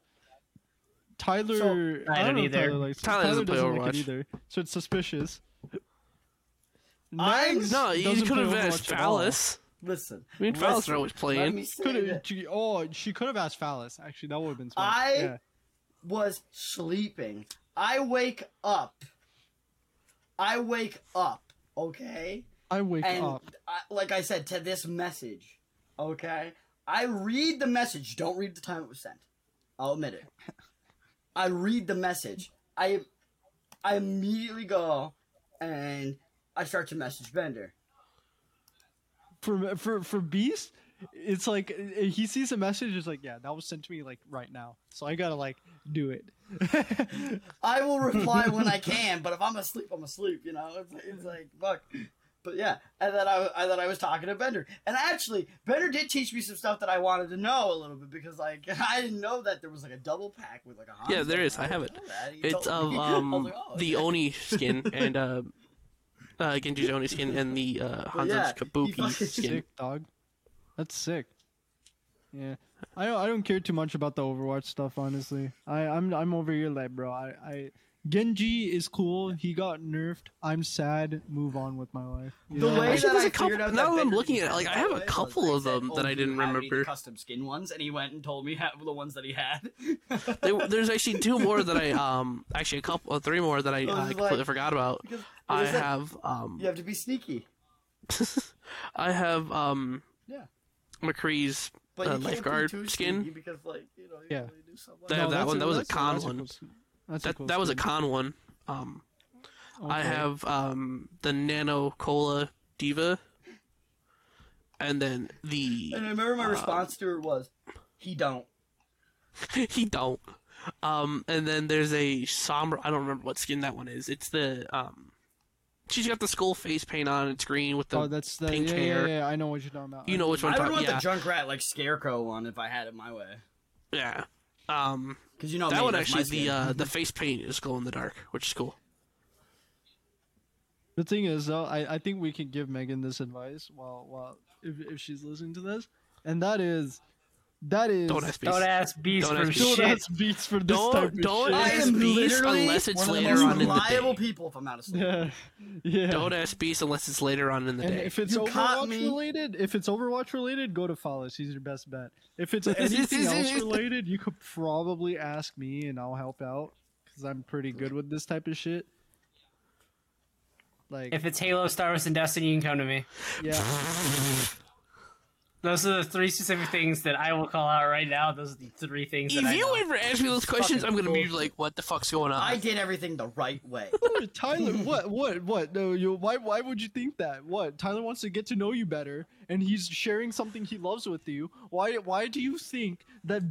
[SPEAKER 1] Tyler,
[SPEAKER 5] I don't
[SPEAKER 1] know if
[SPEAKER 5] either.
[SPEAKER 1] Tyler, likes,
[SPEAKER 4] Tyler doesn't play
[SPEAKER 1] like
[SPEAKER 4] Overwatch.
[SPEAKER 1] it either, so it's suspicious.
[SPEAKER 2] I'm-
[SPEAKER 1] Mags
[SPEAKER 4] no, you
[SPEAKER 1] doesn't
[SPEAKER 4] could have
[SPEAKER 1] play
[SPEAKER 4] asked
[SPEAKER 1] Overwatch at all.
[SPEAKER 4] Phallus.
[SPEAKER 2] Listen.
[SPEAKER 4] Me and Phallus are always
[SPEAKER 2] Let
[SPEAKER 4] playing.
[SPEAKER 2] me say
[SPEAKER 1] Could
[SPEAKER 2] that.
[SPEAKER 1] oh she could have asked Phallus. Actually, that would have been smart.
[SPEAKER 2] I-
[SPEAKER 1] yeah.
[SPEAKER 2] was sleeping. I wake up. I wake up. Okay.
[SPEAKER 1] I wake
[SPEAKER 2] and
[SPEAKER 1] up.
[SPEAKER 2] I, like I said, to this message, okay? I read the message. Don't read the time it was sent. I'll admit it. I read the message. I I immediately go and I start to message Bender.
[SPEAKER 1] For for for Beast, it's like uh, he sees a message. It's like, yeah, that was sent to me like right now. So I gotta like do it.
[SPEAKER 2] I will reply when I can, but if I'm asleep, I'm asleep. You know, it's, it's like fuck. But yeah, and then I, and then I was talking to Bender, and actually, Bender did teach me some stuff that I wanted to know a little bit because like I didn't know that there was like a double pack with like a Hanzo.
[SPEAKER 4] Yeah, there is. I have it.
[SPEAKER 2] didn't know that. He
[SPEAKER 4] It's
[SPEAKER 2] told
[SPEAKER 4] of
[SPEAKER 2] me. I was
[SPEAKER 4] um
[SPEAKER 2] like, oh,
[SPEAKER 4] the
[SPEAKER 2] okay.
[SPEAKER 4] Oni skin and uh, uh Genji's Oni skin and the uh Hanzo's
[SPEAKER 2] yeah,
[SPEAKER 4] Kabuki
[SPEAKER 2] fucking-
[SPEAKER 4] skin.
[SPEAKER 1] sick dog. That's sick. Yeah, I don't, I don't care too much about the Overwatch stuff, honestly. I I'm I'm over here like, bro. I I Genji is cool. He got nerfed. I'm sad. Move on with my life. you
[SPEAKER 2] The
[SPEAKER 1] know?
[SPEAKER 2] way
[SPEAKER 4] Actually,
[SPEAKER 2] that
[SPEAKER 4] there's
[SPEAKER 2] I
[SPEAKER 4] a couple-
[SPEAKER 2] figured out that
[SPEAKER 4] now that I'm
[SPEAKER 2] Bender
[SPEAKER 4] looking
[SPEAKER 2] did
[SPEAKER 4] at it,
[SPEAKER 2] that
[SPEAKER 4] like, I
[SPEAKER 2] that
[SPEAKER 4] have a
[SPEAKER 2] way was
[SPEAKER 4] couple
[SPEAKER 2] I
[SPEAKER 4] of
[SPEAKER 2] said,
[SPEAKER 4] them
[SPEAKER 2] "Oh,
[SPEAKER 4] that I
[SPEAKER 2] do you
[SPEAKER 4] didn't
[SPEAKER 2] have any
[SPEAKER 4] remember."
[SPEAKER 2] Custom skin ones, and he went and told me ha- the ones that he had.
[SPEAKER 4] There- there's actually two more that I um actually a couple uh, three more that I
[SPEAKER 2] was
[SPEAKER 4] uh,
[SPEAKER 2] like-
[SPEAKER 4] completely forgot about.
[SPEAKER 2] Because-
[SPEAKER 4] I
[SPEAKER 2] because that-
[SPEAKER 4] have um
[SPEAKER 2] You have to be sneaky.
[SPEAKER 4] I have um
[SPEAKER 2] Yeah.
[SPEAKER 4] McCree's
[SPEAKER 2] But
[SPEAKER 4] uh,
[SPEAKER 2] you can't
[SPEAKER 4] lifeguard
[SPEAKER 2] be too
[SPEAKER 4] skin.
[SPEAKER 2] sneaky because, like, you know, you
[SPEAKER 1] Yeah.
[SPEAKER 2] really do something.
[SPEAKER 4] That-
[SPEAKER 1] No,
[SPEAKER 4] that
[SPEAKER 1] that's
[SPEAKER 4] one- that was a
[SPEAKER 1] that's
[SPEAKER 4] con
[SPEAKER 1] that's
[SPEAKER 4] one.
[SPEAKER 1] cool s- That's
[SPEAKER 4] that that was a con one. Um I have um the Nano Cola Diva and then the
[SPEAKER 2] and I remember
[SPEAKER 4] Uh,
[SPEAKER 2] my response to her was, "He don't."
[SPEAKER 4] he don't. Um, and then there's a somber. I don't remember what skin that one is. It's the um, she's got the skull face paint on. It's green with the.
[SPEAKER 1] Oh, that's the
[SPEAKER 4] pink
[SPEAKER 1] yeah,
[SPEAKER 4] hair.
[SPEAKER 1] yeah, yeah, I know what you're talking about.
[SPEAKER 4] you know which one?
[SPEAKER 2] I
[SPEAKER 4] I'm
[SPEAKER 2] would want
[SPEAKER 4] talking- Yeah,
[SPEAKER 2] the junk rat like scarecrow one if I had it my way.
[SPEAKER 4] yeah. Um,
[SPEAKER 2] Because you know
[SPEAKER 4] that
[SPEAKER 2] me,
[SPEAKER 4] one
[SPEAKER 2] Oh, that's
[SPEAKER 4] actually
[SPEAKER 2] my
[SPEAKER 4] the
[SPEAKER 2] skin. Mm-hmm.
[SPEAKER 4] uh the face paint is glow in the dark, which is cool.
[SPEAKER 1] The thing is, though, I, I think we can give Megan this advice while while if, if she's listening to this, and that is, that is
[SPEAKER 4] Don't ask me.
[SPEAKER 5] Don't ask Beast
[SPEAKER 4] Don't
[SPEAKER 5] for
[SPEAKER 4] ask
[SPEAKER 1] don't
[SPEAKER 5] shit.
[SPEAKER 1] ask beats for this
[SPEAKER 4] Don't-
[SPEAKER 1] type of
[SPEAKER 4] don't
[SPEAKER 1] shit.
[SPEAKER 2] I am
[SPEAKER 4] Beast
[SPEAKER 2] literally
[SPEAKER 4] unless it's
[SPEAKER 2] one of the
[SPEAKER 4] later
[SPEAKER 2] most
[SPEAKER 4] on in the
[SPEAKER 2] reliable
[SPEAKER 4] day.
[SPEAKER 2] people if I'm out of sleep.
[SPEAKER 1] yeah, yeah.
[SPEAKER 4] Don't ask beast unless it's later on in the
[SPEAKER 1] and
[SPEAKER 4] day.
[SPEAKER 1] if it's
[SPEAKER 2] You caught
[SPEAKER 1] Overwatch
[SPEAKER 2] me.
[SPEAKER 1] related, if it's Overwatch related, go to Follis. He's your best bet. If it's anything else related, you could probably ask me, and I'll help out because I'm pretty good with this type of shit. Like,
[SPEAKER 5] If it's Halo, Star Wars, and Destiny, you can come to me.
[SPEAKER 1] yeah,
[SPEAKER 5] Those are the three specific things that I will call out right now. Those are the three things that I
[SPEAKER 4] if you
[SPEAKER 5] know.
[SPEAKER 4] ever ask me those questions, I'm
[SPEAKER 5] fucking
[SPEAKER 4] gonna be
[SPEAKER 5] bullshit.
[SPEAKER 4] like, "What the fuck's going on?"
[SPEAKER 2] I did everything the right way.
[SPEAKER 1] Tyler, what, what, what? No, you. Why, why would you think that? What? Tyler wants to get to know you better, and he's sharing something he loves with you. Why, why do you think that?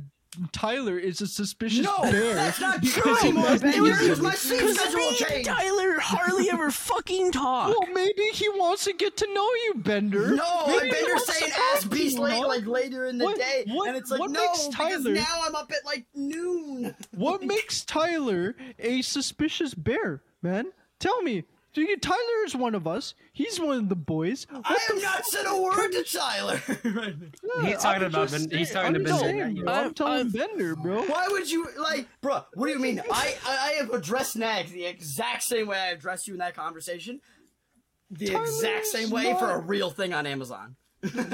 [SPEAKER 1] Tyler is a suspicious
[SPEAKER 2] No,
[SPEAKER 1] bear.
[SPEAKER 2] that's not
[SPEAKER 1] because he
[SPEAKER 2] true.
[SPEAKER 1] loves
[SPEAKER 2] It was
[SPEAKER 1] you.
[SPEAKER 2] because my sleep schedule
[SPEAKER 4] me and
[SPEAKER 2] changed.
[SPEAKER 4] Tyler hardly ever fucking talk.
[SPEAKER 1] Well, maybe he wants to get to know you, Bender.
[SPEAKER 2] No,
[SPEAKER 1] maybe
[SPEAKER 2] and
[SPEAKER 1] he
[SPEAKER 2] Bender's
[SPEAKER 1] wants to
[SPEAKER 2] saying
[SPEAKER 1] talk
[SPEAKER 2] ass
[SPEAKER 1] to
[SPEAKER 2] beast
[SPEAKER 1] you,
[SPEAKER 2] late,
[SPEAKER 1] huh?
[SPEAKER 2] like later in the
[SPEAKER 1] What-
[SPEAKER 2] day,
[SPEAKER 1] what-
[SPEAKER 2] and it's like
[SPEAKER 1] what
[SPEAKER 2] no,
[SPEAKER 1] makes
[SPEAKER 2] because
[SPEAKER 1] Tyler-
[SPEAKER 2] now I'm up at like noon.
[SPEAKER 1] What makes Tyler a suspicious bear, man? Tell me. Do you, Tyler is one of us. He's one of the boys. What
[SPEAKER 2] I
[SPEAKER 1] the
[SPEAKER 2] have not said a word to Tyler. right now.
[SPEAKER 1] fuck?
[SPEAKER 5] He's talking
[SPEAKER 1] I'm
[SPEAKER 5] about
[SPEAKER 1] just
[SPEAKER 5] Ben- he's
[SPEAKER 1] saying-
[SPEAKER 5] talking
[SPEAKER 1] I'm
[SPEAKER 5] to
[SPEAKER 1] just
[SPEAKER 5] Bender.
[SPEAKER 1] saying, bro.
[SPEAKER 4] I'm-
[SPEAKER 1] I'm telling
[SPEAKER 4] I'm-
[SPEAKER 1] Bender, bro.
[SPEAKER 2] Why would you like, bruh? What do you mean? I I, I have addressed Nags the exact same way I addressed you in that conversation, the exact
[SPEAKER 1] Tyler's
[SPEAKER 2] same way for a
[SPEAKER 1] not-
[SPEAKER 2] real thing on Amazon.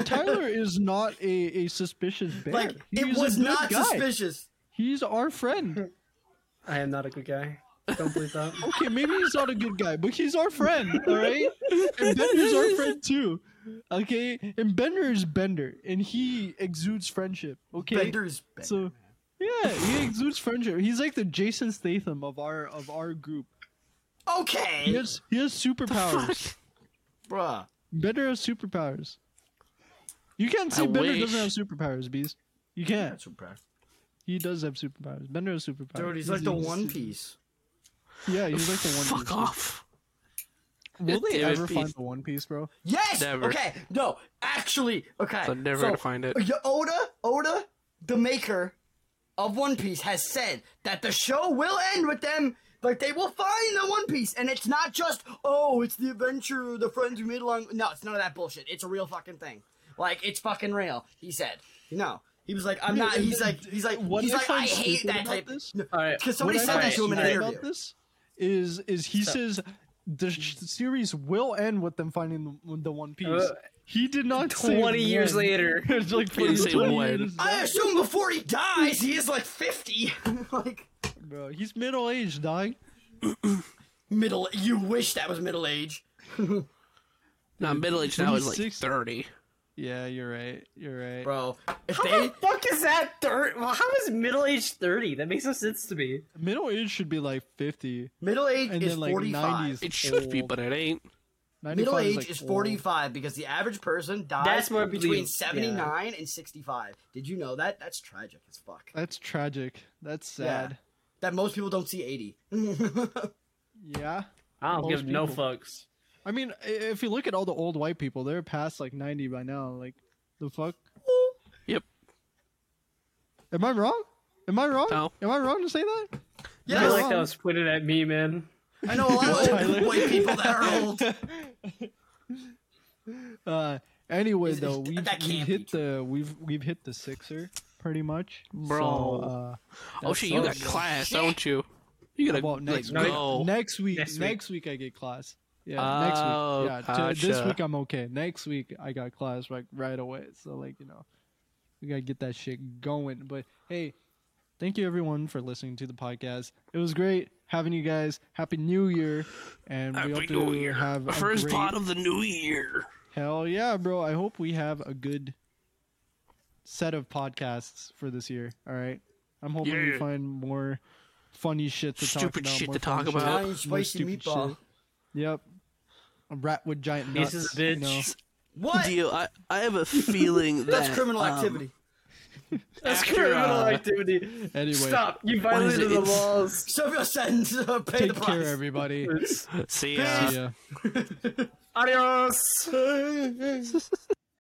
[SPEAKER 1] Tyler is not a, a suspicious bear.
[SPEAKER 2] Like
[SPEAKER 1] He's
[SPEAKER 2] it was
[SPEAKER 1] a good
[SPEAKER 2] not
[SPEAKER 1] guy.
[SPEAKER 2] suspicious.
[SPEAKER 1] He's our friend.
[SPEAKER 5] I am not a good guy. Don't believe that.
[SPEAKER 1] Okay, maybe he's not a good guy, but he's our friend, all right? And Bender's our friend too. Okay, and Bender is Bender, and he exudes friendship. Okay,
[SPEAKER 2] Bender's Bender.
[SPEAKER 1] so yeah, he exudes friendship. He's like the Jason Statham of our of our group. He
[SPEAKER 2] okay,
[SPEAKER 1] has he has superpowers.
[SPEAKER 2] bruh.
[SPEAKER 1] Bender has superpowers. You can't say
[SPEAKER 4] I
[SPEAKER 1] Bender
[SPEAKER 4] wish.
[SPEAKER 1] doesn't have superpowers, bees. You can't.
[SPEAKER 2] That's impressive.
[SPEAKER 1] He does have superpowers. Bender has superpowers.
[SPEAKER 2] Dude, he's like the
[SPEAKER 1] he's-
[SPEAKER 2] One Piece.
[SPEAKER 1] Yeah, he's like the one.
[SPEAKER 4] Fuck
[SPEAKER 1] piece.
[SPEAKER 4] off.
[SPEAKER 1] Will they
[SPEAKER 4] Dude,
[SPEAKER 1] ever
[SPEAKER 4] Beast.
[SPEAKER 1] find the One Piece, bro?
[SPEAKER 2] Yes.
[SPEAKER 4] Never.
[SPEAKER 2] Okay. No. Actually. Okay.
[SPEAKER 4] I'm never
[SPEAKER 2] so,
[SPEAKER 4] gonna find it.
[SPEAKER 2] Y- Oda, Oda, the maker of One Piece, has said that the show will end with them. Like they will find the One Piece, and it's not just oh, it's the adventure, the friends we made along. No, it's none of that bullshit. It's a real fucking thing. Like it's fucking real. He said. No, he was like, I'm not. He's like, he's like,
[SPEAKER 1] What
[SPEAKER 2] he's
[SPEAKER 1] I
[SPEAKER 2] like,
[SPEAKER 1] find
[SPEAKER 2] I hate
[SPEAKER 1] stupid
[SPEAKER 2] that
[SPEAKER 1] about
[SPEAKER 2] type.
[SPEAKER 1] this-
[SPEAKER 2] No,
[SPEAKER 5] All right.
[SPEAKER 2] Because somebody
[SPEAKER 1] What I
[SPEAKER 2] said
[SPEAKER 1] find
[SPEAKER 2] that to him in an
[SPEAKER 1] stupid
[SPEAKER 2] interview.
[SPEAKER 1] about this is is he says the sh- series will end with them finding the, the One Piece.
[SPEAKER 5] Uh,
[SPEAKER 1] he did not. say
[SPEAKER 5] 20 years
[SPEAKER 1] when.
[SPEAKER 5] later.
[SPEAKER 1] It's like
[SPEAKER 4] He didn't say
[SPEAKER 1] 20
[SPEAKER 4] when.
[SPEAKER 1] years
[SPEAKER 2] I
[SPEAKER 1] later,
[SPEAKER 2] assume before he dies, he is like 50. like
[SPEAKER 1] bro. He's middle aged, dog.
[SPEAKER 2] middle. You wish that was middle age.
[SPEAKER 4] Now middle aged now is like
[SPEAKER 1] 26.
[SPEAKER 4] thirty.
[SPEAKER 1] Yeah, you're right. You're right.
[SPEAKER 2] bro. If
[SPEAKER 5] How
[SPEAKER 2] they
[SPEAKER 5] the fuck is that thirty? Well, how is middle age thirty? That makes no sense to me.
[SPEAKER 1] Middle age should be like 50,
[SPEAKER 2] middle age
[SPEAKER 1] and
[SPEAKER 2] is
[SPEAKER 1] then like
[SPEAKER 2] 45.
[SPEAKER 1] 90s.
[SPEAKER 4] It should be,
[SPEAKER 1] old.
[SPEAKER 4] but it ain't.
[SPEAKER 1] 95
[SPEAKER 2] Middle age
[SPEAKER 1] like
[SPEAKER 2] is
[SPEAKER 1] old.
[SPEAKER 2] 45 because the average person dies
[SPEAKER 5] That's more
[SPEAKER 2] between
[SPEAKER 5] believable,
[SPEAKER 2] 79 and 65. Did you know that? That's tragic as fuck.
[SPEAKER 1] That's tragic. That's sad.
[SPEAKER 2] That most people don't see 80.
[SPEAKER 1] Yeah.
[SPEAKER 5] I don't
[SPEAKER 1] Most
[SPEAKER 5] give no
[SPEAKER 1] people.
[SPEAKER 5] fucks.
[SPEAKER 1] I mean, i- if you look at all the old white people, they're past like 90 by now. Like, the fuck?
[SPEAKER 4] Yep.
[SPEAKER 1] Am I wrong? Am I wrong?
[SPEAKER 4] No.
[SPEAKER 1] Am I wrong to say that?
[SPEAKER 2] Yeah,
[SPEAKER 5] I feel like that was pointed at me, man.
[SPEAKER 2] I know a lot of old white people that are old.
[SPEAKER 1] Uh, anyway,
[SPEAKER 2] Is- is-
[SPEAKER 1] though, we've,
[SPEAKER 2] that
[SPEAKER 1] we've
[SPEAKER 2] can't
[SPEAKER 1] hit
[SPEAKER 2] be true.
[SPEAKER 1] the we've we've hit the sixer pretty much.
[SPEAKER 4] Bro.
[SPEAKER 1] So, uh,
[SPEAKER 4] Oh
[SPEAKER 1] that's
[SPEAKER 4] shit, you got
[SPEAKER 1] awesome.
[SPEAKER 4] class, don't you? You gotta
[SPEAKER 1] Well,
[SPEAKER 4] like,
[SPEAKER 1] next week.
[SPEAKER 4] go.
[SPEAKER 1] Next week,
[SPEAKER 5] Next
[SPEAKER 1] next
[SPEAKER 5] week.
[SPEAKER 1] week, I get class. Yeah, next
[SPEAKER 4] Oh,
[SPEAKER 1] week. Yeah, t- this
[SPEAKER 4] gotcha.
[SPEAKER 1] week I'm okay. Next week I got class right right away. So like you know, we gotta get that shit going. But hey, thank you everyone for listening to the podcast. It was great having you guys. Happy New Year, and we hope
[SPEAKER 4] Happy
[SPEAKER 1] to
[SPEAKER 4] New Year.
[SPEAKER 1] have a
[SPEAKER 4] First
[SPEAKER 1] great...
[SPEAKER 4] pot of the new year.
[SPEAKER 1] Hell yeah, bro. I hope we have a good set of podcasts for this year. All right. I'm hoping
[SPEAKER 4] Yeah.
[SPEAKER 1] we find more funny shit to talk
[SPEAKER 4] Stupid
[SPEAKER 1] about.
[SPEAKER 4] shit
[SPEAKER 1] more
[SPEAKER 4] to
[SPEAKER 1] funny
[SPEAKER 4] talk about.
[SPEAKER 2] Italian
[SPEAKER 1] More
[SPEAKER 2] spicy
[SPEAKER 1] stupid
[SPEAKER 2] meatball.
[SPEAKER 1] shit. Yep. A rat with giant nuts.
[SPEAKER 5] This is a bitch.
[SPEAKER 1] You know.
[SPEAKER 2] What?
[SPEAKER 4] Deal. I, I have a feeling that
[SPEAKER 2] That's criminal
[SPEAKER 4] um,
[SPEAKER 2] activity.
[SPEAKER 5] That's
[SPEAKER 4] After,
[SPEAKER 5] criminal
[SPEAKER 4] uh,
[SPEAKER 5] activity.
[SPEAKER 1] Anyway,
[SPEAKER 5] Stop! You
[SPEAKER 4] is
[SPEAKER 5] violated
[SPEAKER 4] it?
[SPEAKER 5] the
[SPEAKER 4] It's-
[SPEAKER 5] laws.
[SPEAKER 2] Serve your sentence. uh, pay
[SPEAKER 1] take
[SPEAKER 2] the price.
[SPEAKER 1] care, everybody.
[SPEAKER 5] It's-
[SPEAKER 4] See, uh,
[SPEAKER 1] Yeah.
[SPEAKER 5] Adios.